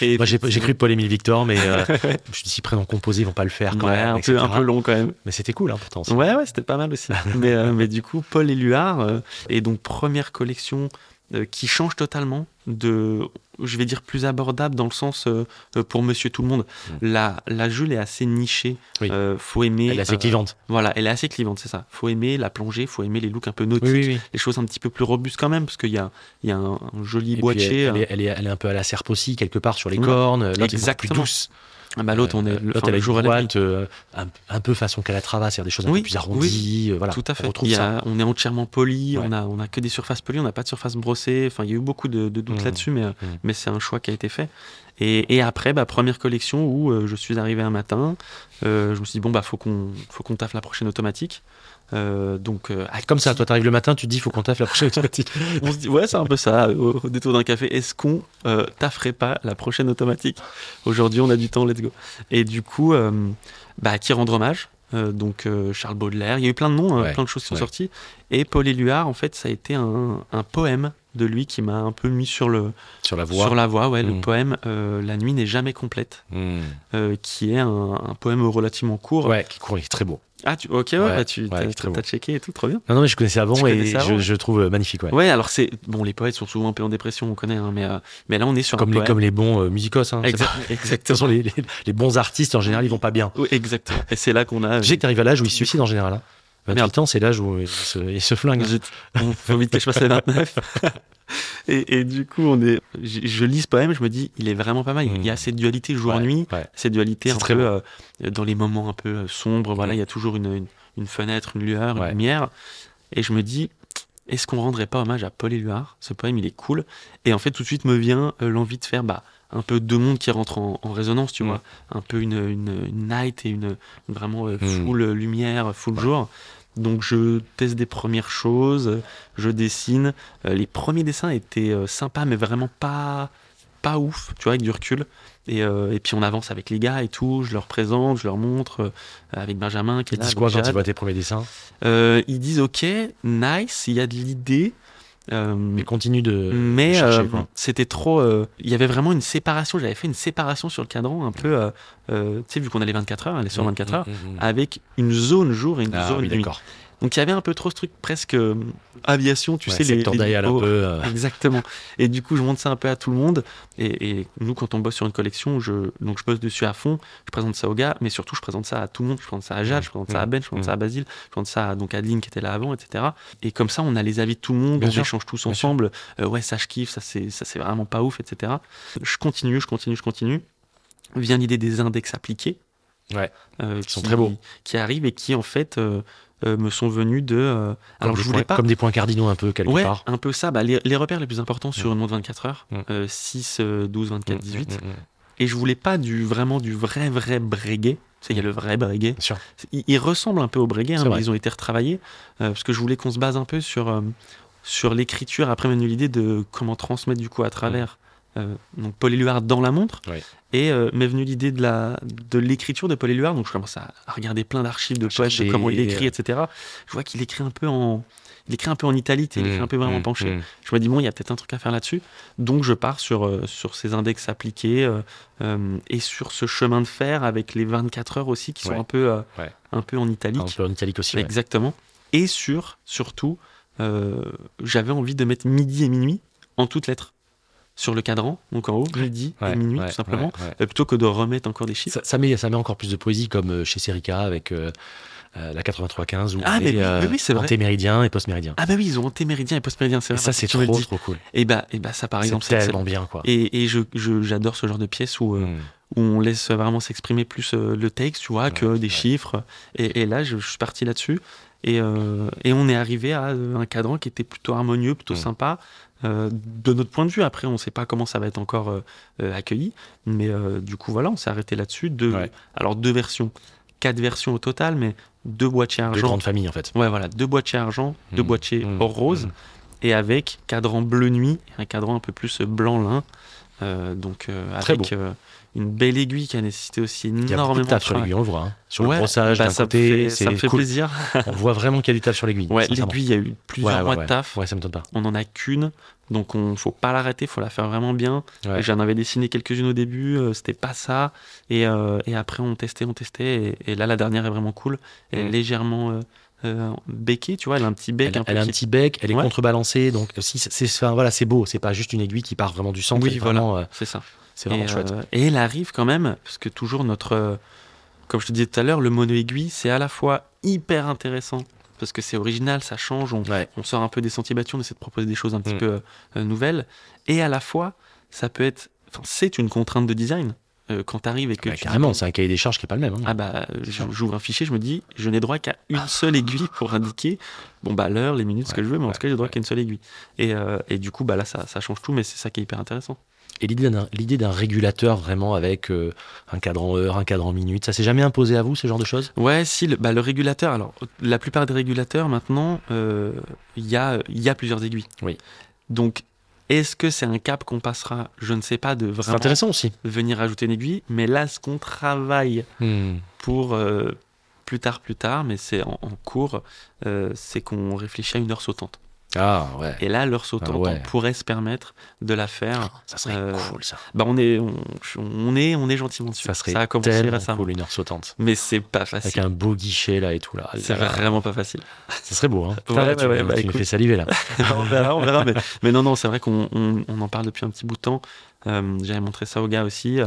Speaker 2: et
Speaker 1: Moi j'ai j'ai cru Paul Émile Victor mais euh, je me suis dit si prénom composé ils vont pas le faire quand
Speaker 2: Ouais,
Speaker 1: même,
Speaker 2: un, peu,
Speaker 1: etc..
Speaker 2: un peu long quand même.
Speaker 1: Mais c'était cool hein, pourtant. ça.
Speaker 2: Ouais, ouais, c'était pas mal aussi. mais, euh, mais du coup, Paul Éluard, euh, et donc première collection euh, qui change totalement de, je vais dire, plus abordable dans le sens euh, euh, pour monsieur tout le monde. La, la Jules est assez nichée.
Speaker 1: Mm. Oui.
Speaker 2: Euh, faut aimer.
Speaker 1: Elle est assez
Speaker 2: euh,
Speaker 1: clivante.
Speaker 2: Voilà, elle est assez clivante, c'est ça. Faut aimer la plongée, faut aimer les looks un peu nautiques,
Speaker 1: oui.
Speaker 2: les choses un petit peu plus robustes quand même, parce qu'il y a, il y a un, un
Speaker 1: Et puis,
Speaker 2: joli
Speaker 1: elle,
Speaker 2: boîtier.
Speaker 1: elle est, elle est- elle est un peu à la serpe aussi, quelque part, sur les
Speaker 2: Ouais.
Speaker 1: cornes. L'autre est beaucoup plus
Speaker 2: Exactement.
Speaker 1: douce.
Speaker 2: Ah bah, l'autre, on est
Speaker 1: Euh,
Speaker 2: le,
Speaker 1: l'autre,
Speaker 2: enfin,
Speaker 1: elle
Speaker 2: le
Speaker 1: a
Speaker 2: jour à
Speaker 1: une
Speaker 2: la nuit.
Speaker 1: boîte, euh, un, un peu façon Calatrava, c'est-à-dire des choses un
Speaker 2: Oui,
Speaker 1: peu plus arrondies. euh, voilà,
Speaker 2: Tout à
Speaker 1: On
Speaker 2: fait.
Speaker 1: retrouve
Speaker 2: Il y
Speaker 1: ça.
Speaker 2: a- on est entièrement poli,
Speaker 1: Ouais.
Speaker 2: on a, on a que des surfaces polies, on n'a pas de surface brossée. Enfin, il y a eu beaucoup de, de doutes
Speaker 1: Mhm.
Speaker 2: là-dessus, mais, euh,
Speaker 1: Mhm.
Speaker 2: mais c'est un choix qui a été fait. Et, et après, bah, première collection où euh, je suis arrivé un matin, euh, je me suis dit, bon, bah, faut qu'on faut qu'on taffe la prochaine automatique. Euh, donc, euh, à
Speaker 1: Comme ça,
Speaker 2: qui-
Speaker 1: toi, t'arrives le matin, tu te dis, faut qu'on taffe la prochaine automatique.
Speaker 2: On se dit, ouais, c'est un peu ça, au, au détour d'un café. Est-ce qu'on euh, tafferait pas la prochaine automatique Aujourd'hui, on a du temps, let's go. Et du coup, euh, bah, qui rendre hommage Euh, Donc, euh, Charles Baudelaire, il y a eu plein de noms, hein,
Speaker 1: Ouais,
Speaker 2: plein de choses qui sont
Speaker 1: ouais.
Speaker 2: sorties. Et Paul Éluard, en fait, ça a été un, un poème de lui qui m'a un peu mis sur, le,
Speaker 1: Sur la voie.
Speaker 2: sur la voie. Ouais,
Speaker 1: Mm.
Speaker 2: Le poème euh, La nuit n'est jamais complète,
Speaker 1: Mm.
Speaker 2: euh, qui est un, un poème relativement court.
Speaker 1: Ouais, qui court, il est très beau.
Speaker 2: Ah, tu, ok, ouais,
Speaker 1: Ouais,
Speaker 2: bah, tu
Speaker 1: ouais,
Speaker 2: t'as-
Speaker 1: il est très
Speaker 2: t'as
Speaker 1: bon.
Speaker 2: checké et tout, trop bien.
Speaker 1: Non, non, mais je connaissais avant
Speaker 2: Tu
Speaker 1: et
Speaker 2: connaissais
Speaker 1: je,
Speaker 2: avant
Speaker 1: je le trouve euh, magnifique. Ouais.
Speaker 2: Ouais, alors c'est. Bon, les poètes sont souvent un peu en dépression, on connaît, hein, mais, euh, mais là, on est sur un
Speaker 1: Comme, les,
Speaker 2: poème.
Speaker 1: comme les bons euh, musicos. Hein,
Speaker 2: Exact-
Speaker 1: C'est pas-
Speaker 2: exactement.
Speaker 1: ce sont les, les- les bons artistes, en général, ils vont pas bien.
Speaker 2: Oui, exactement. Et c'est là qu'on a. euh,
Speaker 1: Tu sais que t'arrives à l'âge où ils se suicident en général. Hein. 28
Speaker 2: Ah, Merde.
Speaker 1: ans, c'est l'âge où ils se, ils se hein. flinguent.
Speaker 2: Zut. Bon, faut vite que je passe les 29. et, et du coup, on est. Je, je lis ce poème, je me dis, il est vraiment pas mal. Il y a cette dualité
Speaker 1: Ouais,
Speaker 2: jour-nuit,
Speaker 1: ouais.
Speaker 2: cette dualité
Speaker 1: C'est
Speaker 2: un
Speaker 1: très
Speaker 2: peu euh, dans les moments un peu euh, sombres. Voilà, il y a toujours une, une, une fenêtre, une lueur,
Speaker 1: Ouais.
Speaker 2: une lumière. Et je me dis. Est-ce qu'on rendrait pas hommage à Paul Éluard Ce poème, il est cool. Et en fait, tout de suite me vient euh, l'envie de faire bah, un peu deux mondes qui rentrent en, en résonance, tu
Speaker 1: Mm.
Speaker 2: vois. Un peu une, une, une night et une, une vraiment euh,
Speaker 1: Mm.
Speaker 2: full euh, lumière, full jour. Donc je teste des premières choses, je dessine. Euh, les premiers dessins étaient euh, sympas, mais vraiment pas, pas ouf, tu vois, avec du recul. Et, euh, et puis on avance avec les gars et tout, je leur présente, je leur montre, euh, avec Benjamin qui est
Speaker 1: Ils
Speaker 2: là.
Speaker 1: disent
Speaker 2: avec
Speaker 1: quoi quand ils
Speaker 2: Jade.
Speaker 1: voient tes premiers dessins
Speaker 2: Euh, ils disent ok, nice, il y a de l'idée. euh,
Speaker 1: Mais continue de.
Speaker 2: mais
Speaker 1: chercher,
Speaker 2: euh,
Speaker 1: quoi.
Speaker 2: c'était trop. euh, Il y avait vraiment une séparation. J'avais fait une séparation sur le cadran, un peu. euh, euh, tu sais, vu qu'on a les 24 heures, elle est sur 24 heures,
Speaker 1: Mm, mm, mm.
Speaker 2: avec une zone jour et une
Speaker 1: Ah
Speaker 2: zone
Speaker 1: oui,
Speaker 2: nuit.
Speaker 1: d'accord.
Speaker 2: Donc il y avait un peu trop ce truc presque euh, aviation, tu
Speaker 1: Ouais,
Speaker 2: sais, les.
Speaker 1: secteur
Speaker 2: les-
Speaker 1: dial un
Speaker 2: oh,
Speaker 1: peu, euh,
Speaker 2: Exactement. Et du coup, je montre ça un peu à tout le monde. Et, et nous, quand on bosse sur une collection, je, donc je bosse dessus à fond. Je présente ça aux gars, mais surtout, je présente ça à tout le monde. Je présente ça à Jade, je présente ça à Ben, je présente
Speaker 1: Mmh.
Speaker 2: ça à Basile, je présente ça à donc Adeline qui était là avant, etc. Et comme ça, on a les avis de tout le monde,
Speaker 1: Bien
Speaker 2: on
Speaker 1: sûr.
Speaker 2: échange tous
Speaker 1: Bien sûr.
Speaker 2: ensemble. Euh, ouais, ça je kiffe, ça c'est ça c'est vraiment pas ouf, etc. Je continue, je continue, je continue. Vient l'idée des index appliqués.
Speaker 1: Ouais.
Speaker 2: Euh, qui
Speaker 1: sont très beaux.
Speaker 2: Qui arrivent et qui en fait euh, euh, me sont venus de. euh, alors
Speaker 1: comme
Speaker 2: je
Speaker 1: des
Speaker 2: voulais
Speaker 1: points-
Speaker 2: pas
Speaker 1: Comme des points cardinaux un peu, quelque
Speaker 2: ouais,
Speaker 1: part.
Speaker 2: un peu ça. Bah, les, les repères les plus importants sur une montre 24 heures,
Speaker 1: Mm.
Speaker 2: euh, 6, euh, 12, 24,
Speaker 1: Mm,
Speaker 2: 18.
Speaker 1: mm, mm, mm.
Speaker 2: Et je voulais pas du vraiment du vrai, vrai breguet. Tu sais, il y a le vrai breguet.
Speaker 1: Bien sûr.
Speaker 2: C'est- Ils, ils ressemblent un peu au breguet, hein,
Speaker 1: C'est
Speaker 2: mais
Speaker 1: vrai.
Speaker 2: ils ont été retravaillés. euh, parce que je voulais qu'on se base un peu sur, euh, sur l'écriture, après même l'idée de comment transmettre du coup à travers.
Speaker 1: Mm.
Speaker 2: euh, donc Paul Éluard dans la montre.
Speaker 1: Ouais.
Speaker 2: Et euh, m'est venue l'idée de la de l'écriture de Paul Éluard. Donc je commence à, à regarder plein d'archives de poètes,
Speaker 1: chercher,
Speaker 2: de comment il écrit,
Speaker 1: euh.
Speaker 2: etc. Je vois qu'il écrit un peu en. Il écrit un peu en Italie, tu sais, il écrit un peu vraiment
Speaker 1: Mm,
Speaker 2: penché.
Speaker 1: mm.
Speaker 2: Je me dis, bon, il y a peut-être un truc à faire là-dessus. Donc, je pars sur, euh, sur ces index appliqués euh, euh, et sur ce chemin de fer avec les 24 heures aussi qui sont
Speaker 1: Ouais.
Speaker 2: un, peu, euh,
Speaker 1: Ouais.
Speaker 2: un peu en
Speaker 1: Un
Speaker 2: italique.
Speaker 1: peu en italique aussi. ouais.
Speaker 2: Exactement. Et sur, surtout, euh, j'avais envie de mettre midi et minuit en toutes lettres sur le cadran, donc en haut, midi
Speaker 1: Ouais,
Speaker 2: et minuit,
Speaker 1: ouais,
Speaker 2: tout simplement.
Speaker 1: ouais, ouais.
Speaker 2: Euh, Plutôt que de remettre encore des chiffres.
Speaker 1: Ça, ça met, ça met encore plus de poésie, comme euh, chez Serica avec euh, euh, la 8315 ou
Speaker 2: Ah, mais
Speaker 1: les,
Speaker 2: oui, mais oui, c'est vrai.
Speaker 1: euh, antéméridien et postméridien.
Speaker 2: Ah, bah oui, ils ont antéméridien et postméridien, c'est
Speaker 1: Et
Speaker 2: vrai.
Speaker 1: ça, c'est
Speaker 2: tu me
Speaker 1: trop,
Speaker 2: le dis.
Speaker 1: trop cool.
Speaker 2: Et bah, et bah, ça, par exemple,
Speaker 1: c'est
Speaker 2: c'est-
Speaker 1: tellement bien, quoi.
Speaker 2: Et, et je- je- j'adore ce genre de pièce où. euh,
Speaker 1: Mm.
Speaker 2: où on laisse vraiment s'exprimer plus euh, le texte, tu vois, que
Speaker 1: Ouais,
Speaker 2: des
Speaker 1: ouais.
Speaker 2: chiffres. Et, et là, je, je suis parti là-dessus. Et, euh, et on est arrivé à euh, un cadran qui était plutôt harmonieux, plutôt
Speaker 1: Mm.
Speaker 2: sympa, euh, de notre point de vue. Après, on ne sait pas comment ça va être encore euh, euh, accueilli. Mais euh, du coup, voilà, on s'est arrêté là-dessus. Deux,
Speaker 1: Ouais.
Speaker 2: Alors, deux versions. Quatre versions au total, mais deux boîtiers
Speaker 1: Deux
Speaker 2: argent.
Speaker 1: grandes familles, en fait.
Speaker 2: Ouais, voilà, deux boîtiers argent, deux
Speaker 1: Mm.
Speaker 2: boîtiers
Speaker 1: Mm.
Speaker 2: or rose,
Speaker 1: Mm.
Speaker 2: et avec cadran bleu nuit, et un cadran un peu plus blanc lin. Euh, donc, euh,
Speaker 1: Très
Speaker 2: avec euh, une belle aiguille qui a nécessité aussi
Speaker 1: Il y a beaucoup
Speaker 2: énormément
Speaker 1: de taf sur
Speaker 2: travail.
Speaker 1: l'aiguille, on le voit. hein. Sur
Speaker 2: Ouais,
Speaker 1: le brossage,
Speaker 2: bah,
Speaker 1: d'un
Speaker 2: ça me
Speaker 1: côté,
Speaker 2: fait, ça me
Speaker 1: c'est
Speaker 2: fait
Speaker 1: cool.
Speaker 2: plaisir.
Speaker 1: On voit vraiment qu'il y a du taf sur l'aiguille.
Speaker 2: Ouais,
Speaker 1: sincèrement.
Speaker 2: l'aiguille, il y a eu plusieurs
Speaker 1: Ouais, ouais,
Speaker 2: mois de taf.
Speaker 1: Ouais, ça me donne pas.
Speaker 2: On n'en a qu'une, donc on faut pas l'arrêter, faut la faire vraiment bien.
Speaker 1: Ouais.
Speaker 2: J'en avais dessiné quelques-unes au début, euh, c'était pas ça. Et, euh, et après, on testait, on testait. Et, et là, la dernière est vraiment cool. Elle est
Speaker 1: Mm.
Speaker 2: légèrement euh, euh, béquée, tu vois, elle a un petit bec.
Speaker 1: Elle,
Speaker 2: un peu
Speaker 1: elle a un
Speaker 2: qui-
Speaker 1: petit bec, elle est
Speaker 2: Ouais.
Speaker 1: contrebalancée, donc euh, si c'est c'est- enfin, voilà, c'est beau, c'est pas juste une aiguille qui part vraiment du centre.
Speaker 2: Oui,
Speaker 1: elle est
Speaker 2: voilà.
Speaker 1: vraiment, euh,
Speaker 2: C'est ça.
Speaker 1: c'est vraiment
Speaker 2: et,
Speaker 1: chouette.
Speaker 2: euh, et elle arrive quand même, parce que toujours notre. euh, comme je te disais tout à l'heure, le mono-aiguille, c'est à la fois hyper intéressant, parce que c'est original, ça change, on,
Speaker 1: Ouais.
Speaker 2: on sort un peu des sentiers battus, on essaie de proposer des choses un petit
Speaker 1: Mm.
Speaker 2: peu euh, euh, nouvelles, et à la fois, ça peut être. Enfin, c'est une contrainte de design. euh, quand t'arrives et que
Speaker 1: Bah,
Speaker 2: tu. dis-
Speaker 1: carrément, c'est un cahier des charges qui est pas le même. hein.
Speaker 2: ah bah, euh, j'ou- j'ouvre un fichier, je me dis, je n'ai droit qu'à une seule aiguille pour indiquer, bon bah l'heure, les minutes, ce que
Speaker 1: Ouais,
Speaker 2: je veux, mais en
Speaker 1: ouais,
Speaker 2: tout cas j'ai droit
Speaker 1: ouais.
Speaker 2: qu'à une seule aiguille. Et, euh, et du coup, bah là, ça, ça change tout, mais c'est ça qui est hyper intéressant.
Speaker 1: Et l'idée d'un- l'idée d'un régulateur vraiment avec euh, un cadran heure, un cadran minute, ça s'est jamais imposé à vous ce genre de choses
Speaker 2: Ouais, si, le, bah, le régulateur, alors la plupart des régulateurs maintenant, euh, il y, a, il y a plusieurs aiguilles.
Speaker 1: Oui.
Speaker 2: Donc, est-ce que c'est un cap qu'on passera Je ne sais pas de
Speaker 1: C'est
Speaker 2: vraiment
Speaker 1: intéressant aussi.
Speaker 2: venir ajouter une aiguille, mais là, ce qu'on travaille pour euh, plus tard, plus tard, mais c'est en, en cours, euh, c'est qu'on réfléchit à une heure sautante.
Speaker 1: Ah ouais,
Speaker 2: Et là, l'heure sautante,
Speaker 1: Ah ouais.
Speaker 2: on pourrait se permettre de la faire.
Speaker 1: ça serait
Speaker 2: Euh,
Speaker 1: cool ça.
Speaker 2: Bah, on est, on, on est, on est gentiment dessus.
Speaker 1: Ça serait
Speaker 2: a commencé
Speaker 1: tellement
Speaker 2: récemment.
Speaker 1: cool une heure sautante.
Speaker 2: Mais c'est pas
Speaker 1: Avec
Speaker 2: facile.
Speaker 1: un beau guichet là et tout là.
Speaker 2: C'est
Speaker 1: Ah,
Speaker 2: vraiment pas facile.
Speaker 1: Ça serait beau hein.
Speaker 2: Ouais,
Speaker 1: Putain, là,
Speaker 2: ouais,
Speaker 1: tu
Speaker 2: ouais,
Speaker 1: me-
Speaker 2: bah,
Speaker 1: tu me
Speaker 2: écoute.
Speaker 1: fais saliver là.
Speaker 2: on verra, on verra. Mais, mais non, non, c'est vrai qu'on on, on en parle depuis un petit bout de temps. Euh, J'avais montré ça aux gars aussi. euh,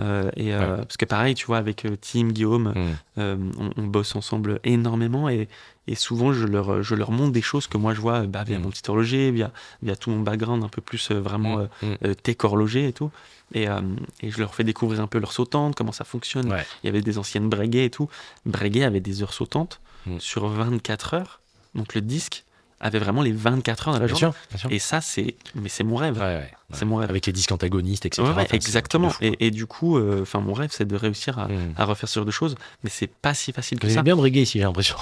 Speaker 2: euh, et, euh, Parce que pareil, tu vois, avec euh, Tim, Guillaume,
Speaker 1: Hmm.
Speaker 2: euh, on, on bosse ensemble énormément. Et, et souvent, je leur, je leur montre des choses que moi, je vois euh, bah, via
Speaker 1: Mm.
Speaker 2: mon petit horloger, via, via tout mon background un peu plus euh, vraiment euh,
Speaker 1: Mm.
Speaker 2: euh, tech horloger et tout. Et, euh, et je leur fais découvrir un peu leur sautante, comment ça fonctionne.
Speaker 1: Ouais.
Speaker 2: Il y avait des anciennes Breguet et tout. Breguet avait des heures sautantes
Speaker 1: Mm.
Speaker 2: sur 24 heures. Donc le disque avait vraiment les 24 heures de la
Speaker 1: Bien
Speaker 2: journée.
Speaker 1: sûr, bien sûr.
Speaker 2: Et ça, c'est mais c'est mon rêve.
Speaker 1: Ouais, ouais,
Speaker 2: C'est
Speaker 1: ouais.
Speaker 2: mon rêve.
Speaker 1: Avec les disques antagonistes, etc.
Speaker 2: Ouais, ouais,
Speaker 1: Enfin, c'est un truc de
Speaker 2: exactement.
Speaker 1: fou.
Speaker 2: Et, et du coup, euh, enfin, mon rêve, c'est de réussir à,
Speaker 1: Hmm.
Speaker 2: à refaire ce genre de choses, mais c'est pas si facile que
Speaker 1: Vous aimez
Speaker 2: ça.
Speaker 1: bien briguer ici, j'ai l'impression.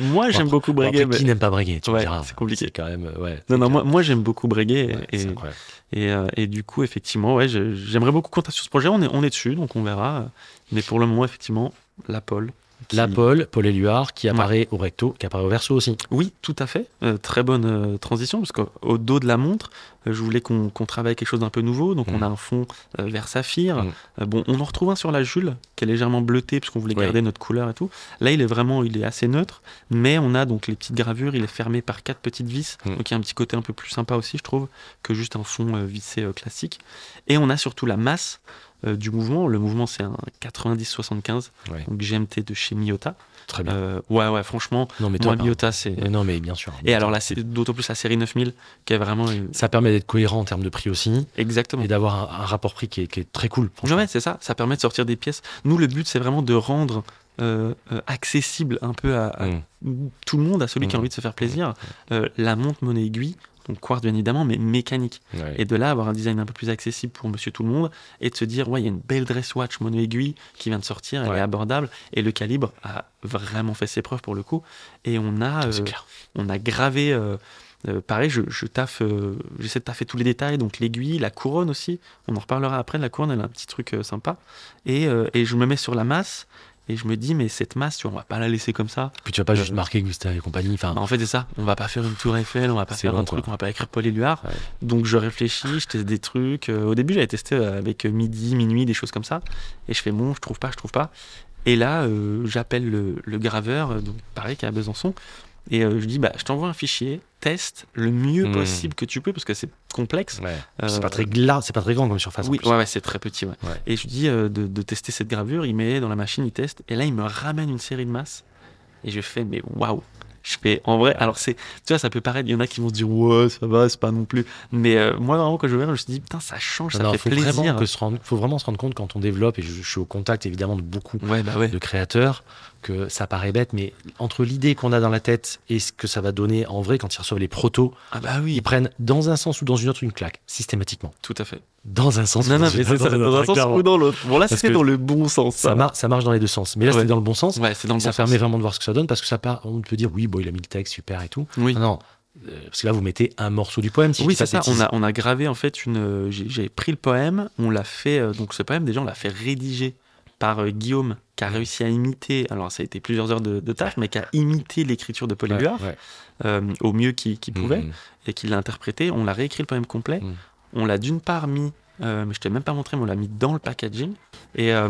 Speaker 2: Moi, j'aime beaucoup
Speaker 1: Bon,
Speaker 2: breguer.
Speaker 1: après, Qui
Speaker 2: mais-
Speaker 1: n'aime pas briguer Tu me
Speaker 2: Ouais,
Speaker 1: diras.
Speaker 2: c'est compliqué.
Speaker 1: C'est quand même. euh, Ouais,
Speaker 2: Non, non,
Speaker 1: c'est
Speaker 2: moi,
Speaker 1: clair.
Speaker 2: moi j'aime beaucoup breguer.
Speaker 1: Ouais,
Speaker 2: et,
Speaker 1: c'est
Speaker 2: et,
Speaker 1: incroyable.
Speaker 2: et, euh, et du coup, effectivement, ouais, je- j'aimerais beaucoup compter sur ce projet. On est, on est dessus, donc on verra. Mais pour le moment, effectivement, la pole,
Speaker 1: La
Speaker 2: qui-
Speaker 1: Paul, Paul Éluard, qui
Speaker 2: Ouais.
Speaker 1: apparaît au recto, qui apparaît au verso aussi.
Speaker 2: Oui, tout à fait. Euh, très bonne euh, transition, parce qu'au dos de la montre, euh, je voulais qu'on qu'on travaille quelque chose d'un peu nouveau. Donc,
Speaker 1: Mm.
Speaker 2: on a un fond euh, vert saphir.
Speaker 1: Mm.
Speaker 2: Euh, bon, on en retrouve un sur la Jules, qui est légèrement bleuté, parce qu'on voulait
Speaker 1: Oui.
Speaker 2: garder notre couleur et tout. Là, il est vraiment il est assez neutre, mais on a donc les petites gravures. Il est fermé par quatre petites vis.
Speaker 1: Mm.
Speaker 2: Donc, il y a un petit côté un peu plus sympa aussi, je trouve, que juste un fond euh, vissé euh, classique. Et on a surtout la masse euh, du mouvement. Le mouvement, c'est un 90-75,
Speaker 1: Ouais.
Speaker 2: donc GMT de chez Miyota.
Speaker 1: Très bien.
Speaker 2: Euh, ouais, ouais, franchement,
Speaker 1: non, mais
Speaker 2: moi,
Speaker 1: toi, pardon.
Speaker 2: Miyota, c'est.
Speaker 1: Euh, non, mais bien sûr.
Speaker 2: Et alors là, c'est d'autant plus la série 9000 qui est vraiment une-
Speaker 1: ça permet d'être cohérent en termes de prix aussi
Speaker 2: exactement.
Speaker 1: et d'avoir un, un rapport prix qui est, qui est très cool. franchement.
Speaker 2: Mm. Ouais, c'est ça. Ça permet de sortir des pièces. Nous, le but, c'est vraiment de rendre euh, euh, accessible un peu à, à
Speaker 1: Mm.
Speaker 2: tout le monde, à celui qui a
Speaker 1: Mm.
Speaker 2: envie de se faire plaisir, euh, la montre monnaie aiguille. Donc quartz bien évidemment, mais mécanique.
Speaker 1: Ouais.
Speaker 2: Et de là, avoir un design un peu plus accessible pour monsieur tout le monde et de se dire, ouais, il y a une belle dress watch mono aiguille qui vient de sortir, elle
Speaker 1: Ouais.
Speaker 2: est abordable et le calibre a vraiment fait ses preuves pour le coup. Et on a,
Speaker 1: C'est
Speaker 2: euh,
Speaker 1: clair.
Speaker 2: on a gravé. euh, euh, pareil, je, je taffe, euh, j'essaie de taffer tous les détails, donc l'aiguille, la couronne aussi. On en reparlera après. La couronne, elle a un petit truc euh, sympa. Et, euh, et je me mets sur la masse et je me dis, mais cette masse, tu vois, on va pas la laisser comme ça.
Speaker 1: Puis tu vas pas juste
Speaker 2: Euh,
Speaker 1: marquer Gustave et compagnie. Enfin,
Speaker 2: Bah, en fait, c'est ça. On va pas faire une tour Eiffel, on va pas
Speaker 1: C'est
Speaker 2: faire
Speaker 1: long,
Speaker 2: un truc,
Speaker 1: quoi.
Speaker 2: on va pas écrire Paul Éluard.
Speaker 1: Ouais.
Speaker 2: Donc je réfléchis, je teste des trucs. Euh, Au début, j'avais testé euh, avec euh, midi, minuit, des choses comme ça. Et je fais bon, je trouve pas, je trouve pas. Et là, euh, j'appelle le, le graveur, euh, donc pareil, qui est à Besançon. Et euh, je dis, bah, je t'envoie un fichier, teste le mieux
Speaker 1: Mhm.
Speaker 2: possible que tu peux, parce que c'est complexe.
Speaker 1: ouais.
Speaker 2: Euh,
Speaker 1: c'est pas très gla- c'est pas très grand comme surface. en
Speaker 2: oui,
Speaker 1: plus.
Speaker 2: ouais, ouais, c'est très petit. ouais.
Speaker 1: Ouais.
Speaker 2: Et je lui dis euh, de, de tester cette gravure. Il met dans la machine, il teste. Et là, il me ramène une série de masses. Et je fais, mais waouh! Je fais, en vrai, alors c'est, tu vois, ça peut paraître, il y en a qui vont se dire, ouais, ça va, c'est pas non plus. Mais euh, moi, vraiment, quand je regarde, je me suis dit, putain, ça change, ça
Speaker 1: Non, non,
Speaker 2: fait
Speaker 1: faut
Speaker 2: plaisir.
Speaker 1: Vraiment que se rendre- faut vraiment se rendre compte quand on développe, et je, je suis au contact évidemment de beaucoup
Speaker 2: Ouais, bah ouais.
Speaker 1: de créateurs, que ça paraît bête, mais entre l'idée qu'on a dans la tête et ce que ça va donner en vrai quand ils reçoivent les protos,
Speaker 2: Ah bah oui,
Speaker 1: ils prennent dans un sens ou dans une autre une claque, systématiquement.
Speaker 2: tout à fait.
Speaker 1: Dans un sens
Speaker 2: Non,
Speaker 1: ou
Speaker 2: non,
Speaker 1: dans,
Speaker 2: mais
Speaker 1: une autre,
Speaker 2: c'est ça,
Speaker 1: une
Speaker 2: dans un
Speaker 1: autre,
Speaker 2: sens
Speaker 1: clairement.
Speaker 2: ou dans l'autre. Bon, là,
Speaker 1: Parce
Speaker 2: c'était
Speaker 1: que
Speaker 2: dans le bon sens.
Speaker 1: ça, mar- ça marche dans les deux sens. Mais là,
Speaker 2: Ouais.
Speaker 1: c'était dans le bon sens.
Speaker 2: Ouais, c'est dans le
Speaker 1: ça
Speaker 2: bon
Speaker 1: permet
Speaker 2: sens.
Speaker 1: vraiment de voir ce que ça donne parce que ça part, on peut dire oui, bon, il a mis le texte, super et tout.
Speaker 2: Oui.
Speaker 1: Non, non, euh, parce que là, vous mettez un morceau du poème. Si je
Speaker 2: oui,
Speaker 1: dis pas
Speaker 2: c'est
Speaker 1: de
Speaker 2: ça.
Speaker 1: bêtises.
Speaker 2: On a, on a gravé en fait une. euh, J'ai j'ai pris le poème, on l'a fait. euh, donc ce poème, déjà, on l'a fait rédiger par euh, Guillaume, qui a réussi à imiter. Alors ça a été plusieurs heures de, de taf, mais qui a imité l'écriture de Paul
Speaker 1: Ouais,
Speaker 2: Éluard,
Speaker 1: ouais.
Speaker 2: euh, au mieux qu'il qu'il pouvait
Speaker 1: Mhm.
Speaker 2: et qu'il l'a interprété. On l'a réécrit le poème complet.
Speaker 1: Mm.
Speaker 2: On l'a d'une part mis, euh, mais je t'ai même pas montré, mais on l'a mis dans le packaging. Et, euh,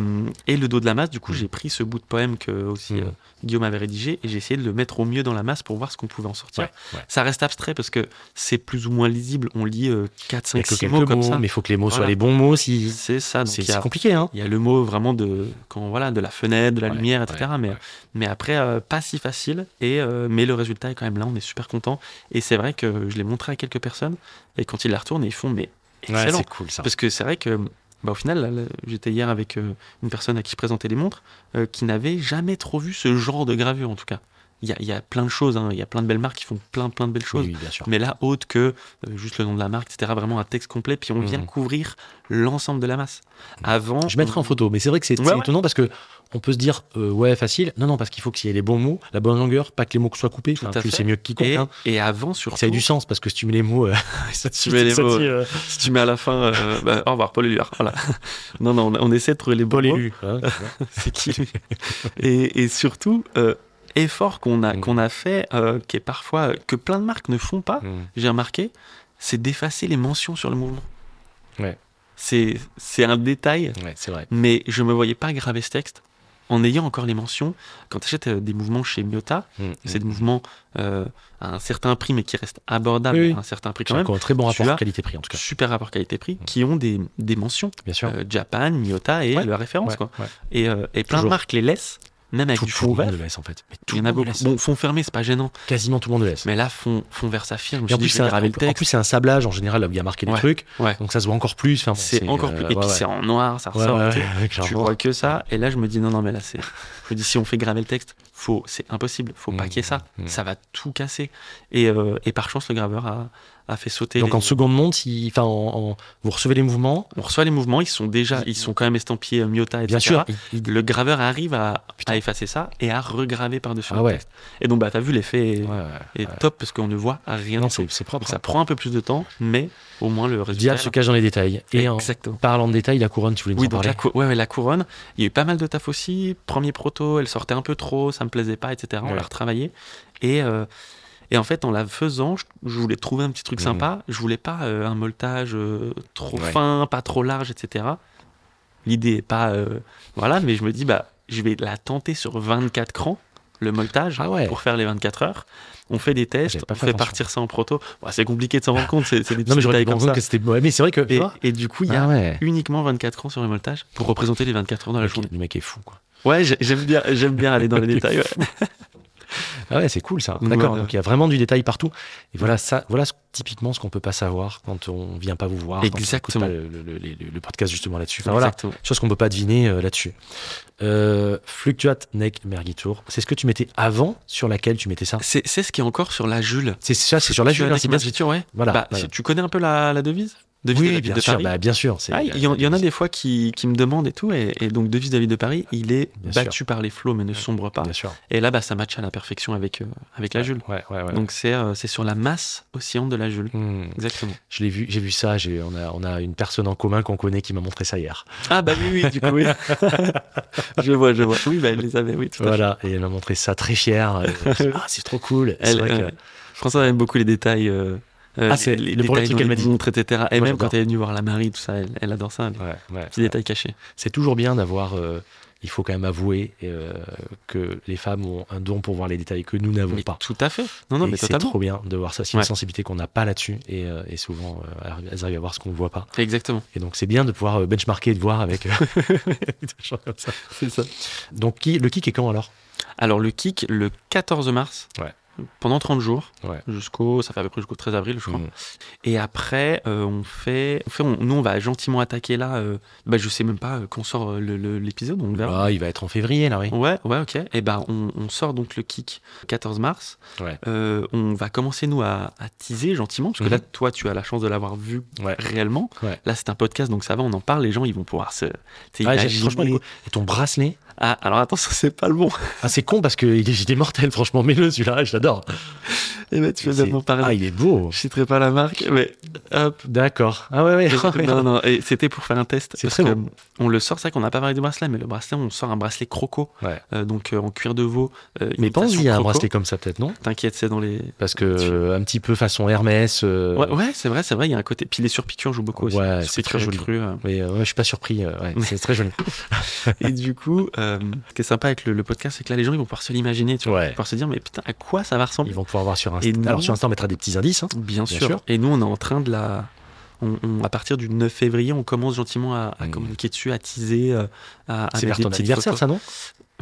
Speaker 2: et le dos de la masse, du coup,
Speaker 1: Mm.
Speaker 2: j'ai pris ce bout de poème que aussi
Speaker 1: Mm.
Speaker 2: euh, Guillaume avait rédigé et j'ai essayé de le mettre au mieux dans la masse pour voir ce qu'on pouvait en sortir.
Speaker 1: Ouais, ouais.
Speaker 2: Ça reste abstrait parce que c'est plus ou moins lisible. On lit euh, 4,
Speaker 1: Il y a
Speaker 2: 5,
Speaker 1: que
Speaker 2: 6
Speaker 1: quelques
Speaker 2: mots comme ça.
Speaker 1: mais il faut que les mots soient
Speaker 2: Voilà.
Speaker 1: les bons mots. Si...
Speaker 2: C'est ça. Donc
Speaker 1: C'est
Speaker 2: il y
Speaker 1: c'est
Speaker 2: a,
Speaker 1: compliqué, hein.
Speaker 2: il y a le mot vraiment de, quand, voilà, de la fenêtre, de la
Speaker 1: Ouais,
Speaker 2: lumière, etc.
Speaker 1: ouais,
Speaker 2: mais,
Speaker 1: ouais.
Speaker 2: mais après, euh, pas si facile. Et, euh, mais le résultat est quand même là, on est super content. Et c'est vrai que je l'ai montré à quelques personnes. Et quand ils la retournent, ils font, mais
Speaker 1: Ouais,
Speaker 2: excellent.
Speaker 1: c'est cool ça.
Speaker 2: Parce que c'est vrai que, bah, au final, là, là, j'étais hier avec euh, une personne à qui je présentais les montres euh, qui n'avait jamais trop vu ce genre de gravure, en tout cas. Il y a, il y a plein de choses, hein. il y a plein de belles marques qui font plein, plein de belles choses.
Speaker 1: Oui, oui, bien sûr.
Speaker 2: Mais là, haute que euh, juste le nom de la marque, etc. Vraiment un texte complet, puis on
Speaker 1: Mhm.
Speaker 2: vient couvrir l'ensemble de la masse. Avant,
Speaker 1: Je mettrai en photo, mais c'est vrai que c'est
Speaker 2: Ouais,
Speaker 1: c'est
Speaker 2: ouais.
Speaker 1: étonnant parce que on peut se dire euh, ouais facile. Non non parce qu'il faut qu'il y ait les bons mots, la bonne longueur, pas que les mots soient coupés.
Speaker 2: Tout
Speaker 1: Enfin,
Speaker 2: à
Speaker 1: tu le
Speaker 2: fait.
Speaker 1: sais mieux que quiconque.
Speaker 2: Et,
Speaker 1: hein.
Speaker 2: et avant, surtout,
Speaker 1: Ça ait du sens parce que si tu mets les mots, euh, ça
Speaker 2: Si tu
Speaker 1: te-
Speaker 2: mets les
Speaker 1: ça te-
Speaker 2: mots,
Speaker 1: euh,
Speaker 2: si tu mets à la fin, euh, bah, au revoir, Paul Éluard. Voilà. Non, non, on, on essaie de trouver les bons
Speaker 1: Paul
Speaker 2: mots.
Speaker 1: élu. hein, tu vois.
Speaker 2: C'est qui lui et, et surtout, euh, effort qu'on a,
Speaker 1: Mm.
Speaker 2: qu'on a fait, euh, qui est parfois euh, que plein de marques ne font pas,
Speaker 1: Mm.
Speaker 2: j'ai remarqué, c'est d'effacer les mentions sur le mouvement.
Speaker 1: Ouais.
Speaker 2: C'est c'est un détail,
Speaker 1: Ouais, c'est vrai.
Speaker 2: mais je me voyais pas graver ce texte en ayant encore les mentions. Quand tu achètes euh, des mouvements chez Miota,
Speaker 1: Mm.
Speaker 2: Hmm. c'est des mouvements euh, à un certain prix, mais qui restent abordables
Speaker 1: Oui, oui.
Speaker 2: à un certain prix
Speaker 1: J'ai
Speaker 2: quand même.
Speaker 1: encore Mm. un très bon
Speaker 2: Tu
Speaker 1: rapport
Speaker 2: as-
Speaker 1: qualité-prix en tout cas.
Speaker 2: Super rapport qualité-prix, qui ont des, des mentions.
Speaker 1: Bien sûr.
Speaker 2: Euh, Japan, Miyota et
Speaker 1: Ouais,
Speaker 2: la référence.
Speaker 1: Ouais,
Speaker 2: Quoi.
Speaker 1: ouais.
Speaker 2: Et, euh, et plein de
Speaker 1: Toujours.
Speaker 2: marques les laissent, même avec
Speaker 1: Tout,
Speaker 2: du
Speaker 1: tout
Speaker 2: fond
Speaker 1: le
Speaker 2: ouvert.
Speaker 1: monde le laisse en fait. Mais tout
Speaker 2: Il y en
Speaker 1: le
Speaker 2: a
Speaker 1: monde le
Speaker 2: beaucoup.
Speaker 1: laisse.
Speaker 2: Bon, fond fermé, c'est pas gênant.
Speaker 1: Quasiment tout le monde le laisse.
Speaker 2: Mais là, fond, fond vers saphir, je me
Speaker 1: Et
Speaker 2: suis
Speaker 1: en plus,
Speaker 2: dit, je
Speaker 1: c'est
Speaker 2: vais
Speaker 1: un,
Speaker 2: graver le
Speaker 1: en
Speaker 2: texte.
Speaker 1: plus, c'est un sablage en général, là, où il y a marqué des
Speaker 2: Ouais,
Speaker 1: trucs,
Speaker 2: ouais.
Speaker 1: donc ça se voit encore plus. Enfin, bon,
Speaker 2: C'est encore plus.
Speaker 1: euh,
Speaker 2: Et puis,
Speaker 1: ouais,
Speaker 2: c'est en noir, ça
Speaker 1: ouais,
Speaker 2: ressort.
Speaker 1: ouais,
Speaker 2: tu
Speaker 1: ouais, ouais,
Speaker 2: tu
Speaker 1: clairement.
Speaker 2: vois que ça. Et là, je me dis, non, non, mais là, c'est. Je me dis, si on fait graver le texte, faut, c'est impossible, faut pas
Speaker 1: Mm,
Speaker 2: qu'il y ait ça.
Speaker 1: mm.
Speaker 2: Ça va tout casser. Et, euh, et par chance, le graveur a, a fait sauter.
Speaker 1: Donc
Speaker 2: les-
Speaker 1: en seconde monte, si, enfin, en- en- vous recevez les mouvements.
Speaker 2: On reçoit les mouvements, ils sont déjà, ils sont quand même estampillés euh, Miota, etc.
Speaker 1: Bien sûr. il- il-
Speaker 2: Le graveur arrive à,
Speaker 1: Putain.
Speaker 2: à effacer ça et à regraver par-dessus
Speaker 1: Ah
Speaker 2: le
Speaker 1: ouais.
Speaker 2: texte. Et donc, bah, t'as vu, l'effet est,
Speaker 1: ouais, ouais.
Speaker 2: est top parce qu'on ne voit rien.
Speaker 1: Non,
Speaker 2: du tout.
Speaker 1: c'est c'est propre.
Speaker 2: Donc, ça prend un peu plus de temps, mais au moins le
Speaker 1: Le
Speaker 2: résultat.
Speaker 1: diable se cache dans les détails. Et en
Speaker 2: Exactement.
Speaker 1: parlant de détails, la couronne, tu voulais nous
Speaker 2: Oui,
Speaker 1: en
Speaker 2: donc
Speaker 1: parler
Speaker 2: la, cou- ouais, ouais, la couronne, il y a eu pas mal de taf aussi. Premier proto, elle sortait un peu trop, ça me plaisait pas, etc. On
Speaker 1: Ouais.
Speaker 2: l'a retravaillé. Et, euh, et en fait, en la faisant, je, je voulais trouver un petit truc
Speaker 1: Mhm.
Speaker 2: sympa. Je voulais pas euh, un moltage euh, trop
Speaker 1: Ouais.
Speaker 2: fin, pas trop large, etc. L'idée est pas. euh, voilà, mais je me dis, bah, je vais la tenter sur 24 crans, le moltage,
Speaker 1: Ah ouais. Ah,
Speaker 2: pour faire les 24 24 heures. On fait des tests,
Speaker 1: J'avais pas
Speaker 2: on
Speaker 1: fait
Speaker 2: fait
Speaker 1: attention.
Speaker 2: partir ça en proto. Bon, c'est compliqué de s'en rendre compte, c'est c'est des
Speaker 1: Non,
Speaker 2: petits
Speaker 1: mais j'aurais
Speaker 2: détails
Speaker 1: dû
Speaker 2: comme
Speaker 1: comprendre
Speaker 2: ça.
Speaker 1: que c'était. Ouais, mais c'est vrai que. tu
Speaker 2: Et,
Speaker 1: vois
Speaker 2: et du coup, il y a
Speaker 1: Ah ouais.
Speaker 2: uniquement 24 ans sur le moltage pour représenter les 24 ans dans la
Speaker 1: Le
Speaker 2: journée.
Speaker 1: mec- le mec est fou, quoi.
Speaker 2: Ouais, j'ai- j'aime bien, j'aime bien aller dans les détails. ouais.
Speaker 1: Ah ouais, c'est cool ça.
Speaker 2: Donc,
Speaker 1: D'accord.
Speaker 2: voilà.
Speaker 1: Donc il y a vraiment du détail partout. Et voilà ça, voilà ce- typiquement ce qu'on peut pas savoir quand on vient pas vous voir. quand on écoute
Speaker 2: Exactement.
Speaker 1: pas le, le- le- le- le podcast justement là-dessus. Enfin, Ben voilà,
Speaker 2: Exactement.
Speaker 1: chose qu'on peut pas deviner euh, là-dessus. Euh, Fluctuate Neck Mergitur. C'est ce que tu mettais avant sur laquelle tu mettais ça.
Speaker 2: C'est, c'est ce qui est encore sur la Jules.
Speaker 1: C'est ça, c'est sur la Jules. hein, c'est bien-
Speaker 2: ouais.
Speaker 1: Voilà.
Speaker 2: Bah,
Speaker 1: voilà.
Speaker 2: si- tu connais un peu la, la devise Devise de la
Speaker 1: Oui,
Speaker 2: ville
Speaker 1: bien
Speaker 2: de
Speaker 1: sûr.
Speaker 2: Paris
Speaker 1: bah, bien sûr. c'est- euh,
Speaker 2: Ah, il y, en- il y en a des fois qui, qui me demandent et tout, et, et donc devise de la ville de Paris, il est
Speaker 1: Bien
Speaker 2: battu par les flots mais ne sombre pas.
Speaker 1: Bien sûr.
Speaker 2: Et là, bah, ça matche à la perfection avec, euh, avec la Jules.
Speaker 1: Ouais, ouais, ouais.
Speaker 2: Donc c'est, euh, c'est sur la masse oscillante de la Jules.
Speaker 1: Hmm.
Speaker 2: Exactement.
Speaker 1: Je l'ai vu, j'ai vu ça. j'ai- on a, on a une personne en commun qu'on connaît qui m'a montré ça hier.
Speaker 2: Ah bah oui, oui, du coup, oui. je vois, je vois. Oui, bah, elle les avait, oui, tout à fait.
Speaker 1: Voilà, et elle m'a montré ça très fière. Euh, ah, c'est trop cool. C'est
Speaker 2: Elle,
Speaker 1: vrai que-
Speaker 2: euh, François aime beaucoup les détails. euh, euh,
Speaker 1: Ah, c'est
Speaker 2: les
Speaker 1: le premier
Speaker 2: détails
Speaker 1: truc
Speaker 2: dans
Speaker 1: qu'elle
Speaker 2: les
Speaker 1: m'a dit.
Speaker 2: montres, etc. Et
Speaker 1: Moi,
Speaker 2: même
Speaker 1: j'adore.
Speaker 2: quand elle est venue voir la Marie, tout ça, elle, elle adore ça, les
Speaker 1: Ouais, ouais.
Speaker 2: petits détails cachés.
Speaker 1: C'est toujours bien d'avoir. euh, il faut quand même avouer euh, que les femmes ont un don pour voir les détails que nous n'avons
Speaker 2: Mais
Speaker 1: pas.
Speaker 2: Tout à fait. Non, non,
Speaker 1: Et
Speaker 2: mais
Speaker 1: c'est
Speaker 2: totalement.
Speaker 1: trop bien de voir ça. C'est une
Speaker 2: Ouais.
Speaker 1: sensibilité qu'on n'a pas là-dessus et, euh, et souvent euh, elles arrivent- elles arrivent à voir ce qu'on ne voit pas.
Speaker 2: Exactement.
Speaker 1: Et donc c'est bien de pouvoir euh, benchmarker et de voir avec. des choses comme ça.
Speaker 2: C'est ça.
Speaker 1: Donc qui- le kick est quand alors
Speaker 2: Alors, le kick, le 14 mars,
Speaker 1: Ouais.
Speaker 2: pendant 30 jours,
Speaker 1: Ouais.
Speaker 2: jusqu'au, ça fait à peu près jusqu'au 13 avril, je crois.
Speaker 1: Mm.
Speaker 2: Et après, euh, on fait, on fait on- nous, on va gentiment attaquer là. euh, bah, je sais même pas euh, quand sort euh, le- le- l'épisode, on verra.
Speaker 1: Ah, Il va être en février là, oui.
Speaker 2: Ouais, ouais, ok. Et ben, on, on sort donc le kick 14 mars.
Speaker 1: Ouais.
Speaker 2: Euh, on va commencer, nous, à, à teaser gentiment, parce que
Speaker 1: Mhm.
Speaker 2: là, toi, tu as la chance de l'avoir vu
Speaker 1: Ouais.
Speaker 2: réellement.
Speaker 1: Ouais.
Speaker 2: Là, c'est un podcast, donc ça va, on en parle, les gens, ils vont pouvoir se. t'sais,
Speaker 1: Ah, j'ai-
Speaker 2: imaginer
Speaker 1: franchement,
Speaker 2: beaucoup.
Speaker 1: les- ton bracelet,
Speaker 2: Ah, alors attends, ça, c'est pas le bon.
Speaker 1: ah, c'est con parce qu'il est, il est mortel, franchement, mets-le celui-là, je l'adore.
Speaker 2: Eh ben, tu fais
Speaker 1: C'est-
Speaker 2: exactement pareil.
Speaker 1: Ah, il est beau.
Speaker 2: Je citerai pas la marque, mais hop.
Speaker 1: D'accord. Ah ouais, ouais.
Speaker 2: non, non, et c'était pour faire un test.
Speaker 1: C'est
Speaker 2: parce
Speaker 1: très
Speaker 2: que On le sort, c'est vrai qu'on n'a pas parlé de bracelet, mais le bracelet, on sort un bracelet croco,
Speaker 1: Ouais.
Speaker 2: euh, donc euh, en cuir de veau. euh,
Speaker 1: Mais
Speaker 2: imitation
Speaker 1: pense-y à un
Speaker 2: croco.
Speaker 1: bracelet comme ça, peut-être, non
Speaker 2: T'inquiète, c'est dans les,
Speaker 1: Parce que euh, un petit peu façon Hermès. euh,
Speaker 2: Ouais, ouais, c'est vrai, c'est vrai, il y a un côté. Puis les surpiqûres jouent beaucoup aussi.
Speaker 1: Ouais,
Speaker 2: Les
Speaker 1: c'est
Speaker 2: surpiqûres,
Speaker 1: très
Speaker 2: je
Speaker 1: joli.
Speaker 2: cru, euh.
Speaker 1: Mais euh, ouais, je suis pas surpris. euh, ouais, c'est très joli.
Speaker 2: Et du coup, euh, ce qui est sympa avec le, le podcast, c'est que là, les gens, ils vont pouvoir se l'imaginer, tu vois. Ils vont
Speaker 1: Ouais.
Speaker 2: pouvoir se dire, mais putain, à quoi ça va ressembler
Speaker 1: Ils vont pouvoir voir sur
Speaker 2: Et
Speaker 1: Insta.
Speaker 2: nous-
Speaker 1: Alors sur Insta, on mettra des petits indices. hein.
Speaker 2: bien, sûr.
Speaker 1: sûr.
Speaker 2: Et nous, on est en train de la. On, on- à partir du 9 février, on commence gentiment à, à
Speaker 1: Mm.
Speaker 2: communiquer dessus, à teaser, euh, à, à
Speaker 1: C'est
Speaker 2: mettre
Speaker 1: vers
Speaker 2: des
Speaker 1: ton
Speaker 2: petites
Speaker 1: anniversaire,
Speaker 2: photos.
Speaker 1: ça, non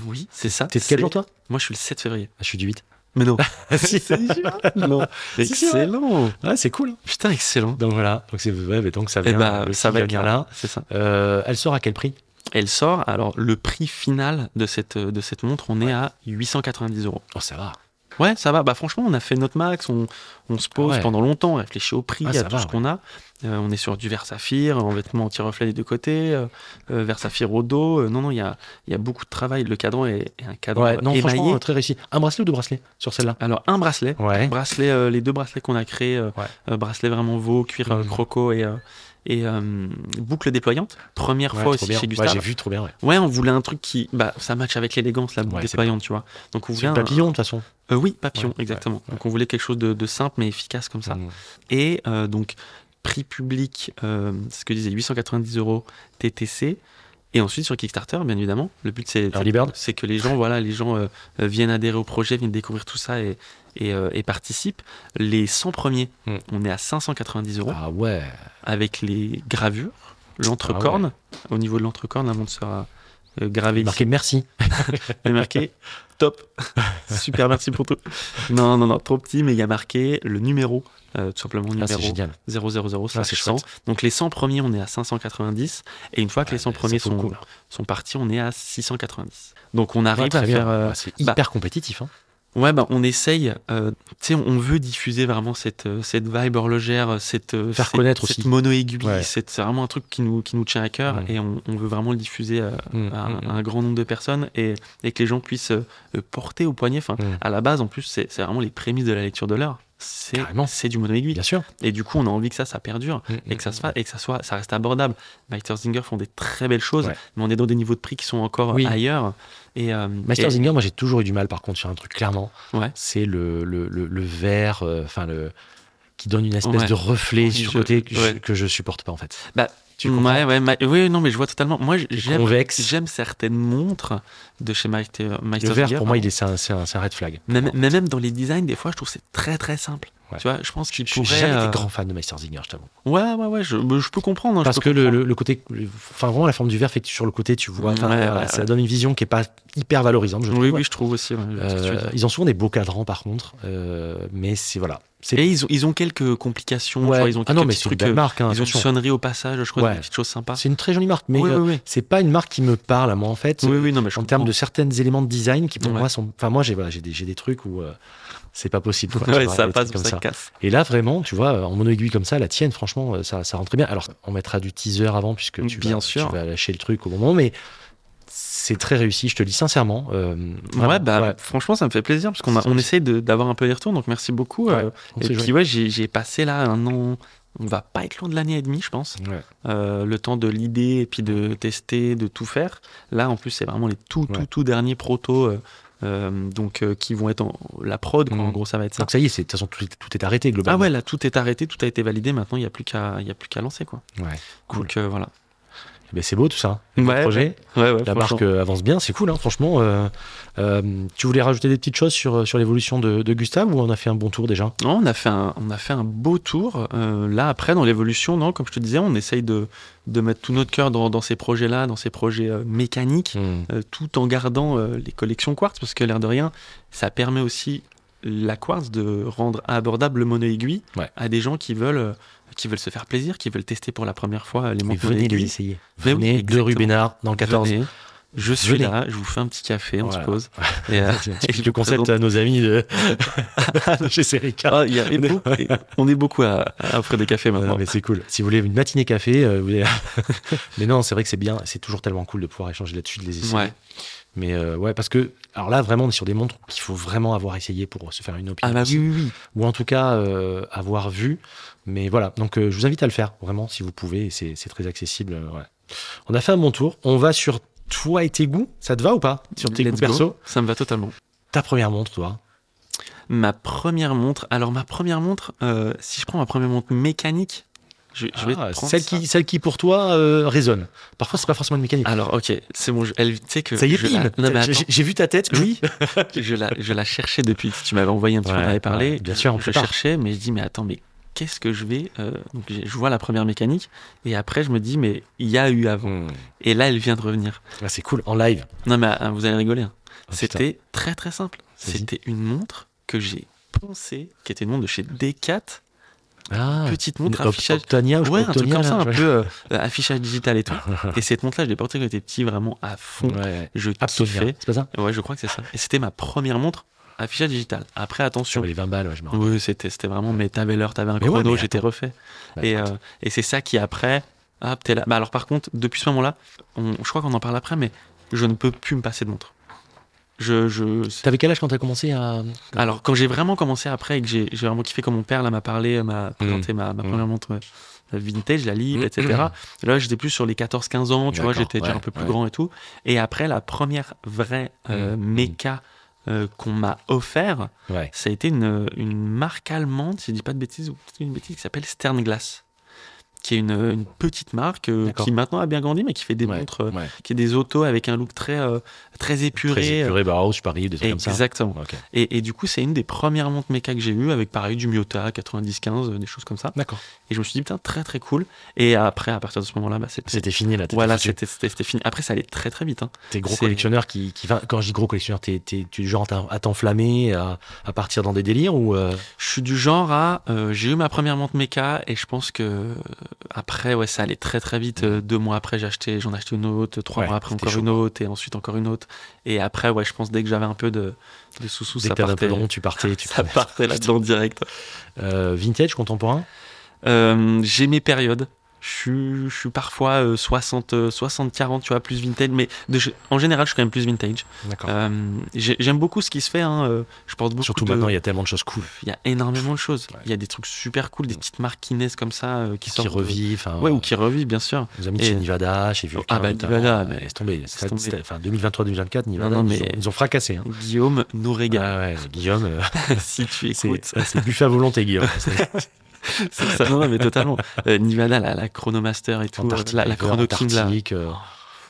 Speaker 2: Oui, c'est ça.
Speaker 1: T'es de quel
Speaker 2: c'est- Ah,
Speaker 1: jour, toi
Speaker 2: Moi, je suis le 7 février.
Speaker 1: Ah, Je suis du 8.
Speaker 2: Mais non.
Speaker 1: Si.
Speaker 2: non.
Speaker 1: Si, si, ouais.
Speaker 2: Excellent.
Speaker 1: Ouais, c'est cool. hein.
Speaker 2: Putain, excellent.
Speaker 1: Donc voilà. Donc, c'est ouais, mais donc ça
Speaker 2: Et
Speaker 1: vient.
Speaker 2: bah,
Speaker 1: le
Speaker 2: ça
Speaker 1: petit
Speaker 2: va être
Speaker 1: vient
Speaker 2: là.
Speaker 1: là.
Speaker 2: C'est ça.
Speaker 1: Euh, elle sort à quel prix
Speaker 2: Elle sort. Alors, le prix final de cette, de cette montre, on est à 890 euros.
Speaker 1: Oh, ça va.
Speaker 2: Ouais, ça va. Bah, franchement, on a fait notre max. On, on se pose
Speaker 1: Ah ouais.
Speaker 2: pendant longtemps, on réfléchit au prix,
Speaker 1: Ah,
Speaker 2: à
Speaker 1: ça
Speaker 2: tout
Speaker 1: va,
Speaker 2: ce qu'on a. Euh, on est sur du verre saphir, en vêtements anti-reflet des deux côtés, euh, euh, verre saphir au dos. Euh, non, non, il y a, il y a beaucoup de travail. Le cadran est, est un cadran
Speaker 1: Ouais, non, franchement,
Speaker 2: émaillé.
Speaker 1: euh, très réussi. Un bracelet ou deux bracelets sur celle-là
Speaker 2: Alors, un bracelet.
Speaker 1: Ouais.
Speaker 2: bracelet euh, les deux bracelets qu'on a créés, euh,
Speaker 1: Ouais.
Speaker 2: euh, bracelet vraiment veau, cuir euh,
Speaker 1: Mhm.
Speaker 2: croco et, euh, et euh, boucle déployante. Première
Speaker 1: Ouais,
Speaker 2: fois
Speaker 1: trop
Speaker 2: aussi
Speaker 1: bien.
Speaker 2: chez
Speaker 1: Ouais,
Speaker 2: Gustave.
Speaker 1: j'ai
Speaker 2: Ouais,
Speaker 1: vu trop bien. Ouais.
Speaker 2: on voulait un truc qui. Bah, ça match avec l'élégance, la boucle
Speaker 1: Ouais, c'est
Speaker 2: déployante, tu vois. Donc, on
Speaker 1: C'est
Speaker 2: voulait.
Speaker 1: le
Speaker 2: un-
Speaker 1: papillon, de toute façon.
Speaker 2: euh, oui, papillon,
Speaker 1: Ouais,
Speaker 2: exactement.
Speaker 1: ouais, ouais.
Speaker 2: Donc, on voulait quelque chose de, de simple mais efficace comme ça.
Speaker 1: Mm.
Speaker 2: Et euh, donc, prix public, euh, c'est ce que disait 890 euros TTC. Et ensuite, sur Kickstarter, bien évidemment, le but, c'est
Speaker 1: Early Bird
Speaker 2: c'est que les gens, voilà, les gens euh, euh, viennent adhérer au projet, viennent découvrir tout ça et, et, euh, et participent. Les 100 premiers,
Speaker 1: Hmm.
Speaker 2: on est à 590 euros
Speaker 1: Ah ouais.
Speaker 2: avec les gravures, l'entrecorne.
Speaker 1: Ah
Speaker 2: Au niveau de l'entrecorne, la montre sera euh, gravée ici.
Speaker 1: Marqué merci.
Speaker 2: Il y a marqué top. Super, merci pour tout. Non, non, non, trop petit, mais il y a marqué le numéro, euh, tout simplement
Speaker 1: Ah, c'est
Speaker 2: numéro
Speaker 1: génial.
Speaker 2: 000
Speaker 1: Ah, c'est
Speaker 2: slash 100. Donc les 100 premiers, on est à 590. Et une fois que les 100
Speaker 1: Ouais,
Speaker 2: premiers
Speaker 1: ça vaut
Speaker 2: sont,
Speaker 1: le coup, là.
Speaker 2: sont partis, on est à 690. Donc on arrive
Speaker 1: Ouais, Ah, très
Speaker 2: à
Speaker 1: bien.
Speaker 2: faire. euh,
Speaker 1: Ouais, c'est hyper compétitif. hein.
Speaker 2: Ouais, bah, on essaye. euh, tu sais, on veut diffuser vraiment cette, euh, cette vibe horlogère, cette, euh,
Speaker 1: Faire
Speaker 2: cette-
Speaker 1: connaître
Speaker 2: cette
Speaker 1: aussi.
Speaker 2: mono-aiguille.
Speaker 1: Ouais.
Speaker 2: cette- C'est vraiment un truc qui nous, qui nous tient à cœur
Speaker 1: Mm.
Speaker 2: et on, on veut vraiment le diffuser euh, à,
Speaker 1: Mm,
Speaker 2: à un,
Speaker 1: mm,
Speaker 2: à un grand nombre de personnes et, et que les gens puissent euh, euh, porter au poignet. Enfin,
Speaker 1: Mm.
Speaker 2: À la base, en plus, c'est c'est vraiment les prémices de la lecture de l'heure. C'est
Speaker 1: Carrément.
Speaker 2: c'est du mono-aiguille.
Speaker 1: Bien Mmh, sûr.
Speaker 2: Et du coup, on a envie que ça, ça perdure
Speaker 1: mm,
Speaker 2: et que ça se fasse et que ça soit ça reste abordable. Meister Zinger font des très belles choses,
Speaker 1: Ouais.
Speaker 2: mais on est dans des niveaux de prix qui sont encore euh,
Speaker 1: Oui.
Speaker 2: ailleurs. Et, euh,
Speaker 1: Master
Speaker 2: et-
Speaker 1: Zinger, moi j'ai toujours eu du mal par contre sur un truc clairement.
Speaker 2: Ouais.
Speaker 1: C'est le, le, le, le vert, euh, enfin le qui donne une espèce
Speaker 2: Ouais.
Speaker 1: de reflet
Speaker 2: Oui,
Speaker 1: sur
Speaker 2: je-
Speaker 1: côté que, je,
Speaker 2: ouais.
Speaker 1: que je supporte pas en fait.
Speaker 2: Bah,
Speaker 1: tu comprends
Speaker 2: ouais, ouais, ma- oui, non, mais je vois totalement. Moi, j- j'aime
Speaker 1: Convexe.
Speaker 2: j'aime certaines montres de chez Meister euh,
Speaker 1: Le vert pour moi
Speaker 2: hein.
Speaker 1: il est c'est un, c'est un- c'est un red flag.
Speaker 2: Mais, mais même dans les designs, des fois, je trouve que c'est très très simple.
Speaker 1: Ouais.
Speaker 2: Tu vois, je pense qu'il
Speaker 1: Je suis
Speaker 2: pourrait.
Speaker 1: jamais
Speaker 2: euh,
Speaker 1: été grand fan de Master Zinger, je t'avoue.
Speaker 2: Ouais, ouais, ouais, je, mais je peux comprendre. hein, je
Speaker 1: Parce
Speaker 2: peux
Speaker 1: que le,
Speaker 2: comprendre.
Speaker 1: le- le côté, le- enfin vraiment la forme du verre fait que sur le côté tu vois, enfin,
Speaker 2: Ouais, ouais,
Speaker 1: voilà,
Speaker 2: ouais.
Speaker 1: ça donne une vision qui est pas hyper valorisante. Je
Speaker 2: oui,
Speaker 1: trouve.
Speaker 2: oui, je trouve aussi. ouais, je vois ce que tu veux
Speaker 1: Euh,
Speaker 2: dire.
Speaker 1: ils ont souvent des beaux cadrans par contre, euh, mais c'est voilà. C'est
Speaker 2: Et ils ont, ils ont quelques complications. tu
Speaker 1: Ouais.
Speaker 2: vois, ils ont
Speaker 1: ah
Speaker 2: quelques
Speaker 1: non mais
Speaker 2: petits
Speaker 1: c'est une
Speaker 2: trucs.
Speaker 1: belle
Speaker 2: euh,
Speaker 1: marque. hein,
Speaker 2: ils ont une
Speaker 1: attention.
Speaker 2: sonnerie au passage, je crois,
Speaker 1: Ouais.
Speaker 2: des petites choses sympas.
Speaker 1: C'est une très jolie marque, mais
Speaker 2: oui,
Speaker 1: euh,
Speaker 2: oui, oui.
Speaker 1: c'est pas une marque qui me parle à moi en fait.
Speaker 2: Oui, oui, non, mais je
Speaker 1: en termes de
Speaker 2: comprends.
Speaker 1: certains éléments de design qui pour
Speaker 2: Ouais.
Speaker 1: moi sont. Enfin, moi j'ai voilà, j'ai des, j'ai des trucs où euh, c'est pas possible. quoi, tu
Speaker 2: Ouais,
Speaker 1: vois,
Speaker 2: ça
Speaker 1: des
Speaker 2: passe,
Speaker 1: trucs comme
Speaker 2: ça
Speaker 1: ça.
Speaker 2: casse.
Speaker 1: Et là vraiment, tu vois, euh, en mono aiguille comme ça, la tienne, franchement, euh, ça, ça rentre bien. Alors on mettra du teaser avant puisque tu,
Speaker 2: Bien
Speaker 1: vas,
Speaker 2: sûr.
Speaker 1: tu vas lâcher le truc au moment, mais c'est très réussi, je te le dis sincèrement. euh, vraiment,
Speaker 2: Ouais, bah,
Speaker 1: ouais.
Speaker 2: franchement, ça me fait plaisir parce qu'on a-
Speaker 1: C'est
Speaker 2: on
Speaker 1: gentil.
Speaker 2: essaye de- d'avoir un peu des retours, donc merci beaucoup.
Speaker 1: Ouais.
Speaker 2: euh,
Speaker 1: On
Speaker 2: Et
Speaker 1: s'est
Speaker 2: puis ouais, j'ai j'ai passé là un an, on va pas être loin de l'année et demie, je pense.
Speaker 1: joué. Ouais.
Speaker 2: Euh, le temps de l'idée et puis de tester, de tout faire. Là, en plus, c'est vraiment les tout,
Speaker 1: Ouais.
Speaker 2: tout, tout derniers protos, euh, euh, donc euh, qui vont être en, la prod. quoi.
Speaker 1: Mhm.
Speaker 2: En gros, ça va être ça.
Speaker 1: Donc ça y est, c'est- de toute façon tout, est- tout est arrêté
Speaker 2: Ah
Speaker 1: globalement.
Speaker 2: ouais, là, tout est arrêté, tout a été validé. Maintenant, il n'y a plus qu'à, il y a plus qu'à lancer, quoi.
Speaker 1: ouais. Cool.
Speaker 2: Donc euh, voilà.
Speaker 1: Eh ben, c'est beau tout ça.
Speaker 2: Ouais,
Speaker 1: Le projet.
Speaker 2: ouais, ouais,
Speaker 1: La
Speaker 2: franchement.
Speaker 1: marque euh, avance bien, c'est cool, hein, franchement. euh, euh, tu voulais rajouter des petites choses sur, euh, sur l'évolution de, de Gustave ou on a fait un bon tour déjà
Speaker 2: Non, on a fait un, on a fait un beau tour. Euh, là, après, dans l'évolution, non, comme je te disais, on essaye de, de mettre tout notre cœur dans, dans ces projets-là, dans ces projets euh, mécaniques. euh, tout en gardant euh, les collections quartz, parce que l'air de rien, ça permet aussi la quartz de rendre abordable le mono-aiguille
Speaker 1: Ouais.
Speaker 2: à des gens qui veulent, euh, qui veulent se faire plaisir, qui veulent tester pour la première fois euh, les
Speaker 1: Mais
Speaker 2: montres
Speaker 1: venez les
Speaker 2: mono-aiguilles.
Speaker 1: essayer.
Speaker 2: Mais oui,
Speaker 1: Venez de
Speaker 2: exactement.
Speaker 1: rue Bénard dans le 14.
Speaker 2: Venez. Je suis
Speaker 1: Venez.
Speaker 2: là, je vous fais un petit café, on
Speaker 1: Voilà.
Speaker 2: se pose. Et, euh,
Speaker 1: C'est un
Speaker 2: et
Speaker 1: petit
Speaker 2: je
Speaker 1: peu le
Speaker 2: vous présente-
Speaker 1: concept à nos amis de, de chez Serica.
Speaker 2: Ah, il y a- et beaucoup- et on est beaucoup à, à offrir des cafés
Speaker 1: Non,
Speaker 2: maintenant.
Speaker 1: mais c'est cool. Si vous voulez une matinée café, euh, vous voulez- mais non, c'est vrai que c'est bien. C'est toujours tellement cool de pouvoir échanger là-dessus, de les essayer.
Speaker 2: ouais.
Speaker 1: Mais euh, ouais, parce que alors là, vraiment, on est sur des montres qu'il faut vraiment avoir essayé pour se faire une opinion.
Speaker 2: Ah bah oui, oui, oui.
Speaker 1: ou en tout cas euh, avoir vu. Mais voilà, donc euh, je vous invite à le faire, vraiment, si vous pouvez, et c'est c'est très accessible. euh, ouais. On a fait un bon tour, on va sur toi et tes goûts, ça te va ou pas Sur tes
Speaker 2: Let's
Speaker 1: goûts
Speaker 2: go.
Speaker 1: perso
Speaker 2: Ça me va totalement.
Speaker 1: Ta première montre, toi
Speaker 2: Ma première montre, alors ma première montre, euh, si je prends ma première montre mécanique, je, je vais
Speaker 1: Ah,
Speaker 2: prendre
Speaker 1: celle,
Speaker 2: ça.
Speaker 1: qui, celle qui pour toi euh, résonne. Parfois, c'est pas forcément une mécanique.
Speaker 2: Alors, ok, c'est bon. je- Elle, tu sais que
Speaker 1: ça y est,
Speaker 2: je
Speaker 1: bim
Speaker 2: la, non, mais
Speaker 1: J'ai-
Speaker 2: attends,
Speaker 1: J'ai vu ta tête, oui.
Speaker 2: je la, je la cherchais depuis. Tu m'avais envoyé un petit, on en
Speaker 1: Ouais,
Speaker 2: avait parlé.
Speaker 1: ouais, bien sûr, on
Speaker 2: je
Speaker 1: peut pas.
Speaker 2: cherchais, mais je dis, mais attends, mais qu'est-ce que je vais euh, Donc, j'ai- je vois la première mécanique, et après, je me dis, mais il y a eu avant.
Speaker 1: Hmm.
Speaker 2: Et là, elle vient de revenir.
Speaker 1: Ah, c'est cool, en live.
Speaker 2: Non, mais ah, vous allez rigoler. hein.
Speaker 1: Oh, putain.
Speaker 2: C'était très très simple.
Speaker 1: Vas-y.
Speaker 2: C'était une montre que j'ai pensée, qui était une montre de chez Decat,
Speaker 1: Ah,
Speaker 2: petite
Speaker 1: une
Speaker 2: montre
Speaker 1: Oct-
Speaker 2: affichage.
Speaker 1: Octania ou je
Speaker 2: Ouais,
Speaker 1: sais pas,
Speaker 2: un truc
Speaker 1: Octonia,
Speaker 2: comme ça,
Speaker 1: là,
Speaker 2: un
Speaker 1: tu
Speaker 2: peu euh, affichage digital et tout. Et cette montre-là, je l'ai portée quand j'étais petit, vraiment à fond.
Speaker 1: vois. Ouais.
Speaker 2: Je
Speaker 1: Aptonia,
Speaker 2: kiffais.
Speaker 1: c'est pas ça
Speaker 2: Ouais, je crois que c'est ça. Et c'était ma première montre affichage digital. Après, attention.
Speaker 1: Sur les 20 balles, ouais, je me rappelle.
Speaker 2: Oui, c'était c'était vraiment, mais t'avais l'heure, t'avais un
Speaker 1: Mais ouais,
Speaker 2: chrono,
Speaker 1: mais
Speaker 2: j'étais refait.
Speaker 1: Bah,
Speaker 2: Et, euh, et c'est ça qui, après, hop, t'es là. Bah, alors, par contre, depuis ce moment-là, on- je crois qu'on en parle après, mais je ne peux plus me passer de montre. Je, je, c'est-
Speaker 1: T'avais quel âge quand t'as commencé à.
Speaker 2: alors, quand j'ai vraiment commencé après et que j'ai j'ai vraiment kiffé quand mon père là m'a parlé, euh, m'a présenté ma, ma
Speaker 1: Mm.
Speaker 2: première montre euh, vintage, la Libre,
Speaker 1: Mm.
Speaker 2: etc. Là, j'étais plus sur les 14-15 ans, tu vois,
Speaker 1: D'accord,
Speaker 2: j'étais déjà
Speaker 1: ouais,
Speaker 2: un peu plus
Speaker 1: ouais.
Speaker 2: grand et tout. Et après, la première vraie euh,
Speaker 1: Mm.
Speaker 2: méca euh, qu'on m'a offert,
Speaker 1: Ouais.
Speaker 2: ça a été une, une marque allemande, si je dis pas de bêtises, ou peut-être une bêtise qui s'appelle Sternglass, qui est une, une petite marque euh,
Speaker 1: D'accord.
Speaker 2: qui maintenant a bien grandi, mais qui fait des
Speaker 1: ouais,
Speaker 2: montres, euh,
Speaker 1: ouais.
Speaker 2: qui est des autos avec un look très, euh, très épuré.
Speaker 1: Très épuré, Bauhaus, Paris, des trucs comme ça.
Speaker 2: Exactement.
Speaker 1: Ok.
Speaker 2: Et, et du coup, c'est une des premières montres méca que j'ai eues, avec pareil du Miota 90-15, euh, des choses comme ça.
Speaker 1: D'accord.
Speaker 2: Et je me suis dit, putain, très très cool. Et après, à partir de ce moment-là, bah, c'était.
Speaker 1: C'était fini là. T'étais
Speaker 2: Voilà,
Speaker 1: foutu.
Speaker 2: c'était c'était- c'était fini. Après, ça allait très très vite. hein.
Speaker 1: T'es gros
Speaker 2: c'est-
Speaker 1: collectionneur qui, qui va- quand je dis gros collectionneur, t'es, t'es- tu es du genre à- à t'enflammer, à, à partir dans des délires ou euh,
Speaker 2: Je suis du genre à. euh, j'ai eu ma première montre méca et je pense que euh, après, ouais, ça allait très très vite. Euh, deux mois après, j'ai acheté, j'en ai acheté une autre. Trois
Speaker 1: Ouais,
Speaker 2: mois après,
Speaker 1: c'était
Speaker 2: encore
Speaker 1: chaud,
Speaker 2: une autre. Et ensuite, encore une autre. Et après, ouais, je pense dès que j'avais un peu de, de sous-sous,
Speaker 1: Dès que
Speaker 2: ça
Speaker 1: t'avais un peu
Speaker 2: partait.
Speaker 1: de rond, tu partais. Tu
Speaker 2: ça
Speaker 1: prenais.
Speaker 2: partait là-dedans direct.
Speaker 1: Euh, vintage, contemporain
Speaker 2: Euh, j'ai mes périodes. Je suis, je suis parfois euh, 60, euh, 60, 40, tu vois, plus vintage. Mais de- je- en général, je suis quand même plus vintage.
Speaker 1: D'accord.
Speaker 2: Euh, j'ai- J'aime beaucoup ce qui se fait. hein, euh, je porte beaucoup
Speaker 1: Ah. Surtout
Speaker 2: de-
Speaker 1: maintenant, il y a tellement de choses cool
Speaker 2: Il y a énormément de choses.
Speaker 1: Ouais.
Speaker 2: Il y a des trucs super cool, des petites marques qui naissent comme ça, euh, qui
Speaker 1: qui
Speaker 2: sortent. de-
Speaker 1: revivent. euh, enfin,
Speaker 2: Ouais, ou qui revivent, bien sûr.
Speaker 1: Nos amis de chez
Speaker 2: Et-
Speaker 1: Nivada, chez Vulcain.
Speaker 2: Ah bah,
Speaker 1: notamment.
Speaker 2: Nivada, mais-
Speaker 1: Laisse tomber. Ça,
Speaker 2: tomber.
Speaker 1: c'était- Enfin, 2023-2024, Nivada,
Speaker 2: Non, non,
Speaker 1: ils,
Speaker 2: mais-
Speaker 1: ont, ils ont fracassé. hein.
Speaker 2: Guillaume nous régale.
Speaker 1: Ah ouais, Guillaume, euh,
Speaker 2: si tu
Speaker 1: c'est
Speaker 2: écoutes.
Speaker 1: c'est buffet à volonté, Guillaume. C'est-
Speaker 2: C'est ça, non, non, mais totalement. Euh, Nivada, la, la Chronomaster et tout, euh,
Speaker 1: Antarctique,
Speaker 2: la, la Chrono King, la,
Speaker 1: Antarctique, euh,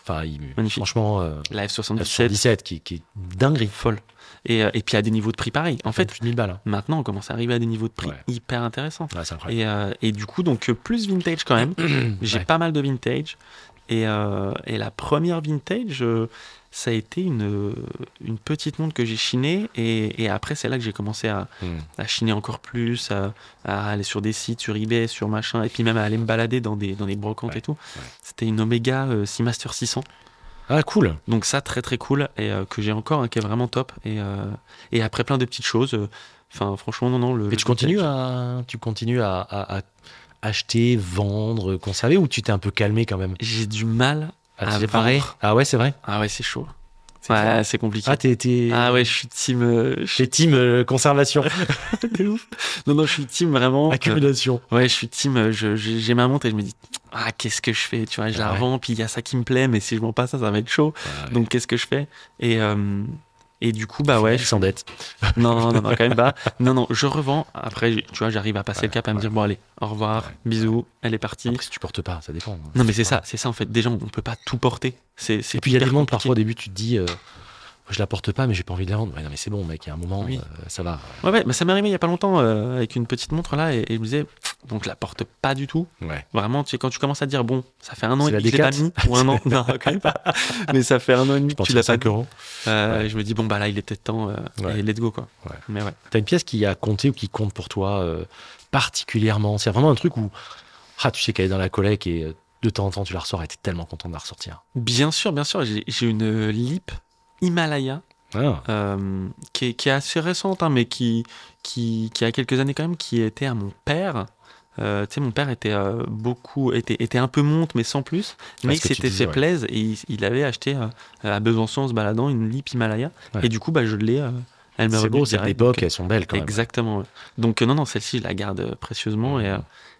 Speaker 1: Enfin, il-
Speaker 2: Magnifique.
Speaker 1: franchement, euh,
Speaker 2: la F77,
Speaker 1: 17 qui, qui est une dinguerie.
Speaker 2: folle. Et, euh, et puis à des niveaux de prix pareils. En
Speaker 1: En fait,
Speaker 2: fait,
Speaker 1: plus de 1000 balles. hein.
Speaker 2: maintenant, on commence à arriver à des niveaux de prix
Speaker 1: Ouais.
Speaker 2: hyper intéressants.
Speaker 1: Ouais, c'est incroyable.
Speaker 2: Et, euh, et du coup, donc euh, plus vintage quand même. J'ai
Speaker 1: Ouais.
Speaker 2: pas mal de vintage. Et, euh, et la première vintage, euh, ça a été une, euh, une petite montre que j'ai chinée. Et, et après, c'est là que j'ai commencé à,
Speaker 1: Hmm.
Speaker 2: à chiner encore plus, à, à aller sur des sites, sur eBay, sur machin, et puis même à aller me balader dans des, dans des brocantes
Speaker 1: Ouais,
Speaker 2: et tout. C'était une Omega euh, Seamaster 600.
Speaker 1: Ah, cool.
Speaker 2: Donc ça, très très cool, et euh, que j'ai encore, hein, qui est vraiment top. Et, euh, et après, plein de petites choses. euh, Enfin, franchement, non, non. Le,
Speaker 1: Et tu continues à, tu continues à, à- à acheter, vendre, conserver ou tu t'es un peu calmé quand même
Speaker 2: J'ai du mal.
Speaker 1: à
Speaker 2: À
Speaker 1: te séparer
Speaker 2: vendre.
Speaker 1: Ah ouais, c'est vrai.
Speaker 2: Ah ouais, c'est chaud.
Speaker 1: C'est
Speaker 2: Ouais, bah, c'est compliqué.
Speaker 1: Ah, t'es, t'es-
Speaker 2: Ah ouais, je suis team. euh, je suis
Speaker 1: t'es team euh, conservation,
Speaker 2: de ouf. Non, non, je suis team
Speaker 1: Ah,
Speaker 2: vraiment. euh,
Speaker 1: accumulation.
Speaker 2: ouais, je suis team. euh, je- J'ai j'ai ma montre et je me dis, ah, qu'est-ce que je fais Tu vois, je la
Speaker 1: Ah Ouais.
Speaker 2: revends, puis il y a ça qui me plaît, mais si je vends pas ça, ça va être chaud.
Speaker 1: Ouais.
Speaker 2: Donc qu'est-ce que je fais Et. euh, et du coup, bah ouais,
Speaker 1: Il
Speaker 2: je-
Speaker 1: s'endette.
Speaker 2: non, non, non, non, quand même pas. Non, non, je revends. Après, j'ai- tu vois, j'arrive à passer le cap à me dire, bon, allez, au revoir,
Speaker 1: Ouais.
Speaker 2: bisous, elle est partie.
Speaker 1: Après, si tu portes pas, ça dépend. hein.
Speaker 2: Non, mais c'est ça, c'est ça en fait. Déjà, on peut pas tout porter. C'est, c'est
Speaker 1: Et puis il y a des
Speaker 2: hyper
Speaker 1: moments
Speaker 2: compliqué.
Speaker 1: parfois au début, tu te dis, euh, je la porte pas, mais j'ai pas envie de la vendre. Ouais, non, mais c'est bon, mec, il y a un moment,
Speaker 2: Oui.
Speaker 1: euh, ça va.
Speaker 2: Ouais, ouais, bah, ça m'est arrivé il y a pas longtemps euh, avec une petite montre là, et, et je me disais, donc je la porte pas du tout.
Speaker 1: Ouais.
Speaker 2: Vraiment, tu sais, quand tu commences à dire, bon, ça fait un an
Speaker 1: C'est
Speaker 2: et
Speaker 1: la
Speaker 2: demi que je l'ai pas mis,
Speaker 1: D4.
Speaker 2: ou un an, non, quand même pas. Mais ça fait un an et demi
Speaker 1: Je
Speaker 2: que
Speaker 1: pense
Speaker 2: tu
Speaker 1: que
Speaker 2: l'as pas
Speaker 1: 5
Speaker 2: mis.
Speaker 1: euros.
Speaker 2: Euh, et Je me dis, bon, bah là, il est peut-être temps, euh,
Speaker 1: Ouais.
Speaker 2: et let's go, quoi.
Speaker 1: Ouais.
Speaker 2: Mais ouais.
Speaker 1: T'as une pièce qui a compté ou qui compte pour toi euh, particulièrement. C'est vraiment un truc où, ah, tu sais qu'elle est dans la collecte et euh, de temps en temps tu la ressors et t'es tellement content de la ressortir.
Speaker 2: Bien sûr, bien sûr, j'ai, j'ai une euh, lip Himalaya.
Speaker 1: Ah,
Speaker 2: euh, qui, est, qui est assez récente, hein, mais qui, qui, qui a quelques années quand même, qui était à mon père. Euh, tu sais, mon père était euh, beaucoup, était, était un peu monte, mais sans plus. Mais
Speaker 1: Ah,
Speaker 2: il
Speaker 1: ce que tu
Speaker 2: s'était
Speaker 1: disais,
Speaker 2: fait
Speaker 1: ouais.
Speaker 2: plaisir et il, il avait acheté euh, à Besançon en se baladant une lip Himalaya.
Speaker 1: Ouais.
Speaker 2: Et du coup, bah, je l'ai. euh, elle me
Speaker 1: c'est beau, cette
Speaker 2: cette
Speaker 1: époque, elles sont belles quand même.
Speaker 2: Exactement. ouais. Donc, euh, non, non, celle-ci, je la garde euh, précieusement. Et, euh,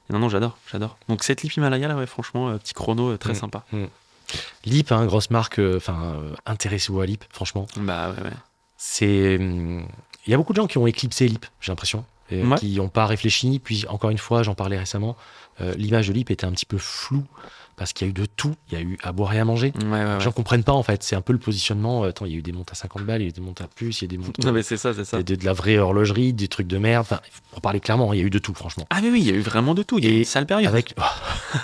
Speaker 2: et non, non, j'adore, j'adore. Donc, cette lip Himalaya, là, ouais, franchement, euh, petit chrono, euh, très
Speaker 1: Mm.
Speaker 2: sympa.
Speaker 1: Lip, hein, grosse marque, euh, enfin, euh, intéressez-vous à Lip, franchement.
Speaker 2: Bah, ouais, ouais.
Speaker 1: C'est, hum, il y a beaucoup de gens qui ont éclipsé Lip, j'ai l'impression, et, euh,
Speaker 2: Ouais.
Speaker 1: qui n'ont pas réfléchi. Puis encore une fois, j'en parlais récemment, euh, l'image de Lip était un petit peu floue parce qu'il y a eu de tout. Il y a eu à boire et à manger.
Speaker 2: Ouais, ouais,
Speaker 1: Les
Speaker 2: ouais.
Speaker 1: gens comprennent pas en fait. C'est un peu le positionnement. euh, Attends, il y a eu des montes à 50 balles, il y a eu des montes à plus, il y a des montes.
Speaker 2: Non, mais c'est ça, c'est ça.
Speaker 1: de, de- de la vraie horlogerie, des trucs de merde. Enfin, pour parler clairement, il y a eu de tout, franchement.
Speaker 2: Ah, mais oui, il y a eu vraiment de tout. Il y a eu
Speaker 1: Et
Speaker 2: une sale période.
Speaker 1: Avec...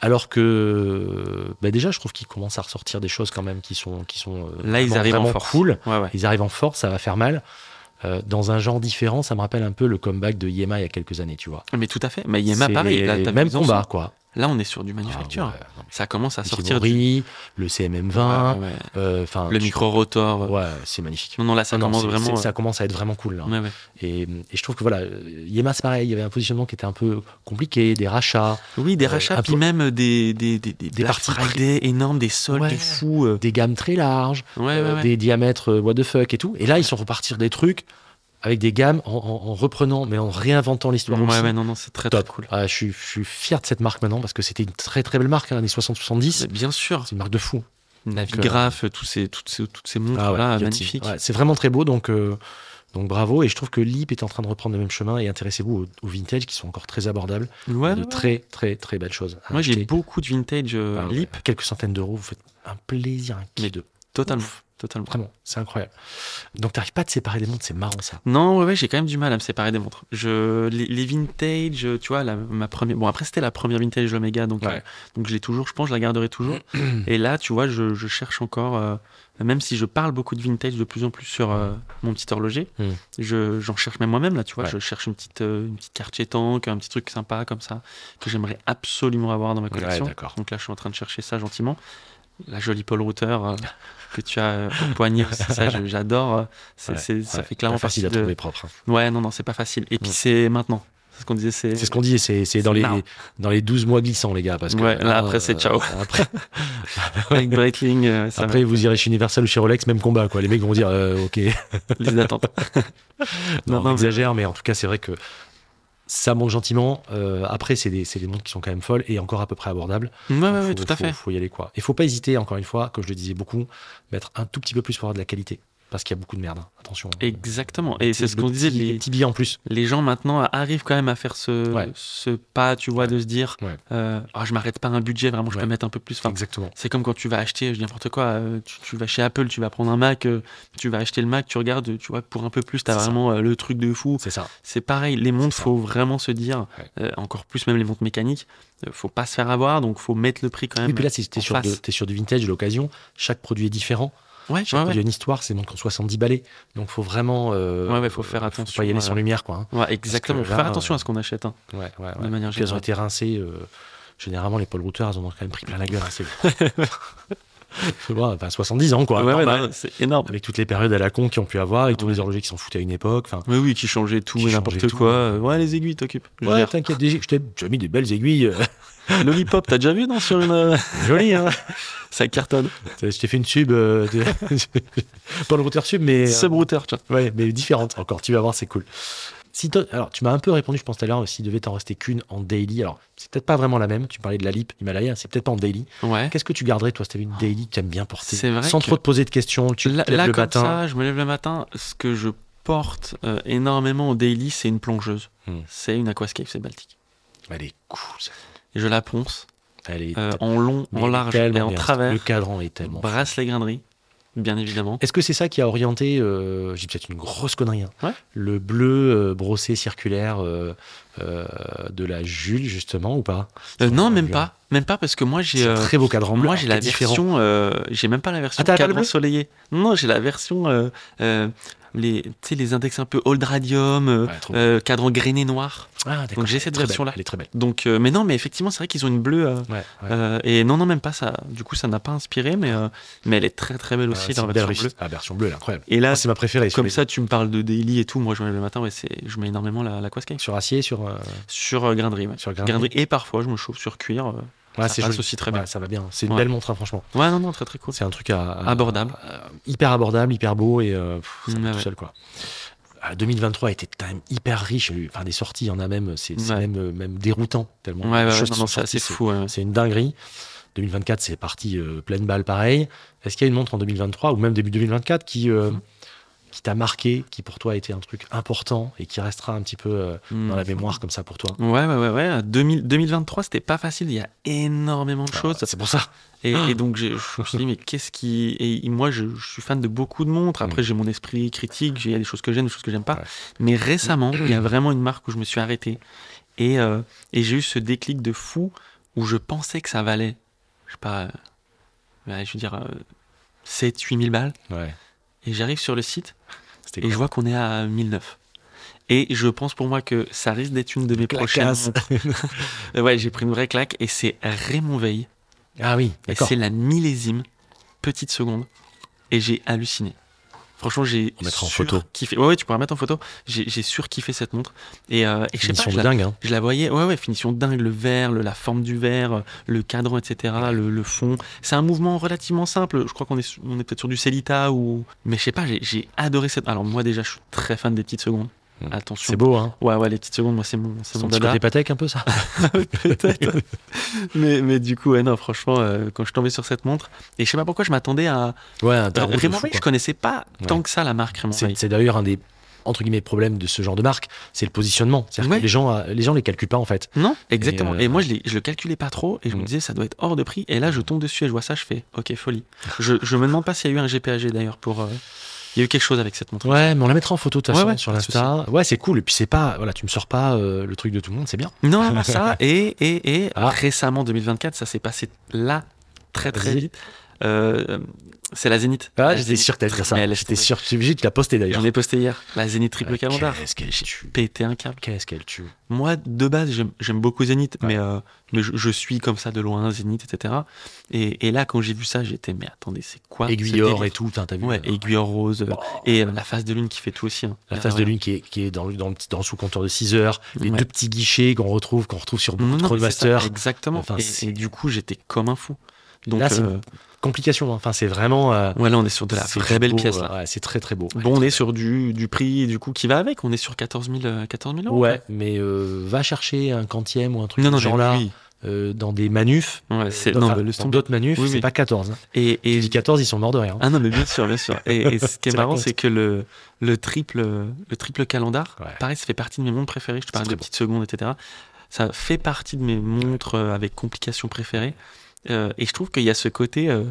Speaker 1: Alors que, bah, déjà, je trouve qu'ils commencent à ressortir des choses quand même qui sont, qui sont euh,
Speaker 2: Là, ils
Speaker 1: vraiment-
Speaker 2: arrivent en
Speaker 1: vraiment
Speaker 2: force.
Speaker 1: cool.
Speaker 2: Ouais, ouais.
Speaker 1: Ils arrivent en force, ça va faire mal. Euh, dans un genre différent, ça me rappelle un peu le comeback de Yema il y a quelques années, tu vois.
Speaker 2: Mais tout à fait. Mais Yema,
Speaker 1: C'est
Speaker 2: pareil. Là, t'as
Speaker 1: même
Speaker 2: Besançon.
Speaker 1: combat, quoi.
Speaker 2: Là, on est sur du
Speaker 1: Ah,
Speaker 2: manufacture.
Speaker 1: ouais, non, mais
Speaker 2: Ça commence à
Speaker 1: le
Speaker 2: sortir du.
Speaker 1: Kimori, le CMM20,
Speaker 2: Ouais, ouais.
Speaker 1: euh, enfin,
Speaker 2: Le
Speaker 1: tu-
Speaker 2: micro-rotor.
Speaker 1: Ouais, c'est magnifique.
Speaker 2: Non, non, là, ça
Speaker 1: Ah Non, non,
Speaker 2: commence
Speaker 1: c'est-
Speaker 2: vraiment. euh,
Speaker 1: c'est- ça commence à être vraiment cool. là.
Speaker 2: Ouais, ouais.
Speaker 1: Et, et je trouve que voilà, Yema, c'est pareil, il y avait un positionnement qui était un peu compliqué, des rachats,
Speaker 2: Oui, des
Speaker 1: Euh,
Speaker 2: rachats,
Speaker 1: un
Speaker 2: puis
Speaker 1: peu-
Speaker 2: même des, des, des, des,
Speaker 1: Des
Speaker 2: Black
Speaker 1: parties
Speaker 2: Friday énormes, des soldes
Speaker 1: Ouais.
Speaker 2: de fous. euh.
Speaker 1: des gammes très larges,
Speaker 2: Ouais, ouais,
Speaker 1: euh,
Speaker 2: ouais.
Speaker 1: des diamètres euh, what the fuck et tout. Et là, ils sont repartis sur des trucs avec des gammes en, en- en reprenant, mais en réinventant l'histoire
Speaker 2: Ouais,
Speaker 1: aussi.
Speaker 2: ouais, non, non, c'est très,
Speaker 1: Top.
Speaker 2: très cool.
Speaker 1: Ah, je, suis, je suis fier de cette marque maintenant parce que c'était une très très belle marque, hein, années 60-70.
Speaker 2: Mais Bien sûr,
Speaker 1: C'est une marque de fou.
Speaker 2: Navigraph, tous ces, toutes ces, toutes ces montres
Speaker 1: Ah ouais,
Speaker 2: là,
Speaker 1: Yachty.
Speaker 2: magnifiques.
Speaker 1: Ouais, c'est vraiment très beau, donc, euh, donc bravo. Et je trouve que Lip est en train de reprendre le même chemin et intéressez-vous aux, aux vintage qui sont encore très abordables. et
Speaker 2: Ouais, ouais,
Speaker 1: de
Speaker 2: ouais.
Speaker 1: très très très belles choses. à
Speaker 2: Moi, j'ai
Speaker 1: acheter.
Speaker 2: beaucoup de vintage euh,
Speaker 1: Ah ouais,
Speaker 2: Lip.
Speaker 1: Quelques centaines d'euros, vous faites un plaisir, un
Speaker 2: Mais
Speaker 1: kiff de
Speaker 2: Totalement. Totalement.
Speaker 1: Vraiment, c'est incroyable. Donc, t'arrives pas à te séparer des montres, c'est marrant ça.
Speaker 2: Non, ouais, ouais, j'ai quand même du mal à me séparer des montres. Je, les, les vintage, euh, tu vois, la, ma première. Bon, après, c'était la première vintage Omega, donc,
Speaker 1: Ouais.
Speaker 2: euh, donc je l'ai toujours, je pense, je la garderai toujours. Et là, tu vois, je, je cherche encore, euh, même si je parle beaucoup de vintage de plus en plus sur euh, mon petit horloger,
Speaker 1: Mm.
Speaker 2: je- j'en cherche même moi-même, là, tu vois.
Speaker 1: Ouais.
Speaker 2: Je cherche une petite, euh, une petite quartier tank, un petit truc sympa comme ça, que j'aimerais absolument avoir dans ma
Speaker 1: Ouais,
Speaker 2: collection.
Speaker 1: d'accord.
Speaker 2: donc là, je suis en train de chercher ça gentiment. La jolie Paul Router euh, que tu as euh, au poignet aussi, ça, je- j'adore. euh, c'est-
Speaker 1: Ouais,
Speaker 2: c'est- ça
Speaker 1: Ouais,
Speaker 2: fait clairement
Speaker 1: pas facile
Speaker 2: partie
Speaker 1: à
Speaker 2: de-
Speaker 1: trouver propre. hein.
Speaker 2: Ouais, non, non, c'est pas facile. Et puis
Speaker 1: Mm.
Speaker 2: c'est maintenant. C'est ce qu'on disait, c'est.
Speaker 1: C'est ce qu'on dit, c'est c'est dans
Speaker 2: C'est
Speaker 1: les,
Speaker 2: marrant.
Speaker 1: dans les 12 mois glissants, les gars. Parce que, euh,
Speaker 2: Ouais, là, après, c'est ciao.
Speaker 1: Après,
Speaker 2: Avec Breitling, euh, ça
Speaker 1: après, vous irez chez Universal ou chez Rolex, même combat, quoi. Les mecs vont dire, euh, ok,
Speaker 2: va, liste d'attente.
Speaker 1: non,
Speaker 2: Non, non,
Speaker 1: on exagère, mais en tout cas, c'est vrai que ça manque gentiment. Euh, après, c'est des, c'est des montres qui sont quand même folles et encore à peu près abordables.
Speaker 2: Ouais, Ah ouais, ouais,
Speaker 1: Faut-
Speaker 2: tout à
Speaker 1: faut-
Speaker 2: fait.
Speaker 1: faut y aller, quoi. Et faut pas hésiter, encore une fois, comme je le disais beaucoup, mettre un tout petit peu plus pour avoir de la qualité. Parce qu'il y a beaucoup de merde. hein. Attention.
Speaker 2: Exactement. Et c'est ce qu'on
Speaker 1: Le
Speaker 2: disait,
Speaker 1: petit-
Speaker 2: les,
Speaker 1: les petits billets en plus.
Speaker 2: les gens maintenant arrivent quand même à faire ce,
Speaker 1: Ouais.
Speaker 2: ce pas, tu vois, de se dire
Speaker 1: Ouais.
Speaker 2: euh, Ah, je m'arrête pas à un budget, vraiment, je
Speaker 1: Ouais.
Speaker 2: peux mettre un peu plus. Enfin,
Speaker 1: Exactement.
Speaker 2: c'est comme quand tu vas acheter, je dis n'importe quoi, euh, tu, tu vas chez Apple, tu vas prendre un Mac, euh, tu vas acheter le Mac, tu regardes, tu vois, pour un peu plus, t'as
Speaker 1: C'est ça.
Speaker 2: vraiment euh, le truc de fou.
Speaker 1: C'est ça.
Speaker 2: C'est pareil, les montres,
Speaker 1: C'est ça.
Speaker 2: faut vraiment se dire,
Speaker 1: Ouais.
Speaker 2: euh, encore plus même les montres mécaniques, euh, faut pas se faire avoir, donc faut mettre le prix quand
Speaker 1: Et
Speaker 2: même.
Speaker 1: puis là, si t'es
Speaker 2: en
Speaker 1: sur, de-
Speaker 2: face.
Speaker 1: t'es sur du vintage, de l'occasion, chaque produit est différent.
Speaker 2: Ouais,
Speaker 1: Chaque
Speaker 2: ouais,
Speaker 1: produit a
Speaker 2: ouais.
Speaker 1: une histoire, c'est donc en 70 balais. Donc faut vraiment. euh,
Speaker 2: Ouais, ouais, faut faire
Speaker 1: euh, Faut
Speaker 2: attention,
Speaker 1: pas y aller
Speaker 2: ouais.
Speaker 1: sans lumière, quoi. hein.
Speaker 2: Ouais, exactement.
Speaker 1: Parce que
Speaker 2: Faut faire
Speaker 1: là, euh,
Speaker 2: attention à ce qu'on achète, hein,
Speaker 1: Ouais, ouais, ouais.
Speaker 2: de manière
Speaker 1: Parce qu'elles ont
Speaker 2: générale.
Speaker 1: été rincées. euh, généralement, les Paul Routeurs, elles en ont quand même pris plein la gueule. hein, c'est Faut voir, enfin, 70 ans, quoi.
Speaker 2: Ouais, ouais,
Speaker 1: normal.
Speaker 2: non, c'est énorme.
Speaker 1: Avec toutes les périodes à la con qui ont pu avoir, et tous les horlogers qui s'en foutaient à une époque. Enfin,
Speaker 2: Mais oui, qui changeait tout
Speaker 1: Qui
Speaker 2: et
Speaker 1: changeait
Speaker 2: n'importe
Speaker 1: tout.
Speaker 2: quoi. Euh, Ouais, les aiguilles t'occupent. Je veux
Speaker 1: ouais,
Speaker 2: dire,
Speaker 1: t'inquiète, des- je t'ai tu as mis des belles aiguilles. euh,
Speaker 2: Lollipop, t'as déjà vu non sur une euh,
Speaker 1: jolies, hein.
Speaker 2: ça cartonne.
Speaker 1: Je t'ai fait une sub. euh, de- Paul Routeur sub, mais. euh,
Speaker 2: Sub router, tiens.
Speaker 1: Ouais, mais différente encore. Tu vas voir, c'est cool. Si t'en- alors, tu m'as un peu répondu, je pense, tout à l'heure, s'il devait t'en rester qu'une en daily. Alors, c'est peut-être pas vraiment la même. Tu parlais de la lip Himalaya, c'est peut-être pas en daily.
Speaker 2: Ouais.
Speaker 1: Qu'est-ce que tu garderais, toi, si t'avais une daily que t'aimes bien porter
Speaker 2: Oh, C'est vrai
Speaker 1: Sans
Speaker 2: que-
Speaker 1: trop te poser de questions, tu te
Speaker 2: Là,
Speaker 1: lèves
Speaker 2: là,
Speaker 1: le
Speaker 2: comme
Speaker 1: matin.
Speaker 2: ça, je me lève le matin, ce que je porte euh, énormément au daily, c'est une plongeuse.
Speaker 1: Hmm.
Speaker 2: C'est une aquascape, c'est Baltique.
Speaker 1: Elle est cool, ça.
Speaker 2: Et je la ponce
Speaker 1: Elle est
Speaker 2: euh,
Speaker 1: te-
Speaker 2: en long,
Speaker 1: mais
Speaker 2: en
Speaker 1: elle est
Speaker 2: large et
Speaker 1: tellement
Speaker 2: en
Speaker 1: bien.
Speaker 2: travers.
Speaker 1: Le cadran est tellement.
Speaker 2: brasse les graineries, bien évidemment.
Speaker 1: Est-ce que c'est ça qui a orienté, euh, j'ai peut-être une grosse connerie, hein,
Speaker 2: Ouais.
Speaker 1: le bleu euh, brossé circulaire euh, euh, de la Jules, justement, ou pas
Speaker 2: Euh, non, même
Speaker 1: bien.
Speaker 2: pas, même pas parce que moi j'ai,
Speaker 1: C'est un
Speaker 2: euh,
Speaker 1: très beau cadran bleu.
Speaker 2: moi
Speaker 1: alors
Speaker 2: j'ai
Speaker 1: qu'il
Speaker 2: la
Speaker 1: est différent.
Speaker 2: version, euh, j'ai même pas la version
Speaker 1: Ah, t'as pas le
Speaker 2: cadre
Speaker 1: bleu
Speaker 2: ensoleillé. Non, j'ai la version euh, euh, les, tu sais, les index un peu old radium, euh,
Speaker 1: Ouais, trop
Speaker 2: euh, cadran grainé noir.
Speaker 1: Ah, d'accord.
Speaker 2: j'ai cette
Speaker 1: Très belle,
Speaker 2: version-là.
Speaker 1: Elle est très belle.
Speaker 2: Donc, euh, mais non, mais effectivement, c'est vrai qu'ils ont une bleue. euh,
Speaker 1: Ouais, ouais.
Speaker 2: euh, et non, non, même pas ça. Du coup, ça n'a pas inspiré, mais euh, mais elle est très très belle
Speaker 1: Ah,
Speaker 2: aussi
Speaker 1: c'est
Speaker 2: dans
Speaker 1: une
Speaker 2: la
Speaker 1: belle
Speaker 2: version bleue.
Speaker 1: réussite. Ah, version bleue, elle est incroyable.
Speaker 2: Et là,
Speaker 1: Ah, c'est ma préférée.
Speaker 2: comme
Speaker 1: sur,
Speaker 2: ça, tu me parles de daily et tout. Moi, je me lève le matin, ouais, c'est, je mets énormément la, la Quascape.
Speaker 1: sur acier, sur, euh,
Speaker 2: sur euh, grainerie, ouais.
Speaker 1: sur grain.
Speaker 2: grainerie. Et parfois, je me chauffe sur cuir. euh,
Speaker 1: Ouais,
Speaker 2: ça
Speaker 1: c'est
Speaker 2: passe
Speaker 1: joli.
Speaker 2: aussi très
Speaker 1: Ouais,
Speaker 2: bien.
Speaker 1: ça va bien. C'est une
Speaker 2: Ouais. Ah.
Speaker 1: belle montre, hein, franchement.
Speaker 2: Ouais, non, non, très très cool.
Speaker 1: C'est un truc à, à-
Speaker 2: Abordable.
Speaker 1: à- hyper abordable, hyper beau et euh, pff, ça
Speaker 2: Mm,
Speaker 1: va tout
Speaker 2: ouais.
Speaker 1: seul quoi. Ah, 2023 était quand même hyper riche. il y a eu- Enfin, des sorties, il y en a même. C'est c'est
Speaker 2: Ouais.
Speaker 1: même euh, même déroutant tellement.
Speaker 2: Ouais, ouais,
Speaker 1: les
Speaker 2: ouais,
Speaker 1: choses
Speaker 2: non,
Speaker 1: qui sont
Speaker 2: non, c'est
Speaker 1: sorties,
Speaker 2: assez
Speaker 1: c'est-
Speaker 2: fou. ouais.
Speaker 1: C'est une dinguerie. 2024, c'est parti euh, pleine balle pareil. Est-ce qu'il y a une montre en 2023 ou même début 2024 qui, euh,
Speaker 2: Mhm.
Speaker 1: qui t'a marqué, qui pour toi a été un truc important et qui restera un petit peu euh,
Speaker 2: Mm.
Speaker 1: dans la mémoire comme ça pour toi
Speaker 2: Ouais, ouais, ouais, ouais. 2000 2023, c'était pas facile. Il y a énormément de Ah, choses.
Speaker 1: C'est pour ça.
Speaker 2: Et, et donc, j'ai- je me suis dit, mais qu'est-ce qui. Et moi, je, je suis fan de beaucoup de montres. Après, j'ai mon esprit critique. j'ai- Il y a des choses que j'aime, des choses que j'aime pas.
Speaker 1: Ouais.
Speaker 2: Mais récemment, il y a vraiment une marque où je me suis arrêté. Et, euh, et j'ai eu ce déclic de fou où je pensais que ça valait, je sais pas, euh, ouais, je veux dire, euh, 7-8 000 balles.
Speaker 1: Ouais.
Speaker 2: Et j'arrive sur le site
Speaker 1: C'était
Speaker 2: Et je vois qu'on est à 1009. Et je pense pour moi que ça risque d'être une de mes prochaines.
Speaker 1: Clacasse.
Speaker 2: Euh, ouais, j'ai pris une vraie claque et c'est Raymond Veil.
Speaker 1: Ah oui,
Speaker 2: Et
Speaker 1: d'accord.
Speaker 2: c'est la millésime, petite seconde. Et j'ai halluciné. Franchement, j'ai.
Speaker 1: On mettra en photo.
Speaker 2: surkiffé- Ouais, ouais, tu pourras mettre en photo. J'ai j'ai surkiffé cette montre. Et, euh, et je sais pas,
Speaker 1: Finition
Speaker 2: je
Speaker 1: de
Speaker 2: la,
Speaker 1: dingue. hein.
Speaker 2: je la voyais. Ouais, ouais, finition dingue. Le verre, le- la forme du verre, euh, le cadran, etc. Le, le fond. C'est un mouvement relativement simple. Je crois qu'on est, su- on est peut-être sur du Celita ou. Mais je sais pas, j'ai- j'ai adoré cette. Alors, moi, déjà, je suis très fan des petites secondes.
Speaker 1: Mm.
Speaker 2: Attention.
Speaker 1: C'est beau, hein.
Speaker 2: Ouais, ouais, les petites secondes, moi, c'est mon, c'est
Speaker 1: Son
Speaker 2: mon
Speaker 1: petit
Speaker 2: dada.
Speaker 1: côté patek un peu ça.
Speaker 2: Peut-être. mais, mais du coup, ouais, non, franchement, euh, quand je suis tombé sur cette montre, et je sais pas pourquoi, je m'attendais à.
Speaker 1: Ouais, un tarot Ah, de
Speaker 2: Raymond
Speaker 1: fou,
Speaker 2: Veil, je
Speaker 1: quoi.
Speaker 2: connaissais pas
Speaker 1: Ouais.
Speaker 2: tant que ça la marque Raymond
Speaker 1: C'est
Speaker 2: Veil.
Speaker 1: c'est d'ailleurs un des entre guillemets problème de ce genre de marque, c'est le positionnement. C'est-à-dire
Speaker 2: Ouais.
Speaker 1: que les gens, euh, les gens les calculent pas en fait.
Speaker 2: Non, exactement.
Speaker 1: euh,
Speaker 2: Et, moi, je, l'ai- je le calculais pas trop et je me
Speaker 1: Mm.
Speaker 2: disais, ça doit être hors de prix. Et là, je tombe dessus et je vois ça, je fais, ok, folie. Je, je me demande pas s'il y a eu un GPAG d'ailleurs pour. euh, Il y a eu quelque chose avec cette montre.
Speaker 1: Ouais, mais on la mettra en photo de toute
Speaker 2: Ouais,
Speaker 1: façon
Speaker 2: ouais,
Speaker 1: sur
Speaker 2: pas de
Speaker 1: l'Insta. Ouais, c'est cool. Et puis c'est pas, voilà, tu me sors pas euh, le truc de tout le monde, c'est bien.
Speaker 2: Non, non, ça. Et, et, et
Speaker 1: Ah.
Speaker 2: récemment, 2024, ça s'est passé là, très, très
Speaker 1: Vas-y.
Speaker 2: vite. Euh, c'est la Zénith.
Speaker 1: Ah,
Speaker 2: La
Speaker 1: j'étais
Speaker 2: Zénith.
Speaker 1: sûr que t'allais dire ça.
Speaker 2: Mais elle-
Speaker 1: J'étais sûr, j'étais obligé de la poster d'ailleurs.
Speaker 2: J'en ai posté hier. La Zénith triple
Speaker 1: Ah,
Speaker 2: calendar.
Speaker 1: Qu'est-ce qu'elle tue
Speaker 2: Pété un câble.
Speaker 1: Qu'est-ce qu'elle tue
Speaker 2: Moi, de base, j'aime- j'aime beaucoup Zénith,
Speaker 1: Ouais.
Speaker 2: mais, euh, mais je, je suis comme ça de loin, Zénith, etc. Et, et là, quand j'ai vu ça, j'étais, mais attendez, c'est quoi ce
Speaker 1: Aiguille or
Speaker 2: délire
Speaker 1: et tout, putain, t'as vu
Speaker 2: Ouais,
Speaker 1: euh,
Speaker 2: aiguille or rose. euh,
Speaker 1: bon,
Speaker 2: Et euh, la phase de lune qui fait tout aussi. hein.
Speaker 1: La phase de lune qui est, qui est dans, le, dans, le, petit- dans le sous-compteur de 6 heures, les
Speaker 2: Ouais.
Speaker 1: deux petits guichets qu'on retrouve, qu'on retrouve sur
Speaker 2: Non,
Speaker 1: beaucoup de
Speaker 2: non, mais c'est ça,
Speaker 1: Cronemaster.
Speaker 2: Exactement.
Speaker 1: Enfin,
Speaker 2: Et-
Speaker 1: c'est-
Speaker 2: et, du coup, j'étais comme un fou. Donc,
Speaker 1: Là, c'est-
Speaker 2: euh,
Speaker 1: Complication, hein. enfin, c'est vraiment. euh,
Speaker 2: ouais, là, on est sur de la
Speaker 1: c'est
Speaker 2: très belle
Speaker 1: beau,
Speaker 2: pièce. Là.
Speaker 1: ouais, c'est très très beau. Ouais,
Speaker 2: bon, on
Speaker 1: très
Speaker 2: est
Speaker 1: belle.
Speaker 2: sur du, du prix du coup qui va avec. On est sur 14 000, euh, 14 000 euros.
Speaker 1: Ouais, mais euh, va chercher un quantième ou un truc
Speaker 2: Non, non,
Speaker 1: de ce genre
Speaker 2: mais
Speaker 1: là
Speaker 2: oui.
Speaker 1: euh, dans des manufs. Euh,
Speaker 2: Ouais, c'est-
Speaker 1: Enfin,
Speaker 2: non, mais le
Speaker 1: dans
Speaker 2: stand-
Speaker 1: d'autres manufs,
Speaker 2: Oui,
Speaker 1: c'est
Speaker 2: oui.
Speaker 1: pas 14. hein.
Speaker 2: Et,
Speaker 1: Et
Speaker 2: et
Speaker 1: je dis 14, ils sont morts de hein. rien.
Speaker 2: Ah non, mais bien sûr, bien sûr. Et, et ce qui
Speaker 1: Tu
Speaker 2: est
Speaker 1: la
Speaker 2: marrant,
Speaker 1: comptes.
Speaker 2: c'est que le, le, triple, le triple calendar,
Speaker 1: Ouais.
Speaker 2: pareil, ça fait partie de mes montres préférées. Je te parle
Speaker 1: très
Speaker 2: de
Speaker 1: beau.
Speaker 2: petites secondes, etc. Ça fait partie de mes montres euh, avec complications préférées. Euh, et je trouve qu'il y a ce côté euh,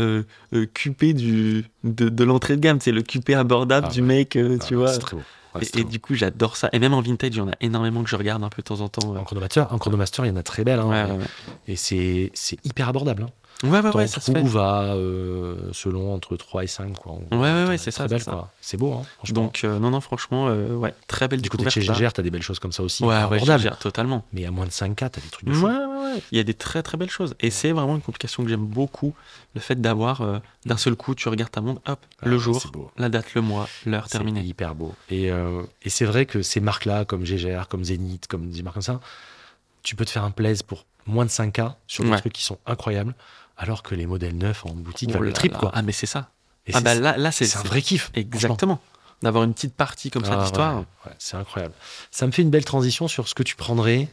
Speaker 2: euh, euh, QP du, de, de l'entrée de gamme. C'est le QP abordable
Speaker 1: Ah
Speaker 2: du
Speaker 1: ouais.
Speaker 2: mec, euh, tu
Speaker 1: Ouais,
Speaker 2: vois.
Speaker 1: C'est très beau. Ouais, c'est
Speaker 2: Et,
Speaker 1: très
Speaker 2: et
Speaker 1: beau.
Speaker 2: du coup, j'adore ça. Et même en vintage, il y en a énormément que je regarde un peu de temps en temps. euh.
Speaker 1: En chronomaster, en chronomaster, il y en a très belles. hein.
Speaker 2: Ouais, ouais, ouais.
Speaker 1: Et c'est c'est hyper abordable. hein.
Speaker 2: Ouais, ouais,
Speaker 1: T'en
Speaker 2: ouais, ça se fait.
Speaker 1: trouves à, euh, selon entre 3 et 5. Quoi.
Speaker 2: Ouais, ouais,
Speaker 1: T'en as
Speaker 2: ouais, c'est
Speaker 1: très
Speaker 2: ça.
Speaker 1: belles,
Speaker 2: c'est ça.
Speaker 1: quoi. C'est beau, hein, franchement.
Speaker 2: Donc, euh, non, non, franchement, euh, ouais, très belle
Speaker 1: du côté de
Speaker 2: découverte.
Speaker 1: chez
Speaker 2: ça.
Speaker 1: Gégère, t'as des belles choses comme ça aussi.
Speaker 2: Ouais, ouais,
Speaker 1: abordables.
Speaker 2: Gégère, totalement.
Speaker 1: Mais à moins de 5K, t'as des trucs de
Speaker 2: Ouais,
Speaker 1: fou.
Speaker 2: ouais, ouais. Il y a des très très belles choses. Et c'est vraiment une complication que j'aime beaucoup. Le fait d'avoir euh, d'un seul coup, tu regardes ta montre, hop,
Speaker 1: Ah,
Speaker 2: le
Speaker 1: ouais,
Speaker 2: jour,
Speaker 1: c'est beau.
Speaker 2: la date, le mois, l'heure
Speaker 1: C'est
Speaker 2: terminée.
Speaker 1: hyper beau. Et, euh, et c'est vrai que ces marques-là, comme GGR, comme Zenith, comme des marques comme ça, tu peux te faire un plaisir pour moins de 5K sur des
Speaker 2: Ouais.
Speaker 1: trucs qui sont incroyables, alors que les modèles neufs en boutique
Speaker 2: Oh
Speaker 1: valent le
Speaker 2: là
Speaker 1: trip.
Speaker 2: là.
Speaker 1: Quoi.
Speaker 2: Ah, mais c'est ça.
Speaker 1: Et
Speaker 2: ah,
Speaker 1: c'est-
Speaker 2: bah là, là c'est
Speaker 1: c'est un
Speaker 2: c'est-
Speaker 1: vrai kiff. franchement.
Speaker 2: Exactement. D'avoir une petite partie comme ça
Speaker 1: Ah,
Speaker 2: d'histoire.
Speaker 1: ouais, ouais, c'est incroyable. Ça me fait une belle transition sur ce que tu prendrais.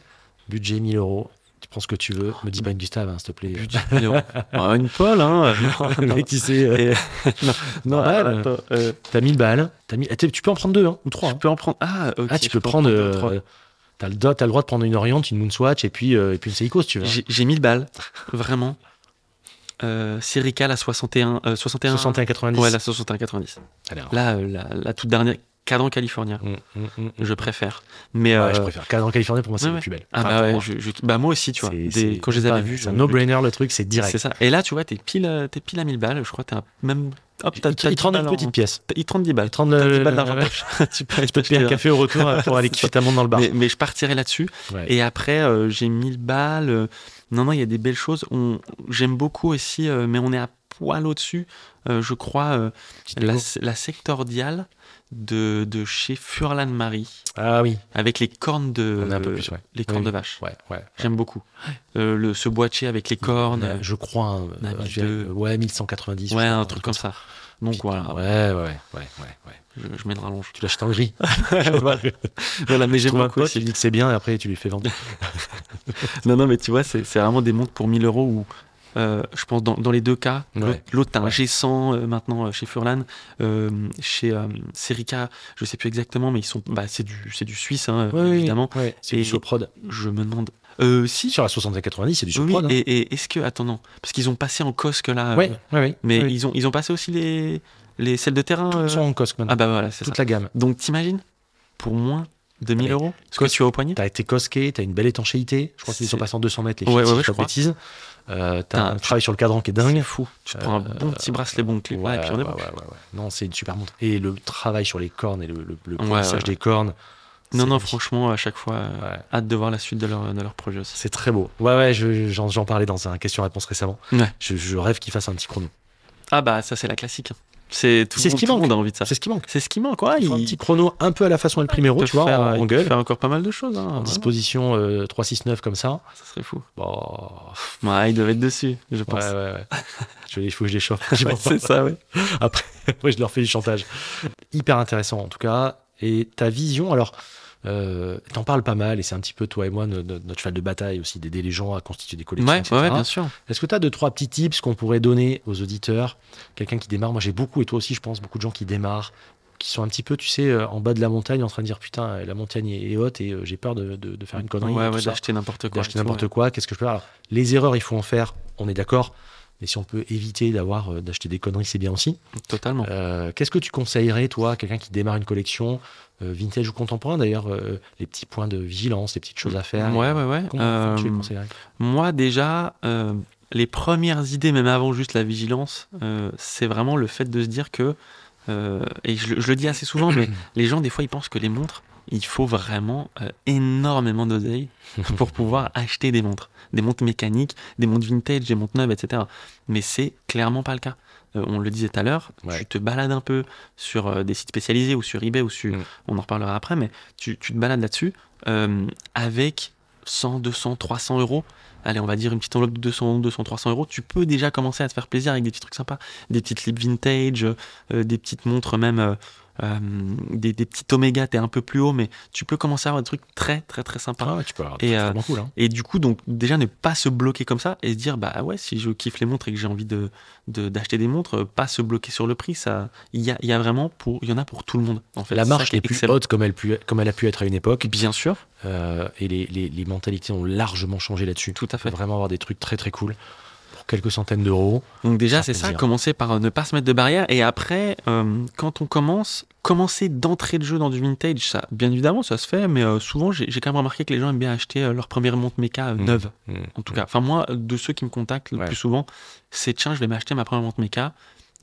Speaker 1: Budget 1000 euros. Tu prends ce que tu veux. Me dis pas une Gustave, hein, s'il te plaît.
Speaker 2: Oh. Budget 1000 euros. Ah, une polle, hein.
Speaker 1: Le mec, il sait. euh,
Speaker 2: Et-
Speaker 1: non,
Speaker 2: Ah,
Speaker 1: bah,
Speaker 2: attends, euh,
Speaker 1: t'as 1000 balles. T'as mis... eh, tu peux en prendre deux hein, ou trois.
Speaker 2: je
Speaker 1: hein.
Speaker 2: peux en prendre. Ah, ok.
Speaker 1: Ah, tu
Speaker 2: je
Speaker 1: peux
Speaker 2: en
Speaker 1: prendre.
Speaker 2: deux,
Speaker 1: euh,
Speaker 2: trois.
Speaker 1: T'as le, do- t'as le droit de prendre une Orient, une Moonswatch et puis, euh, et puis une Seiko si tu veux.
Speaker 2: J'ai j'ai 1000 balles. Vraiment. Euh, Cyril à 61. euh, 61.
Speaker 1: 61,90.
Speaker 2: Ouais, la 61,90.
Speaker 1: Allez, alors.
Speaker 2: Là, euh, la, la toute dernière, Cadran California,
Speaker 1: Mm, mm, mm, mm.
Speaker 2: je préfère. Mais
Speaker 1: Ouais,
Speaker 2: euh,
Speaker 1: je préfère. Cadre en Californie, pour moi, c'est
Speaker 2: ouais,
Speaker 1: le
Speaker 2: ouais.
Speaker 1: plus belle.
Speaker 2: Ah
Speaker 1: Enfin,
Speaker 2: bah
Speaker 1: pour
Speaker 2: ouais,
Speaker 1: moi.
Speaker 2: je- je- bah moi aussi, tu vois.
Speaker 1: C'est-
Speaker 2: Des-
Speaker 1: c'est-
Speaker 2: quand je les avais
Speaker 1: c'est
Speaker 2: vus, je-
Speaker 1: un no-brainer le truc, c'est
Speaker 2: C'est
Speaker 1: direct.
Speaker 2: ça. Et là, tu vois, t'es pile, euh, t'es pile à 1000 balles, je crois. T'es un- même. Hop, t'as-
Speaker 1: Il te
Speaker 2: t'as
Speaker 1: il te rend
Speaker 2: 10
Speaker 1: une
Speaker 2: balles
Speaker 1: petite
Speaker 2: en-
Speaker 1: pièce.
Speaker 2: Il te rend 10 balles.
Speaker 1: Il te rend
Speaker 2: T'as
Speaker 1: le-
Speaker 2: 10 balles d'argent.
Speaker 1: ouais.
Speaker 2: tu peux aller
Speaker 1: Je peux te payer un
Speaker 2: t'acheter
Speaker 1: café au retour euh, pour aller kiffer ta montre dans le
Speaker 2: un-
Speaker 1: bar.
Speaker 2: Mais, mais je partirai là-dessus.
Speaker 1: Ouais.
Speaker 2: Et après, euh, j'ai 1000 balles. euh, Non, non, il y a des belles choses. On... J'aime beaucoup aussi, euh, mais on est à poil au-dessus. euh, je crois euh,
Speaker 1: Petite
Speaker 2: la,
Speaker 1: déco.
Speaker 2: la sectoriale de, de chez Furlan Marie
Speaker 1: Ah oui,
Speaker 2: avec les cornes de
Speaker 1: on est un peu plus, ouais.
Speaker 2: les cornes
Speaker 1: Oui,
Speaker 2: de vache.
Speaker 1: Ouais, ouais.
Speaker 2: J'aime beaucoup. Euh, le, ce boîtier avec les cornes.
Speaker 1: Euh, je crois, hein,
Speaker 2: on a
Speaker 1: euh,
Speaker 2: mis
Speaker 1: je dirais,
Speaker 2: deux.
Speaker 1: euh, ouais, 1190.
Speaker 2: ouais,
Speaker 1: je crois,
Speaker 2: un truc comme ça. Donc voilà,
Speaker 1: Ouais, ouais, ouais, ouais, ouais.
Speaker 2: je, je mets de rallonge.
Speaker 1: Tu l'achètes en gris.
Speaker 2: voilà. Voilà, mais
Speaker 1: Tu
Speaker 2: j'aime
Speaker 1: trouves un
Speaker 2: beaucoup
Speaker 1: pote, tu
Speaker 2: aussi.
Speaker 1: lui dis que c'est bien et après tu lui fais vendre.
Speaker 2: Non, non, mais tu vois, c'est c'est vraiment des montres pour 1000 euros où euh, je pense dans, dans les deux cas,
Speaker 1: Ouais.
Speaker 2: l'autre- l'autre t'as un
Speaker 1: Ouais.
Speaker 2: G100 euh, maintenant euh, chez Furlan, euh, chez euh, Serica, je sais plus exactement, mais ils sont, bah, c'est du, c'est du suisse hein, évidemment.
Speaker 1: ouais, c'est du
Speaker 2: Et-
Speaker 1: Soprod.
Speaker 2: Je me demande, euh, si.
Speaker 1: Sur la 6090, c'est du
Speaker 2: oui,
Speaker 1: Soprod. hein.
Speaker 2: et, et est-ce que, attends, non, parce qu'ils ont passé en cosque là. euh,
Speaker 1: Ouais, ouais, ouais.
Speaker 2: Mais
Speaker 1: ouais.
Speaker 2: ils, ont, ils ont passé aussi les, les celles de terrain. euh,
Speaker 1: Toutes sont en cosque maintenant.
Speaker 2: Ah bah voilà, c'est ça.
Speaker 1: Toute la gamme.
Speaker 2: Donc t'imagines Pour moins de
Speaker 1: mais
Speaker 2: 1000 euros Ce que
Speaker 1: cos-
Speaker 2: tu as au poignet
Speaker 1: T'as été cosqué, t'as une belle étanchéité. Je crois qu'ils
Speaker 2: C'est-
Speaker 1: sont passés en 200 mètres, les
Speaker 2: Ouais,
Speaker 1: filles, si
Speaker 2: ouais, ouais,
Speaker 1: je
Speaker 2: je
Speaker 1: ne
Speaker 2: crois.
Speaker 1: bêtise. Euh,
Speaker 2: T'as
Speaker 1: T'as un
Speaker 2: un-
Speaker 1: travail sur le cadran qui est dingue.
Speaker 2: fou. Tu te prends un bon petit bracelet, bon clip.
Speaker 1: Ouais,
Speaker 2: et puis on est
Speaker 1: Euh, ouais,
Speaker 2: bon.
Speaker 1: ouais, ouais, ouais. Non, c'est une super montre. Et le travail sur les cornes et le, le, le
Speaker 2: Ouais,
Speaker 1: polissage
Speaker 2: ouais.
Speaker 1: des cornes.
Speaker 2: Non,
Speaker 1: c'est
Speaker 2: non,
Speaker 1: magnifique.
Speaker 2: franchement, à chaque fois, euh,
Speaker 1: Ouais.
Speaker 2: hâte de voir la suite de leur, de leur projet aussi.
Speaker 1: C'est très beau. Ouais, ouais, je- j'en j'en parlais dans un question-réponse récemment.
Speaker 2: Ouais.
Speaker 1: Je, je rêve qu'il fasse un petit chrono.
Speaker 2: Ah bah ça, c'est la classique. hein. C'est tout,
Speaker 1: C'est
Speaker 2: le
Speaker 1: ce
Speaker 2: monde-
Speaker 1: qui
Speaker 2: tout le
Speaker 1: manque.
Speaker 2: monde a envie de ça.
Speaker 1: C'est ce qui manque.
Speaker 2: C'est ce qui manque, quoi.
Speaker 1: Ah, Il faut un petit chrono un peu à la façon El Primero, tu vois,
Speaker 2: faire,
Speaker 1: en,
Speaker 2: il
Speaker 1: en
Speaker 2: peut
Speaker 1: gueule.
Speaker 2: faire encore pas mal de choses. hein,
Speaker 1: En
Speaker 2: vraiment.
Speaker 1: disposition euh, 369 comme ça.
Speaker 2: Ça serait fou.
Speaker 1: Bon,
Speaker 2: Ouais, il devait être dessus, je
Speaker 1: ouais,
Speaker 2: pense.
Speaker 1: ouais, ouais. Je- Il faut que je les chauffe.
Speaker 2: Ouais, c'est ça, ouais.
Speaker 1: Ouais, je leur fais du chantage. Hyper intéressant en tout cas. Et ta vision, alors, euh, t'en parles pas mal et c'est un petit peu toi et moi no- no- notre cheval de bataille aussi d'aider les gens à constituer des collections.
Speaker 2: Ouais,
Speaker 1: etc.
Speaker 2: ouais, ouais, bien sûr.
Speaker 1: Est-ce que tu as deux, trois petits tips qu'on pourrait donner aux auditeurs Quelqu'un qui démarre, moi j'ai beaucoup, et toi aussi je pense, beaucoup de gens qui démarrent, qui sont un petit peu, tu sais, euh, en bas de la montagne en train de dire putain, euh, la montagne est est haute et euh, j'ai peur de, de- de faire une connerie.
Speaker 2: Ouais,
Speaker 1: tout
Speaker 2: ouais,
Speaker 1: ça.
Speaker 2: d'acheter n'importe quoi.
Speaker 1: d'acheter n'importe quoi, qu'est-ce que je peux faire Alors, les erreurs, il faut en faire, on est d'accord, mais si on peut éviter d'avoir euh, d'acheter des conneries, c'est bien aussi.
Speaker 2: quoi. Totalement.
Speaker 1: Euh, qu'est-ce que tu conseillerais, toi, à quelqu'un qui démarre une collection, euh, vintage ou contemporain d'ailleurs, euh, les petits points de vigilance, les petites choses à faire
Speaker 2: Ouais, ouais, ouais.
Speaker 1: Comment
Speaker 2: Euh,
Speaker 1: tu les conseillerais
Speaker 2: Moi, déjà, euh, les premières idées, même avant juste la vigilance, euh, c'est vraiment le fait de se dire que, euh, et je, le- je le dis assez souvent, mais les gens, des fois, ils pensent que les montres, il faut vraiment euh, énormément d'oseille pour pouvoir acheter des montres. Des montres mécaniques, des montres vintage, des montres neuves, etc. Mais c'est clairement pas le cas. Euh, on le disait tout à l'heure,
Speaker 1: Ouais.
Speaker 2: tu te balades un peu sur euh, des sites spécialisés ou sur eBay ou sur.
Speaker 1: Mm.
Speaker 2: On en reparlera après, mais tu, tu te balades là-dessus euh, avec 100, 200, 300 euros. Allez, on va dire une petite enveloppe de 200, 200, 300 euros. Tu peux déjà commencer à te faire plaisir avec des petits trucs sympas, des petites lips vintage, euh, des petites montres même, euh, euh, des, des petits Omega. T'es un peu plus haut, mais tu peux commencer à avoir des trucs très, très, très sympas.
Speaker 1: Ah ouais, tu peux avoir des
Speaker 2: Et,
Speaker 1: trucs
Speaker 2: euh,
Speaker 1: vraiment cool. hein.
Speaker 2: Et du coup, donc déjà ne pas se bloquer comme ça et se dire bah ouais, si je kiffe les montres et que j'ai envie de de- d'acheter des montres, euh, pas se bloquer sur le prix. Ça, il y a, il y a vraiment pour, il y en a pour tout le monde. En fait,
Speaker 1: La
Speaker 2: C'est ça
Speaker 1: marche
Speaker 2: qui
Speaker 1: est plus
Speaker 2: excellent.
Speaker 1: haute comme elle, pu- comme elle a pu être à une époque,
Speaker 2: Bien sûr,
Speaker 1: euh, et les, les- les mentalités ont largement changé là-dessus.
Speaker 2: tout à
Speaker 1: Tu peux
Speaker 2: fait.
Speaker 1: vraiment avoir des trucs très très cool pour quelques centaines d'euros.
Speaker 2: Donc déjà,
Speaker 1: Ça fait
Speaker 2: c'est ça.
Speaker 1: plaisir.
Speaker 2: Commencer par euh, ne pas se mettre de barrière et après, euh, quand on commence, commencer d'entrée de jeu dans du vintage, ça, bien évidemment, ça se fait. Mais euh, souvent, j'ai j'ai quand même remarqué que les gens aiment bien acheter euh, leur première montre méca euh,
Speaker 1: Mhm.
Speaker 2: neuve. en tout cas. Enfin, moi, de ceux qui me contactent le
Speaker 1: Ouais.
Speaker 2: plus souvent, c'est tiens, je vais m'acheter ma première montre méca.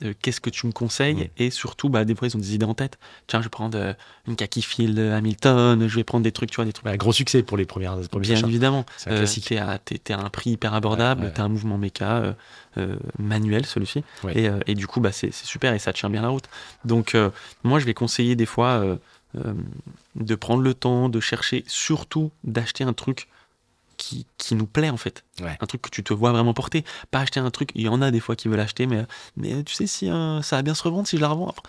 Speaker 2: Euh, Qu'est-ce que tu me conseilles
Speaker 1: Mm.
Speaker 2: Et surtout, bah, des fois, ils ont des idées en tête. Tiens, je vais prendre euh, une Khaki Field euh, Hamilton, je vais prendre des trucs, tu vois, des trucs.
Speaker 1: Ouais, gros succès pour les premières. les premiers
Speaker 2: Bien
Speaker 1: achats.
Speaker 2: évidemment.
Speaker 1: C'est un
Speaker 2: Euh,
Speaker 1: classique.
Speaker 2: T'es à, t'es- t'es à un prix hyper abordable,
Speaker 1: Ouais, ouais,
Speaker 2: t'as un mouvement méca euh, euh, manuel celui-ci.
Speaker 1: Ouais.
Speaker 2: Et, euh, et du coup, bah, c'est c'est super et ça tient bien la route. Donc, euh, moi, je vais conseiller des fois euh, euh, de prendre le temps, de chercher, surtout d'acheter un truc qui, qui nous plaît en fait.
Speaker 1: Ouais.
Speaker 2: Un truc que tu te vois vraiment porter. Pas acheter un truc, il y en a des fois qui veulent acheter, mais, euh, mais euh, tu sais, si euh, ça va bien se revendre, si je la revends après.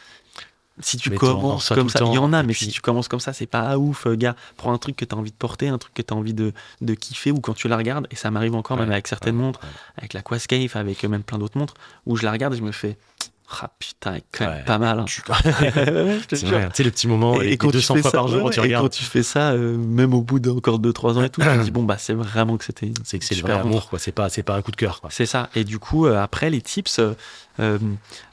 Speaker 2: Si tu
Speaker 1: Mais t'en revends
Speaker 2: commences
Speaker 1: ça
Speaker 2: comme
Speaker 1: tout
Speaker 2: ça,
Speaker 1: le
Speaker 2: il y
Speaker 1: temps,
Speaker 2: en a,
Speaker 1: et
Speaker 2: mais
Speaker 1: puis-
Speaker 2: si tu commences comme ça, c'est pas ouf, euh, gars. Prends un truc que tu as envie de porter, un truc que tu as envie de, de kiffer ou quand tu la regardes, et ça m'arrive encore même
Speaker 1: Ouais,
Speaker 2: avec certaines
Speaker 1: ouais,
Speaker 2: montres,
Speaker 1: ouais.
Speaker 2: avec la Quascape, avec euh, même plein d'autres montres, où je la regarde et je me fais Ah putain, elle est quand même
Speaker 1: Ouais.
Speaker 2: pas mal. hein.
Speaker 1: Tu-
Speaker 2: Ouais, je te
Speaker 1: C'est
Speaker 2: jure.
Speaker 1: vrai, tu sais, le petit moment,
Speaker 2: Et-
Speaker 1: et,
Speaker 2: Et, quand
Speaker 1: 200
Speaker 2: tu fais
Speaker 1: fois
Speaker 2: ça,
Speaker 1: par jour,
Speaker 2: ouais,
Speaker 1: tu
Speaker 2: ouais, et quand
Speaker 1: regardes.
Speaker 2: tu fais ça, euh, même au bout d'encore 2-3 ans et tout, tu te dis bon bah c'est vraiment que c'était. une
Speaker 1: C'est que c'est le
Speaker 2: super
Speaker 1: vrai
Speaker 2: montre.
Speaker 1: amour, quoi. C'est pas, c'est pas un coup de cœur, quoi.
Speaker 2: C'est ça. Et du coup, euh, après, les tips, euh, euh,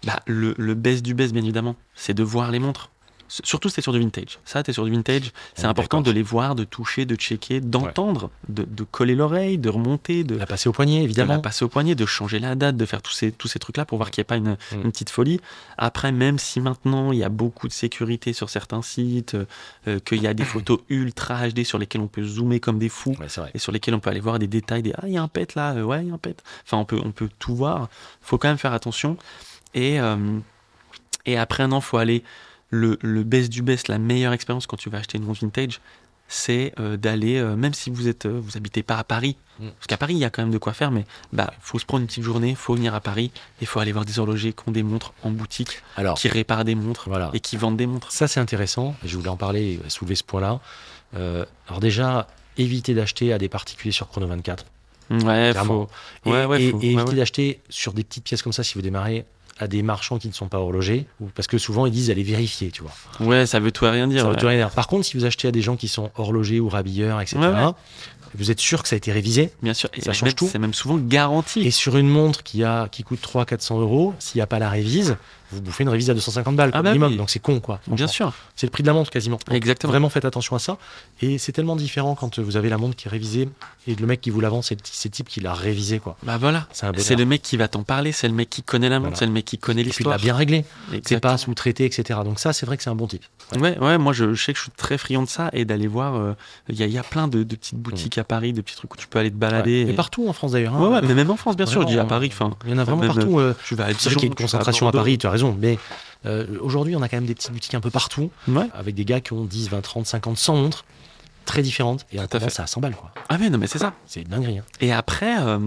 Speaker 2: bah, le, le best du best, bien évidemment, c'est de voir les montres. S- Surtout si t'es sur du vintage. Ça, t'es sur du vintage, c'est
Speaker 1: est
Speaker 2: important de
Speaker 1: Ah d'accord.
Speaker 2: les voir, de toucher, de checker, d'entendre, de, de coller l'oreille, de remonter, de,
Speaker 1: La passer au poignet,
Speaker 2: de la
Speaker 1: évidemment.
Speaker 2: passer au poignet, de changer la date, de faire tous ces, tous ces trucs-là pour voir qu'il n'y a pas une,
Speaker 1: Mm.
Speaker 2: une petite folie. Après, même si maintenant il y a beaucoup de sécurité sur certains sites, euh, euh, qu'il y a des
Speaker 1: Mm.
Speaker 2: photos ultra HD sur lesquelles on peut zoomer comme des fous
Speaker 1: Ouais, c'est vrai.
Speaker 2: et sur lesquelles on peut aller voir des détails, des ah, il y a un pet là, euh, ouais, il y a un pet. Enfin, on peut, on peut tout voir. faut quand même faire attention. Et, euh, et après un an, faut aller le, le best du best, la meilleure expérience quand tu vas acheter une montre vintage, c'est euh, d'aller, euh, même si vous êtes, euh, vous habitez pas à Paris,
Speaker 1: Mm.
Speaker 2: parce qu'à Paris il y a quand même de quoi faire, mais bah faut se prendre une petite journée, faut venir à Paris et faut aller voir des horlogers qui ont des montres en boutique,
Speaker 1: Alors,
Speaker 2: qui réparent des montres
Speaker 1: Ah. voilà.
Speaker 2: et qui vendent des montres.
Speaker 1: Ça, c'est intéressant. Je voulais en parler, euh, soulever ce point-là. Euh, alors, déjà, éviter d'acheter à des particuliers sur Chrono 24.
Speaker 2: Ouais,
Speaker 1: Clairement.
Speaker 2: faut.
Speaker 1: Et,
Speaker 2: Ouais, ouais,
Speaker 1: et-
Speaker 2: faut-
Speaker 1: et éviter
Speaker 2: ouais, ouais.
Speaker 1: d'acheter sur des petites pièces comme ça si vous démarrez à des marchands qui ne sont pas horlogers. ou- Parce que souvent, ils disent allez vérifier, tu vois.
Speaker 2: Ouais, ça veut tout et rien dire.
Speaker 1: Ça veut
Speaker 2: ouais.
Speaker 1: tout rien dire. Par contre, si vous achetez à des gens qui sont horlogers ou rabilleurs, etc.,
Speaker 2: Ouais, ouais.
Speaker 1: vous êtes sûr que ça a été révisé.
Speaker 2: Bien sûr, et
Speaker 1: Ça change
Speaker 2: même-
Speaker 1: tout.
Speaker 2: C'est même souvent garanti.
Speaker 1: Et sur une montre qui, a, qui coûte 300-400 euros, s'il n'y a pas la révise, vous bouffez une révise à 250 balles
Speaker 2: Ah
Speaker 1: quoi,
Speaker 2: bah
Speaker 1: minimum.
Speaker 2: oui.
Speaker 1: Donc c'est con, quoi.
Speaker 2: Bien
Speaker 1: Franchement.
Speaker 2: sûr,
Speaker 1: C'est le prix de la montre quasiment. Donc,
Speaker 2: exactement.
Speaker 1: Vraiment faites attention à ça. Et c'est tellement différent quand euh, vous avez la montre qui est révisée et le mec qui vous l'avance, c'est le, c'est le type qui l'a révisée, quoi.
Speaker 2: Bah voilà.
Speaker 1: C'est un bonheur.
Speaker 2: C'est le mec qui va t'en parler, c'est le mec qui connaît la montre,
Speaker 1: Voilà.
Speaker 2: c'est le mec qui connaît
Speaker 1: Et puis il l'a
Speaker 2: l'histoire.
Speaker 1: bien réglé. C'est
Speaker 2: Exactement.
Speaker 1: pas sous-traité, etc. Donc ça, c'est vrai que c'est un bon type.
Speaker 2: Ouais, ouais, moi je, je sais que je suis très friand de ça et d'aller voir. euh, Il y, a- il y a plein de, de petites boutiques à Paris, de petits trucs où tu peux aller te balader.
Speaker 1: Mm. Mais
Speaker 2: et-
Speaker 1: partout en France d'ailleurs. hein.
Speaker 2: Ouais, ouais, mais même en France, bien sûr, je dis à
Speaker 1: Vraiment,
Speaker 2: Paris. Enfin,
Speaker 1: Il y en a vraiment
Speaker 2: Même,
Speaker 1: partout. euh,
Speaker 2: tu vas à
Speaker 1: C'est vrai
Speaker 2: Dijon,
Speaker 1: qu'il y a une
Speaker 2: tu vas
Speaker 1: concentration à,
Speaker 2: Bordeaux.
Speaker 1: Paris, tu as raison, mais euh, aujourd'hui, on a quand même des petites boutiques un peu partout,
Speaker 2: Ouais.
Speaker 1: avec des gars qui ont 10, 20, 30, 50, 100 montres, très différentes, et on
Speaker 2: Tout à
Speaker 1: commence à 100 balles, quoi.
Speaker 2: Ah, mais non, mais c'est ça.
Speaker 1: C'est dingue, hein.
Speaker 2: Et après, euh,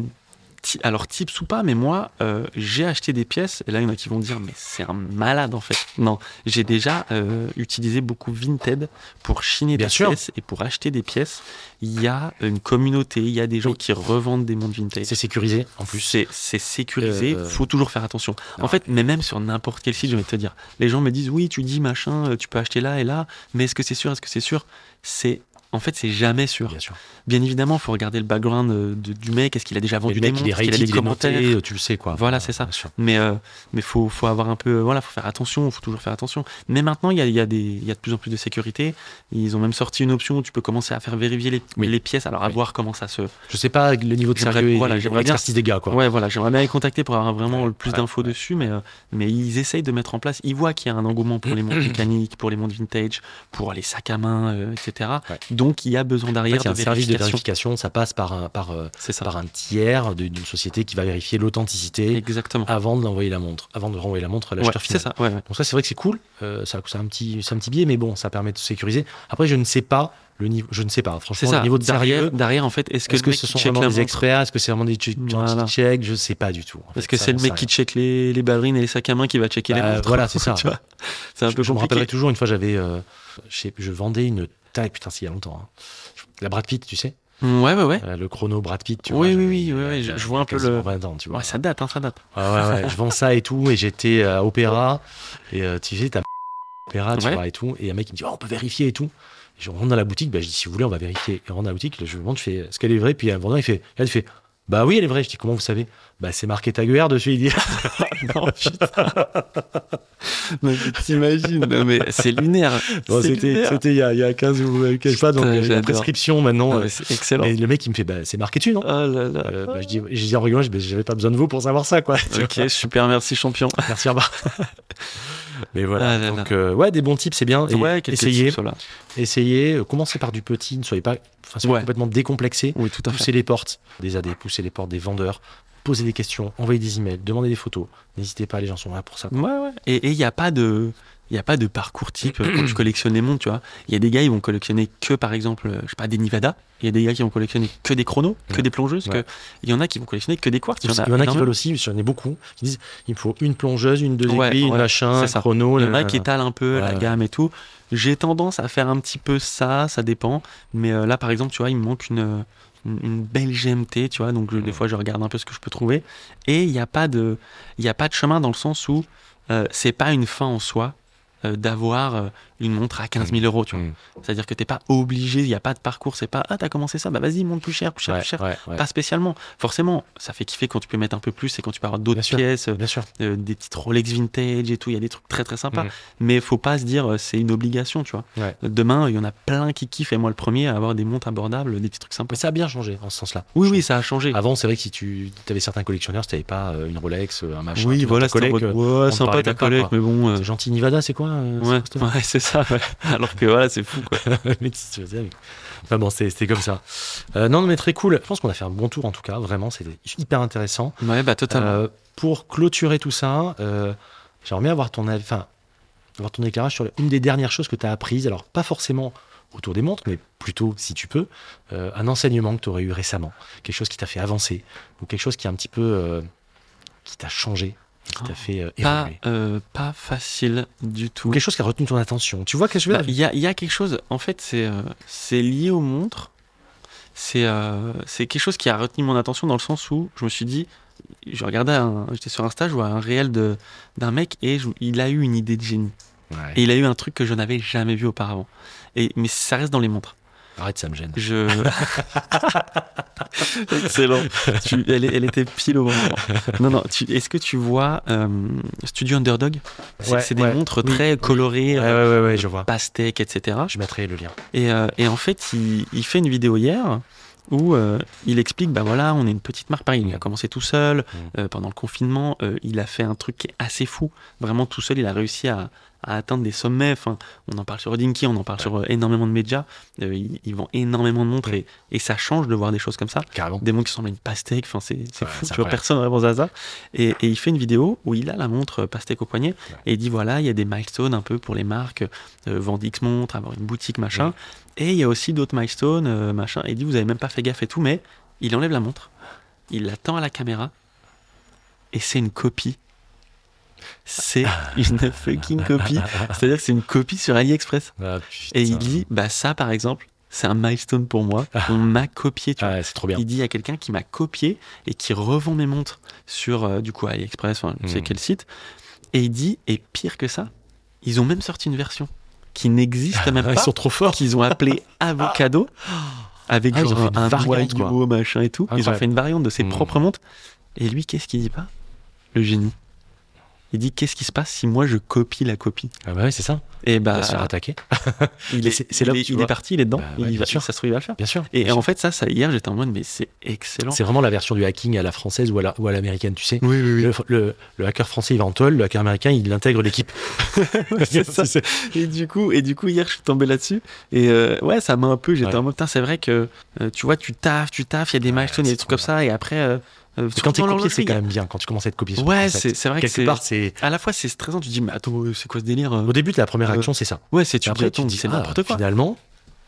Speaker 2: ti- alors tips ou pas, mais moi, euh, j'ai acheté des pièces, et là, il y en a qui vont dire, mais c'est un malade en fait. Non, j'ai déjà euh, utilisé beaucoup Vinted pour chiner
Speaker 1: Bien
Speaker 2: des
Speaker 1: sûr.
Speaker 2: pièces et pour acheter des pièces. Il y a une communauté, il y a des gens qui revendent des montres Vinted.
Speaker 1: C'est sécurisé en plus.
Speaker 2: C'est c'est sécurisé,
Speaker 1: Euh,
Speaker 2: faut toujours faire attention.
Speaker 1: non.
Speaker 2: En fait, mais même sur n'importe quel site, je vais te dire, les gens me disent oui, tu dis machin, euh, tu peux acheter là et là, mais est-ce que c'est sûr, est-ce que c'est sûr C'est en fait, c'est jamais sûr.
Speaker 1: Bien sûr.
Speaker 2: Bien évidemment, faut regarder le background euh, de- du mec, est-ce qu'il a déjà
Speaker 1: Et
Speaker 2: vendu
Speaker 1: le
Speaker 2: des
Speaker 1: mec,
Speaker 2: montres,
Speaker 1: il est
Speaker 2: est-ce qu'il a
Speaker 1: rated,
Speaker 2: des
Speaker 1: il est monté,
Speaker 2: commentaires.
Speaker 1: tu le sais quoi.
Speaker 2: Voilà, c'est ça.
Speaker 1: Bien sûr.
Speaker 2: Mais euh, mais faut faut avoir un peu, euh, voilà, faut faire attention, faut toujours faire attention. Mais maintenant, il y a, il y a des, il y a de plus en plus de sécurité. Ils ont même sorti une option où tu peux commencer à faire vérifier les,
Speaker 1: Oui.
Speaker 2: les pièces. Alors à
Speaker 1: Oui.
Speaker 2: voir comment ça se,
Speaker 1: Je sais pas le niveau de
Speaker 2: J'aimerais-
Speaker 1: sérieux
Speaker 2: voilà,
Speaker 1: et
Speaker 2: j'aimerais bien-
Speaker 1: l'expertise des gars quoi.
Speaker 2: Ouais, voilà, j'aimerais bien les contacter pour avoir vraiment le plus
Speaker 1: ouais,
Speaker 2: d'infos
Speaker 1: ouais.
Speaker 2: dessus, mais, euh, mais ils essayent de mettre en place. Ils voient qu'il y a un engouement pour les montres mécaniques, pour les montres vintage, pour les sacs à main, euh, etc.
Speaker 1: Ouais.
Speaker 2: Donc il y a besoin
Speaker 1: En fait,
Speaker 2: d'arrière
Speaker 1: il y a un
Speaker 2: de
Speaker 1: service de
Speaker 2: vérification.
Speaker 1: vérification, ça passe par un, par, euh,
Speaker 2: C'est ça.
Speaker 1: par un tiers de- d'une société qui va vérifier l'authenticité
Speaker 2: Exactement.
Speaker 1: avant de l'envoyer la montre, avant de renvoyer la montre à
Speaker 2: Ouais,
Speaker 1: l'acheteur
Speaker 2: c'est
Speaker 1: final.
Speaker 2: ça. Ouais, ouais.
Speaker 1: Donc ça, c'est vrai que c'est cool. Euh, ça, c'est un petit, c'est un petit biais, mais bon, ça permet de sécuriser. Après, je ne sais pas le niveau, je ne sais pas.
Speaker 2: C'est
Speaker 1: Franchement,
Speaker 2: ça.
Speaker 1: le niveau de
Speaker 2: derrière,
Speaker 1: sérieux.
Speaker 2: derrière, en fait, est-ce que,
Speaker 1: Est-ce
Speaker 2: le
Speaker 1: que
Speaker 2: mec
Speaker 1: ce
Speaker 2: qui
Speaker 1: sont
Speaker 2: check
Speaker 1: vraiment
Speaker 2: la
Speaker 1: des
Speaker 2: montre,
Speaker 1: experts Est-ce que c'est vraiment des check,
Speaker 2: Voilà.
Speaker 1: check Je sais pas du tout. en fait.
Speaker 2: Est-ce que
Speaker 1: Ça,
Speaker 2: c'est le
Speaker 1: j'en
Speaker 2: mec
Speaker 1: sais
Speaker 2: qui check les, les ballerines et les sacs à main qui va checker
Speaker 1: Bah,
Speaker 2: les montres
Speaker 1: voilà, c'est ça.
Speaker 2: Tu vois c'est un
Speaker 1: Je-
Speaker 2: peu
Speaker 1: je me
Speaker 2: compliqué.
Speaker 1: rappellerai toujours une fois j'avais euh, je, sais- je vendais une taille putain c'est il y a longtemps hein. Je- la Brad Pitt tu sais
Speaker 2: Ouais, ouais, ouais.
Speaker 1: Euh, le chrono Brad Pitt tu
Speaker 2: Oui,
Speaker 1: vois,
Speaker 2: oui,
Speaker 1: j'avais-
Speaker 2: oui,
Speaker 1: il y a-
Speaker 2: oui, oui,
Speaker 1: il y
Speaker 2: je-
Speaker 1: a
Speaker 2: je vois un peu le-
Speaker 1: quasiment 20 ans tu vois
Speaker 2: Ouais, ça date, hein, ça date.
Speaker 1: Ah ouais, ouais, je vends ça et tout et j'étais euh, à Opéra et euh, tu sais t'as Opéra tu
Speaker 2: Ouais.
Speaker 1: vois et tout et un mec il me dit Oh, on peut vérifier et tout Et je rentre dans la boutique bah je dis si vous voulez on va vérifier et on rentre dans la boutique là, je lui demande je fais est-ce qu'elle est vraie puis un vendeur il fait il fait bah oui elle est vraie je dis comment vous savez bah c'est marqué Taguer dessus il dit
Speaker 2: Non, putain. Non, mais T'imagines, non, mais c'est lunaire.
Speaker 1: Bon,
Speaker 2: C'est
Speaker 1: c'était
Speaker 2: lunaire.
Speaker 1: c'était il y a, il y a 15 ou euh, je sais pas donc
Speaker 2: Putain,
Speaker 1: euh, la
Speaker 2: j'adore.
Speaker 1: prescription maintenant
Speaker 2: Ah,
Speaker 1: euh,
Speaker 2: mais c'est excellent.
Speaker 1: Mais le mec, il me fait, bah, c'est marqué dessus, non
Speaker 2: Oh là là.
Speaker 1: Euh, bah, je, dis, je dis en rigolant, je dis, bah, j'avais pas besoin de vous pour savoir ça, quoi. Tu vois.
Speaker 2: ok, super, merci champion.
Speaker 1: Merci, au revoir. Mais voilà.
Speaker 2: Ah là
Speaker 1: Donc, euh, ouais, des bons tips, c'est bien. Et
Speaker 2: ouais, quelques
Speaker 1: essayez,
Speaker 2: tips, voilà.
Speaker 1: essayez, euh, commencez par du petit, ne soyez pas, enfin, soyez
Speaker 2: Ouais.
Speaker 1: complètement décomplexé.
Speaker 2: Oui, tout à fait.
Speaker 1: Poussez les portes des AD, poussez les portes des vendeurs, posez des questions, envoyez des emails, demandez des photos. N'hésitez pas, les gens sont là pour ça.
Speaker 2: Ouais, ouais. Et il n'y a pas de. Il n'y a pas de parcours type euh, quand tu collectionnes les montres, tu vois. Il y a des gars, ils vont collectionner que, par exemple, euh, je sais pas, des Nevada. Il y a des gars qui vont collectionner que des chronos, que
Speaker 1: Ouais.
Speaker 2: des plongeuses. que-
Speaker 1: Ouais.
Speaker 2: Il y en a qui vont collectionner que des quartz.
Speaker 1: Il y en a, qui veulent aussi, j'en ai beaucoup, qui disent il me faut une plongeuse, une deux aiguilles,
Speaker 2: Ouais,
Speaker 1: une
Speaker 2: ouais,
Speaker 1: machin,
Speaker 2: c'est
Speaker 1: un
Speaker 2: ça.
Speaker 1: chrono.
Speaker 2: Il y en a
Speaker 1: nanana.
Speaker 2: qui étalent un peu la
Speaker 1: Ouais.
Speaker 2: gamme et tout. J'ai tendance à faire un petit peu ça, ça dépend. Mais euh, là, par exemple, tu vois, il me manque une, une, une belle GMT, tu vois. Donc, je-
Speaker 1: Mm.
Speaker 2: des fois, je regarde un peu ce que je peux trouver. Et il n'y a, pas de- il y a pas de chemin dans le sens où euh, c'est pas une fin en soi euh, d'avoir euh, une montre à 15 000 euros, tu vois.
Speaker 1: Mm.
Speaker 2: C'est-à-dire que t'es pas obligé, il n'y a pas de parcours. C'est pas, ah, t'as commencé ça, bah vas-y, monte plus cher, plus cher,
Speaker 1: Ouais,
Speaker 2: plus cher.
Speaker 1: ouais, ouais.
Speaker 2: Pas spécialement. Forcément, ça fait kiffer quand tu peux mettre un peu plus et quand tu peux avoir d'autres
Speaker 1: Bien sûr.
Speaker 2: pièces,
Speaker 1: Bien sûr.
Speaker 2: euh, des petites Rolex vintage et tout, il y a des trucs très très sympas.
Speaker 1: Mm.
Speaker 2: Mais faut pas se dire euh, c'est une obligation, tu vois.
Speaker 1: Ouais.
Speaker 2: Demain, il y en a plein qui kiffent et moi le premier à avoir des montres abordables, des petits trucs sympas.
Speaker 1: Mais ça a bien changé en ce sens-là.
Speaker 2: Oui, oui, ça a changé.
Speaker 1: Avant, c'est vrai que si tu avais certains collectionneurs, si t'avais pas euh, une Rolex, euh, un machin.
Speaker 2: oui,
Speaker 1: tu vois,
Speaker 2: voilà,
Speaker 1: ta
Speaker 2: c'est en
Speaker 1: collègue,
Speaker 2: mode,
Speaker 1: euh,
Speaker 2: ouais,
Speaker 1: on parlait
Speaker 2: sympa ta
Speaker 1: même pas,
Speaker 2: collègue,
Speaker 1: quoi.
Speaker 2: mais bon. euh,
Speaker 1: c'est gentil Nivada, c'est quoi euh,
Speaker 2: ouais,
Speaker 1: c'est quoi,
Speaker 2: ouais, c'est ça. ouais. Alors que voilà, c'est fou. Quoi.
Speaker 1: cette- Mais qu'est-ce que tu veux dire, mec Enfin bon, c'est- c'était comme ça. Euh, non, non, mais très cool. Je pense qu'on a fait un bon tour en tout cas. Vraiment, c'était hyper intéressant.
Speaker 2: Ouais, bah totalement.
Speaker 1: Euh, pour clôturer tout ça, euh, j'aimerais bien avoir ton, avis- enfin, avoir ton éclairage sur une des dernières choses que tu as apprises. Alors, pas forcément autour des montres, mais plutôt, si tu peux, euh, un enseignement que tu aurais eu récemment. Quelque chose qui t'a fait avancer ou quelque chose qui a un petit peu. euh, qui t'a changé, qui t'a fait euh,
Speaker 2: pas,
Speaker 1: évoluer.
Speaker 2: euh, pas facile du
Speaker 1: Ou
Speaker 2: tout.
Speaker 1: quelque chose qui a retenu ton attention. Tu vois que je veux
Speaker 2: Bah,
Speaker 1: dire
Speaker 2: Il y, a, il y a quelque chose, en fait, c'est euh, c'est lié aux montres. C'est euh, c'est quelque chose qui a retenu mon attention dans le sens où je me suis dit, je regardais, un- j'étais sur un stage où un réel de- d'un mec et je- il a eu une idée de génie.
Speaker 1: Bah, Ouais.
Speaker 2: Et il a eu un truc que je n'avais jamais vu auparavant. Et, mais ça reste dans les montres.
Speaker 1: Arrête, ça me gêne.
Speaker 2: Je... Excellent. Tu- elle, est- elle était pile au bon moment. Non, non, tu- est-ce que tu vois euh, Studio Underdog C'est
Speaker 1: Ouais,
Speaker 2: c'est des
Speaker 1: ouais.
Speaker 2: montres
Speaker 1: Oui.
Speaker 2: très colorées,
Speaker 1: Ouais, ouais,
Speaker 2: euh,
Speaker 1: ouais, ouais, je vois.
Speaker 2: pastèques, etc.
Speaker 1: Je mettrai le lien.
Speaker 2: Et, euh, et en fait, il, il fait une vidéo hier où euh, il explique, bah voilà, on est une petite marque. Pareil, il a commencé tout seul
Speaker 1: Mm.
Speaker 2: euh, pendant le confinement. euh, il a fait un truc qui est assez fou. Vraiment tout seul, il a réussi à, à atteindre des sommets. Enfin, on en parle sur Dinky, on en parle sur euh, énormément de médias. Euh, il, il vend énormément de montres et, et ça change de voir des choses comme ça.
Speaker 1: Carrément.
Speaker 2: Des montres qui semblent une pastèque. Enfin, c'est c'est
Speaker 1: Ouais,
Speaker 2: fou.
Speaker 1: c'est
Speaker 2: Tu vois,
Speaker 1: incroyable.
Speaker 2: personne n'aurait pensé à ça. Et, et il fait une vidéo où il a la montre euh, pastèque au poignet
Speaker 1: Ouais.
Speaker 2: et il dit voilà, il y a des milestones un peu pour les marques, euh, vendre X montres, avoir une boutique, machin.
Speaker 1: Oui.
Speaker 2: Et il y a aussi d'autres milestones, euh, machin. Et il dit vous avez même pas fait gaffe et tout, mais il enlève la montre. il la tend à la caméra et c'est une copie. C'est une fucking copie. C'est-à-dire que c'est une copie sur AliExpress.
Speaker 1: Ah, putain.
Speaker 2: Et il dit, bah ça par exemple, c'est un milestone pour moi. On m'a copié, tu vois.
Speaker 1: Ah, ouais, c'est trop bien.
Speaker 2: Il dit à quelqu'un qui m'a copié et qui revend mes montres sur euh, du coup AliExpress, enfin, je sais
Speaker 1: Hmm.
Speaker 2: quel site. Et il dit, et pire que ça, ils ont même sorti une version qui n'existe même
Speaker 1: Ah,
Speaker 2: pas,
Speaker 1: ils sont trop forts.
Speaker 2: qu'ils ont appelé Avocado. Avec
Speaker 1: Ah, ils ont
Speaker 2: genre
Speaker 1: fait une
Speaker 2: un
Speaker 1: variante, quoi.
Speaker 2: boyau, machin et tout. Ils ont
Speaker 1: Incroyable.
Speaker 2: fait une variante de ses
Speaker 1: Hmm.
Speaker 2: propres montres. Et lui, qu'est-ce qu'il dit pas Le génie. Il dit qu'est-ce qui se passe si moi je copie la copie
Speaker 1: Ah bah ouais, c'est ça.
Speaker 2: Et
Speaker 1: Il
Speaker 2: bah,
Speaker 1: va se faire attaquer.
Speaker 2: il
Speaker 1: Mais
Speaker 2: est,
Speaker 1: c'est- c'est là
Speaker 2: il
Speaker 1: où
Speaker 2: est-
Speaker 1: tu
Speaker 2: il
Speaker 1: vois.
Speaker 2: est parti, il est dedans.
Speaker 1: Bah ouais,
Speaker 2: il
Speaker 1: bien
Speaker 2: va,
Speaker 1: sûr.
Speaker 2: ça se trouve, il va le faire.
Speaker 1: Bien sûr.
Speaker 2: Et
Speaker 1: bien
Speaker 2: en
Speaker 1: sûr.
Speaker 2: fait, ça, ça hier, j'étais en mode, mais c'est excellent.
Speaker 1: c'est vraiment la version du hacking à la française ou à la- ou à l'américaine, tu sais.
Speaker 2: Oui, oui,
Speaker 1: Le, le- le hacker français, il va en toile, le hacker américain, il intègre l'équipe.
Speaker 2: c'est ça. Et du coup, et du coup, hier, je suis tombé là-dessus. Et euh, ouais, ça m'a un peu. J'étais
Speaker 1: Ouais.
Speaker 2: en mode, putain, c'est vrai que euh, tu vois, tu taffes, tu taffes, il y a des milestones, il y a
Speaker 1: c'est
Speaker 2: des trucs comme ça. Et après, euh, euh,
Speaker 1: Parce que Quand
Speaker 2: surtout
Speaker 1: t'es
Speaker 2: dans
Speaker 1: copié, c'est
Speaker 2: l'horlogerie,
Speaker 1: quand même bien. Quand tu commences à être copié sur
Speaker 2: Ouais,
Speaker 1: le concept.
Speaker 2: c'est c'est vrai que
Speaker 1: Quelque
Speaker 2: c'est.
Speaker 1: part, c'est.
Speaker 2: À la fois, c'est stressant. Tu te dis, mais attends, euh, c'est quoi ce délire euh
Speaker 1: Au début, la première
Speaker 2: Euh,
Speaker 1: action, c'est ça.
Speaker 2: Ouais, c'est tu
Speaker 1: Et
Speaker 2: te dis,
Speaker 1: après, tu
Speaker 2: attends,
Speaker 1: te dis,
Speaker 2: c'est
Speaker 1: ah,
Speaker 2: n'importe quoi.
Speaker 1: Finalement,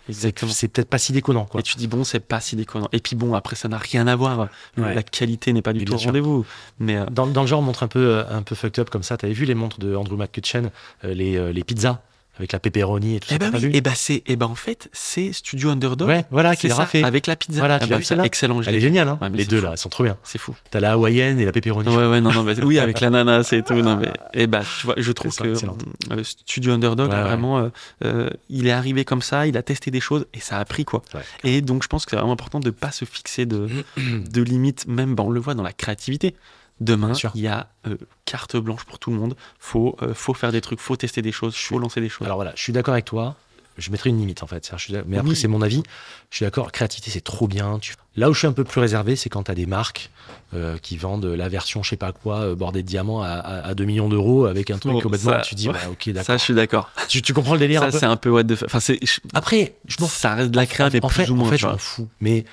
Speaker 2: Exactement.
Speaker 1: c'est peut-être pas si déconnant. Quoi.
Speaker 2: Et tu dis, bon, c'est pas si déconnant. Et puis bon, après, ça n'a rien à voir.
Speaker 1: Ouais.
Speaker 2: La qualité n'est pas du
Speaker 1: Mais
Speaker 2: tout
Speaker 1: bien
Speaker 2: au
Speaker 1: sûr.
Speaker 2: rendez-vous. Mais euh,
Speaker 1: Dans, dans le genre, on montre un peu, euh, un peu fucked up comme ça. T'avais vu les montres de Andrew McCutcheon, euh, les, euh, les pizzas avec la pepperoni et tout ça.
Speaker 2: Eh ben
Speaker 1: t'as
Speaker 2: oui,
Speaker 1: pas vu
Speaker 2: eh ben c'est, eh ben en fait, c'est Studio Underdog.
Speaker 1: Ouais, voilà,
Speaker 2: c'est
Speaker 1: qu'il a
Speaker 2: ça,
Speaker 1: fait.
Speaker 2: avec la pizza.
Speaker 1: Voilà,
Speaker 2: Ah
Speaker 1: tu
Speaker 2: bah
Speaker 1: l'as vu,
Speaker 2: ça,
Speaker 1: celle-là
Speaker 2: Excellent, je
Speaker 1: Elle
Speaker 2: l'ai
Speaker 1: est
Speaker 2: vu.
Speaker 1: géniale, hein
Speaker 2: Ouais, mais
Speaker 1: les
Speaker 2: c'est
Speaker 1: deux
Speaker 2: fou.
Speaker 1: là, elles sont trop bien.
Speaker 2: C'est fou.
Speaker 1: T'as la hawaïenne et la pepperoni.
Speaker 2: Ouais, ouais, non, non, bah, oui, avec l'ananas et tout. Non, mais, eh ben, tu vois, je trouve
Speaker 1: sont
Speaker 2: que
Speaker 1: excellentes.
Speaker 2: euh, Studio Underdog,
Speaker 1: Ouais, ouais.
Speaker 2: vraiment, euh, euh, il est arrivé comme ça, il a testé des choses et ça a pris, quoi.
Speaker 1: Ouais.
Speaker 2: Et donc, je pense que c'est vraiment important de pas se fixer de, de limites, même, bah, on le voit dans la créativité. Demain,
Speaker 1: Bien sûr.
Speaker 2: il y a euh, carte blanche pour tout le monde. Faut, euh, faut faire des trucs, faut tester des choses, faut lancer des choses.
Speaker 1: Alors voilà, je suis d'accord avec toi. Je mettrais une limite en fait. C'est-à-dire, je suis d'ac- Mais après,
Speaker 2: Oui.
Speaker 1: c'est mon avis. Je suis d'accord, créativité, c'est trop bien. Tu- Là où je suis un peu plus réservé, c'est quand tu as des marques euh, qui vendent la version, je sais pas quoi, euh, bordée de diamants à, à, à 2 millions d'euros avec un truc
Speaker 2: Bon,
Speaker 1: complètement.
Speaker 2: ça-
Speaker 1: tu dis,
Speaker 2: ouais.
Speaker 1: ouais, ok, d'accord.
Speaker 2: ça, je suis d'accord.
Speaker 1: Tu, tu comprends le délire
Speaker 2: Ça,
Speaker 1: un peu
Speaker 2: c'est un peu what the fuck. Enfin, c'est, je-
Speaker 1: Après, je m'en fous.
Speaker 2: ça reste de la créa, mais
Speaker 1: en
Speaker 2: plus
Speaker 1: fait,
Speaker 2: ou moins.
Speaker 1: en fait,
Speaker 2: tu
Speaker 1: je
Speaker 2: vois.
Speaker 1: m'en fous. Mais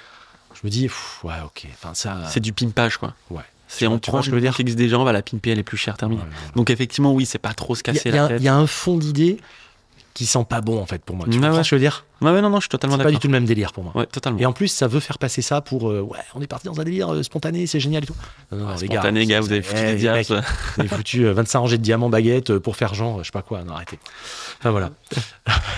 Speaker 1: je me dis, pff, ouais, ok. Enfin, ça.
Speaker 2: c'est du pimpage, quoi.
Speaker 1: Ouais.
Speaker 2: C'est on
Speaker 1: vois- tu vois
Speaker 2: prend
Speaker 1: ce
Speaker 2: le fixe déjà, on va la pimper, elle est plus chère,
Speaker 1: Ouais,
Speaker 2: terminée.
Speaker 1: voilà.
Speaker 2: Donc effectivement, oui, c'est pas trop se
Speaker 1: Il y a-
Speaker 2: casser
Speaker 1: il y, a
Speaker 2: la
Speaker 1: un-
Speaker 2: tête.
Speaker 1: il y a un fond d'idée qui sent pas bon en fait pour moi. Tu
Speaker 2: Ouais,
Speaker 1: comprends
Speaker 2: ouais.
Speaker 1: ce que je veux dire
Speaker 2: Ouais, ouais, non, non, je suis totalement
Speaker 1: C'est pas
Speaker 2: d'accord.
Speaker 1: du tout le même délire pour moi.
Speaker 2: Ouais, totalement.
Speaker 1: Et en plus, ça veut faire passer ça pour euh, ouais, on est parti dans un délire euh, spontané, c'est génial et tout. Non, non, non, les gars,
Speaker 2: Spontané, gars, vous avez
Speaker 1: c'est-
Speaker 2: foutu
Speaker 1: eh,
Speaker 2: des
Speaker 1: les
Speaker 2: diables.
Speaker 1: mecs, vous avez foutu euh, 25 rangées de diamants baguettes euh, pour faire genre, euh, je sais pas quoi, non, arrêtez. Enfin voilà.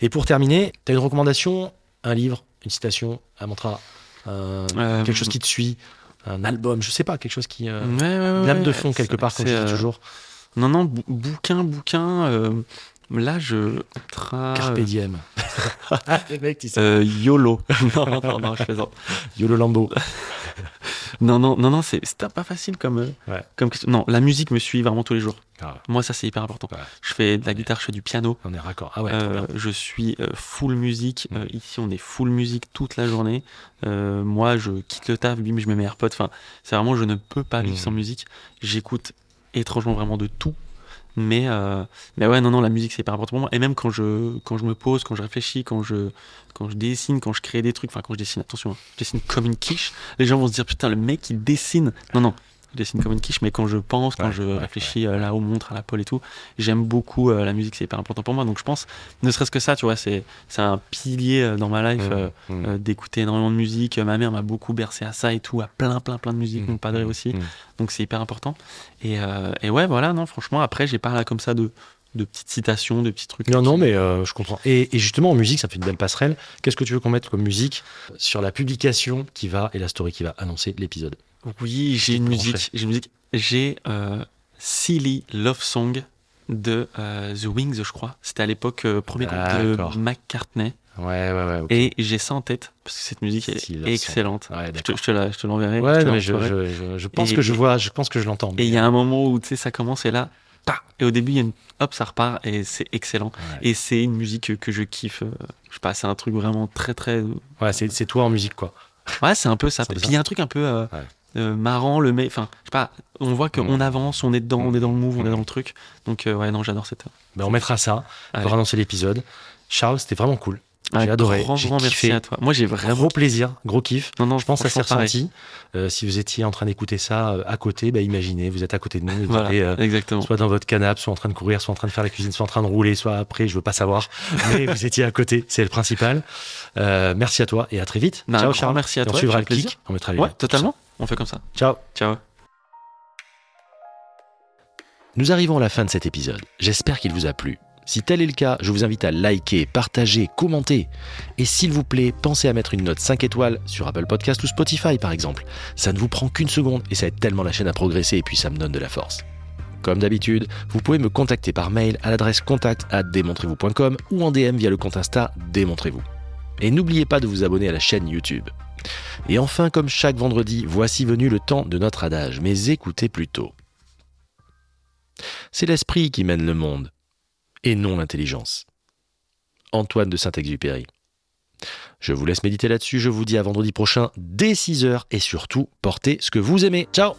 Speaker 1: et pour terminer, t'as une recommandation, un livre, une citation, un mantra, un-
Speaker 2: Euh,
Speaker 1: quelque chose qui te suit, un album, je sais pas, quelque chose qui. euh,
Speaker 2: Ouais, ouais, ouais,
Speaker 1: une lame de
Speaker 2: ouais,
Speaker 1: fond quelque
Speaker 2: c'est-
Speaker 1: part, comme
Speaker 2: c'est,
Speaker 1: je dis
Speaker 2: euh,
Speaker 1: toujours.
Speaker 2: Non, non, bou- bouquin, bouquin. euh, là, je. Tra...
Speaker 1: Carpe diem. les mecs, tu sais.
Speaker 2: euh, YOLO. non, non, non, non, je plaisante.
Speaker 1: Yolo Lambo.
Speaker 2: Non, non, non, non, c'est c'est pas facile comme, euh,
Speaker 1: Ouais.
Speaker 2: comme question. Non, la musique me suit vraiment tous les jours.
Speaker 1: Ah,
Speaker 2: Moi, ça, c'est hyper important.
Speaker 1: Ouais.
Speaker 2: Je fais de la guitare, je fais du piano.
Speaker 1: on est raccord. Ah ouais, trop bien.
Speaker 2: Euh, je suis euh, full musique. Euh,
Speaker 1: Mm.
Speaker 2: ici, on est full musique toute la journée. Euh, moi, je quitte le taf, bim, je mets mes AirPods. Enfin, c'est vraiment, je ne peux pas vivre
Speaker 1: Mm.
Speaker 2: sans musique. J'écoute étrangement vraiment de tout. Mais, euh, mais ouais, non, non, la musique, c'est hyper important pour moi. Et même quand je, quand je me pose, quand je réfléchis, quand je, quand je dessine, quand je crée des trucs, enfin, quand je dessine, attention, hein, je dessine comme une quiche. Les gens vont se dire, putain, le mec, il dessine. Non, non, je dessine comme une quiche, mais quand je pense, quand
Speaker 1: Ouais,
Speaker 2: je
Speaker 1: ouais,
Speaker 2: réfléchis euh, là aux montres, à la pole et tout, j'aime beaucoup euh, la musique, c'est hyper important pour moi. Donc je pense, ne serait-ce que ça, tu vois, c'est c'est un pilier euh, dans ma life. euh,
Speaker 1: Mm, mm.
Speaker 2: euh, d'écouter énormément de musique, ma mère m'a beaucoup bercé à ça et tout, à plein plein plein de musique, mon padre aussi,
Speaker 1: Mm.
Speaker 2: donc c'est hyper important. Et, euh, et ouais, voilà, non, franchement, après j'ai pas là comme ça de, de petites citations, de petits trucs.
Speaker 1: Non, non, mais euh, je comprends. Et, et justement, en musique, ça me fait une belle passerelle. Qu'est-ce que tu veux qu'on mette comme musique sur la publication qui va et la story qui va annoncer l'épisode
Speaker 2: Oui, j'ai une
Speaker 1: Pour
Speaker 2: musique,
Speaker 1: entrer.
Speaker 2: j'ai une musique, j'ai euh, Silly Love Song de euh, The Wings, je crois. C'était à l'époque euh, premier groupe
Speaker 1: D'accord.
Speaker 2: de McCartney.
Speaker 1: Ouais, ouais, ouais. ok.
Speaker 2: Et j'ai ça en tête, parce que cette musique elle
Speaker 1: Silly Love
Speaker 2: est
Speaker 1: Song.
Speaker 2: excellente.
Speaker 1: Ouais,
Speaker 2: Je te,
Speaker 1: d'accord.
Speaker 2: je te la- je te l'enverrai.
Speaker 1: Ouais,
Speaker 2: je te
Speaker 1: non,
Speaker 2: la
Speaker 1: mais je,
Speaker 2: montrerai.
Speaker 1: je- je- je pense
Speaker 2: Et-
Speaker 1: que je
Speaker 2: et-
Speaker 1: vois, je pense que je l'entends.
Speaker 2: Et il y
Speaker 1: mais-
Speaker 2: a un moment où tu sais, ça commence et là, pa, et au début, il y a une, hop, ça repart et c'est excellent.
Speaker 1: Ouais,
Speaker 2: Et c'est une musique que, que je kiffe. euh, Je sais pas, c'est un truc vraiment très très. euh,
Speaker 1: Ouais, c'est c'est toi en musique, quoi.
Speaker 2: Ouais, c'est un peu ça.
Speaker 1: C'est
Speaker 2: Puis
Speaker 1: bizarre.
Speaker 2: il y a un truc un peu euh,
Speaker 1: Ouais.
Speaker 2: euh, marrant, le mais. Enfin, je sais pas, on voit qu'on
Speaker 1: Mm.
Speaker 2: avance, on est dedans, on est dans le move, on est
Speaker 1: Mm.
Speaker 2: dans le truc. Donc, euh, ouais, non, j'adore cette heure.
Speaker 1: Ben, on mettra ça pour
Speaker 2: Allez.
Speaker 1: annoncer l'épisode. Charles, c'était vraiment cool.
Speaker 2: Un
Speaker 1: J'ai adoré.
Speaker 2: Grand,
Speaker 1: J'ai
Speaker 2: grand merci
Speaker 1: kiffé.
Speaker 2: à toi. Moi, j'ai vraiment.
Speaker 1: Gros plaisir, gros kiff.
Speaker 2: Non, non,
Speaker 1: Je pense que ça s'est
Speaker 2: franchement, pareil.
Speaker 1: ressenti. Euh, si vous étiez en train d'écouter ça euh, à côté, bah, imaginez, vous êtes à côté de nous, vous
Speaker 2: Voilà,
Speaker 1: écoutez, euh,
Speaker 2: exactement.
Speaker 1: soit dans votre canapé, soit en train de courir, soit en train de faire la cuisine, soit en train de rouler, soit après, je veux pas savoir. Mais vous étiez à côté, c'est le principal. Euh, merci à toi et à très vite.
Speaker 2: Non, Bah, un
Speaker 1: Ciao
Speaker 2: grand
Speaker 1: Charles.
Speaker 2: merci à
Speaker 1: Et on
Speaker 2: toi,
Speaker 1: suivra
Speaker 2: c'est
Speaker 1: le
Speaker 2: un plaisir.
Speaker 1: clic. On mettra les
Speaker 2: Ouais,
Speaker 1: liens.
Speaker 2: totalement. On fait comme ça.
Speaker 1: Ciao.
Speaker 2: Ciao.
Speaker 1: Nous arrivons à la fin de cet épisode. J'espère qu'il vous a plu. Si tel est le cas, je vous invite à liker, partager, commenter. Et s'il vous plaît, pensez à mettre une note 5 étoiles sur Apple Podcast ou Spotify par exemple. Ça ne vous prend qu'une seconde et ça aide tellement la chaîne à progresser et puis ça me donne de la force. Comme d'habitude, vous pouvez me contacter par mail à l'adresse contact à démontrez-vous.com ou en DM via le compte Insta Démontrez-vous. Et n'oubliez pas de vous abonner à la chaîne YouTube. Et enfin, comme chaque vendredi, voici venu le temps de notre adage, mais écoutez plutôt. C'est l'esprit qui mène le monde, et non l'intelligence. Antoine de Saint-Exupéry. Je vous laisse méditer là-dessus, je vous dis à vendredi prochain dès 6h et surtout, portez ce que vous aimez. Ciao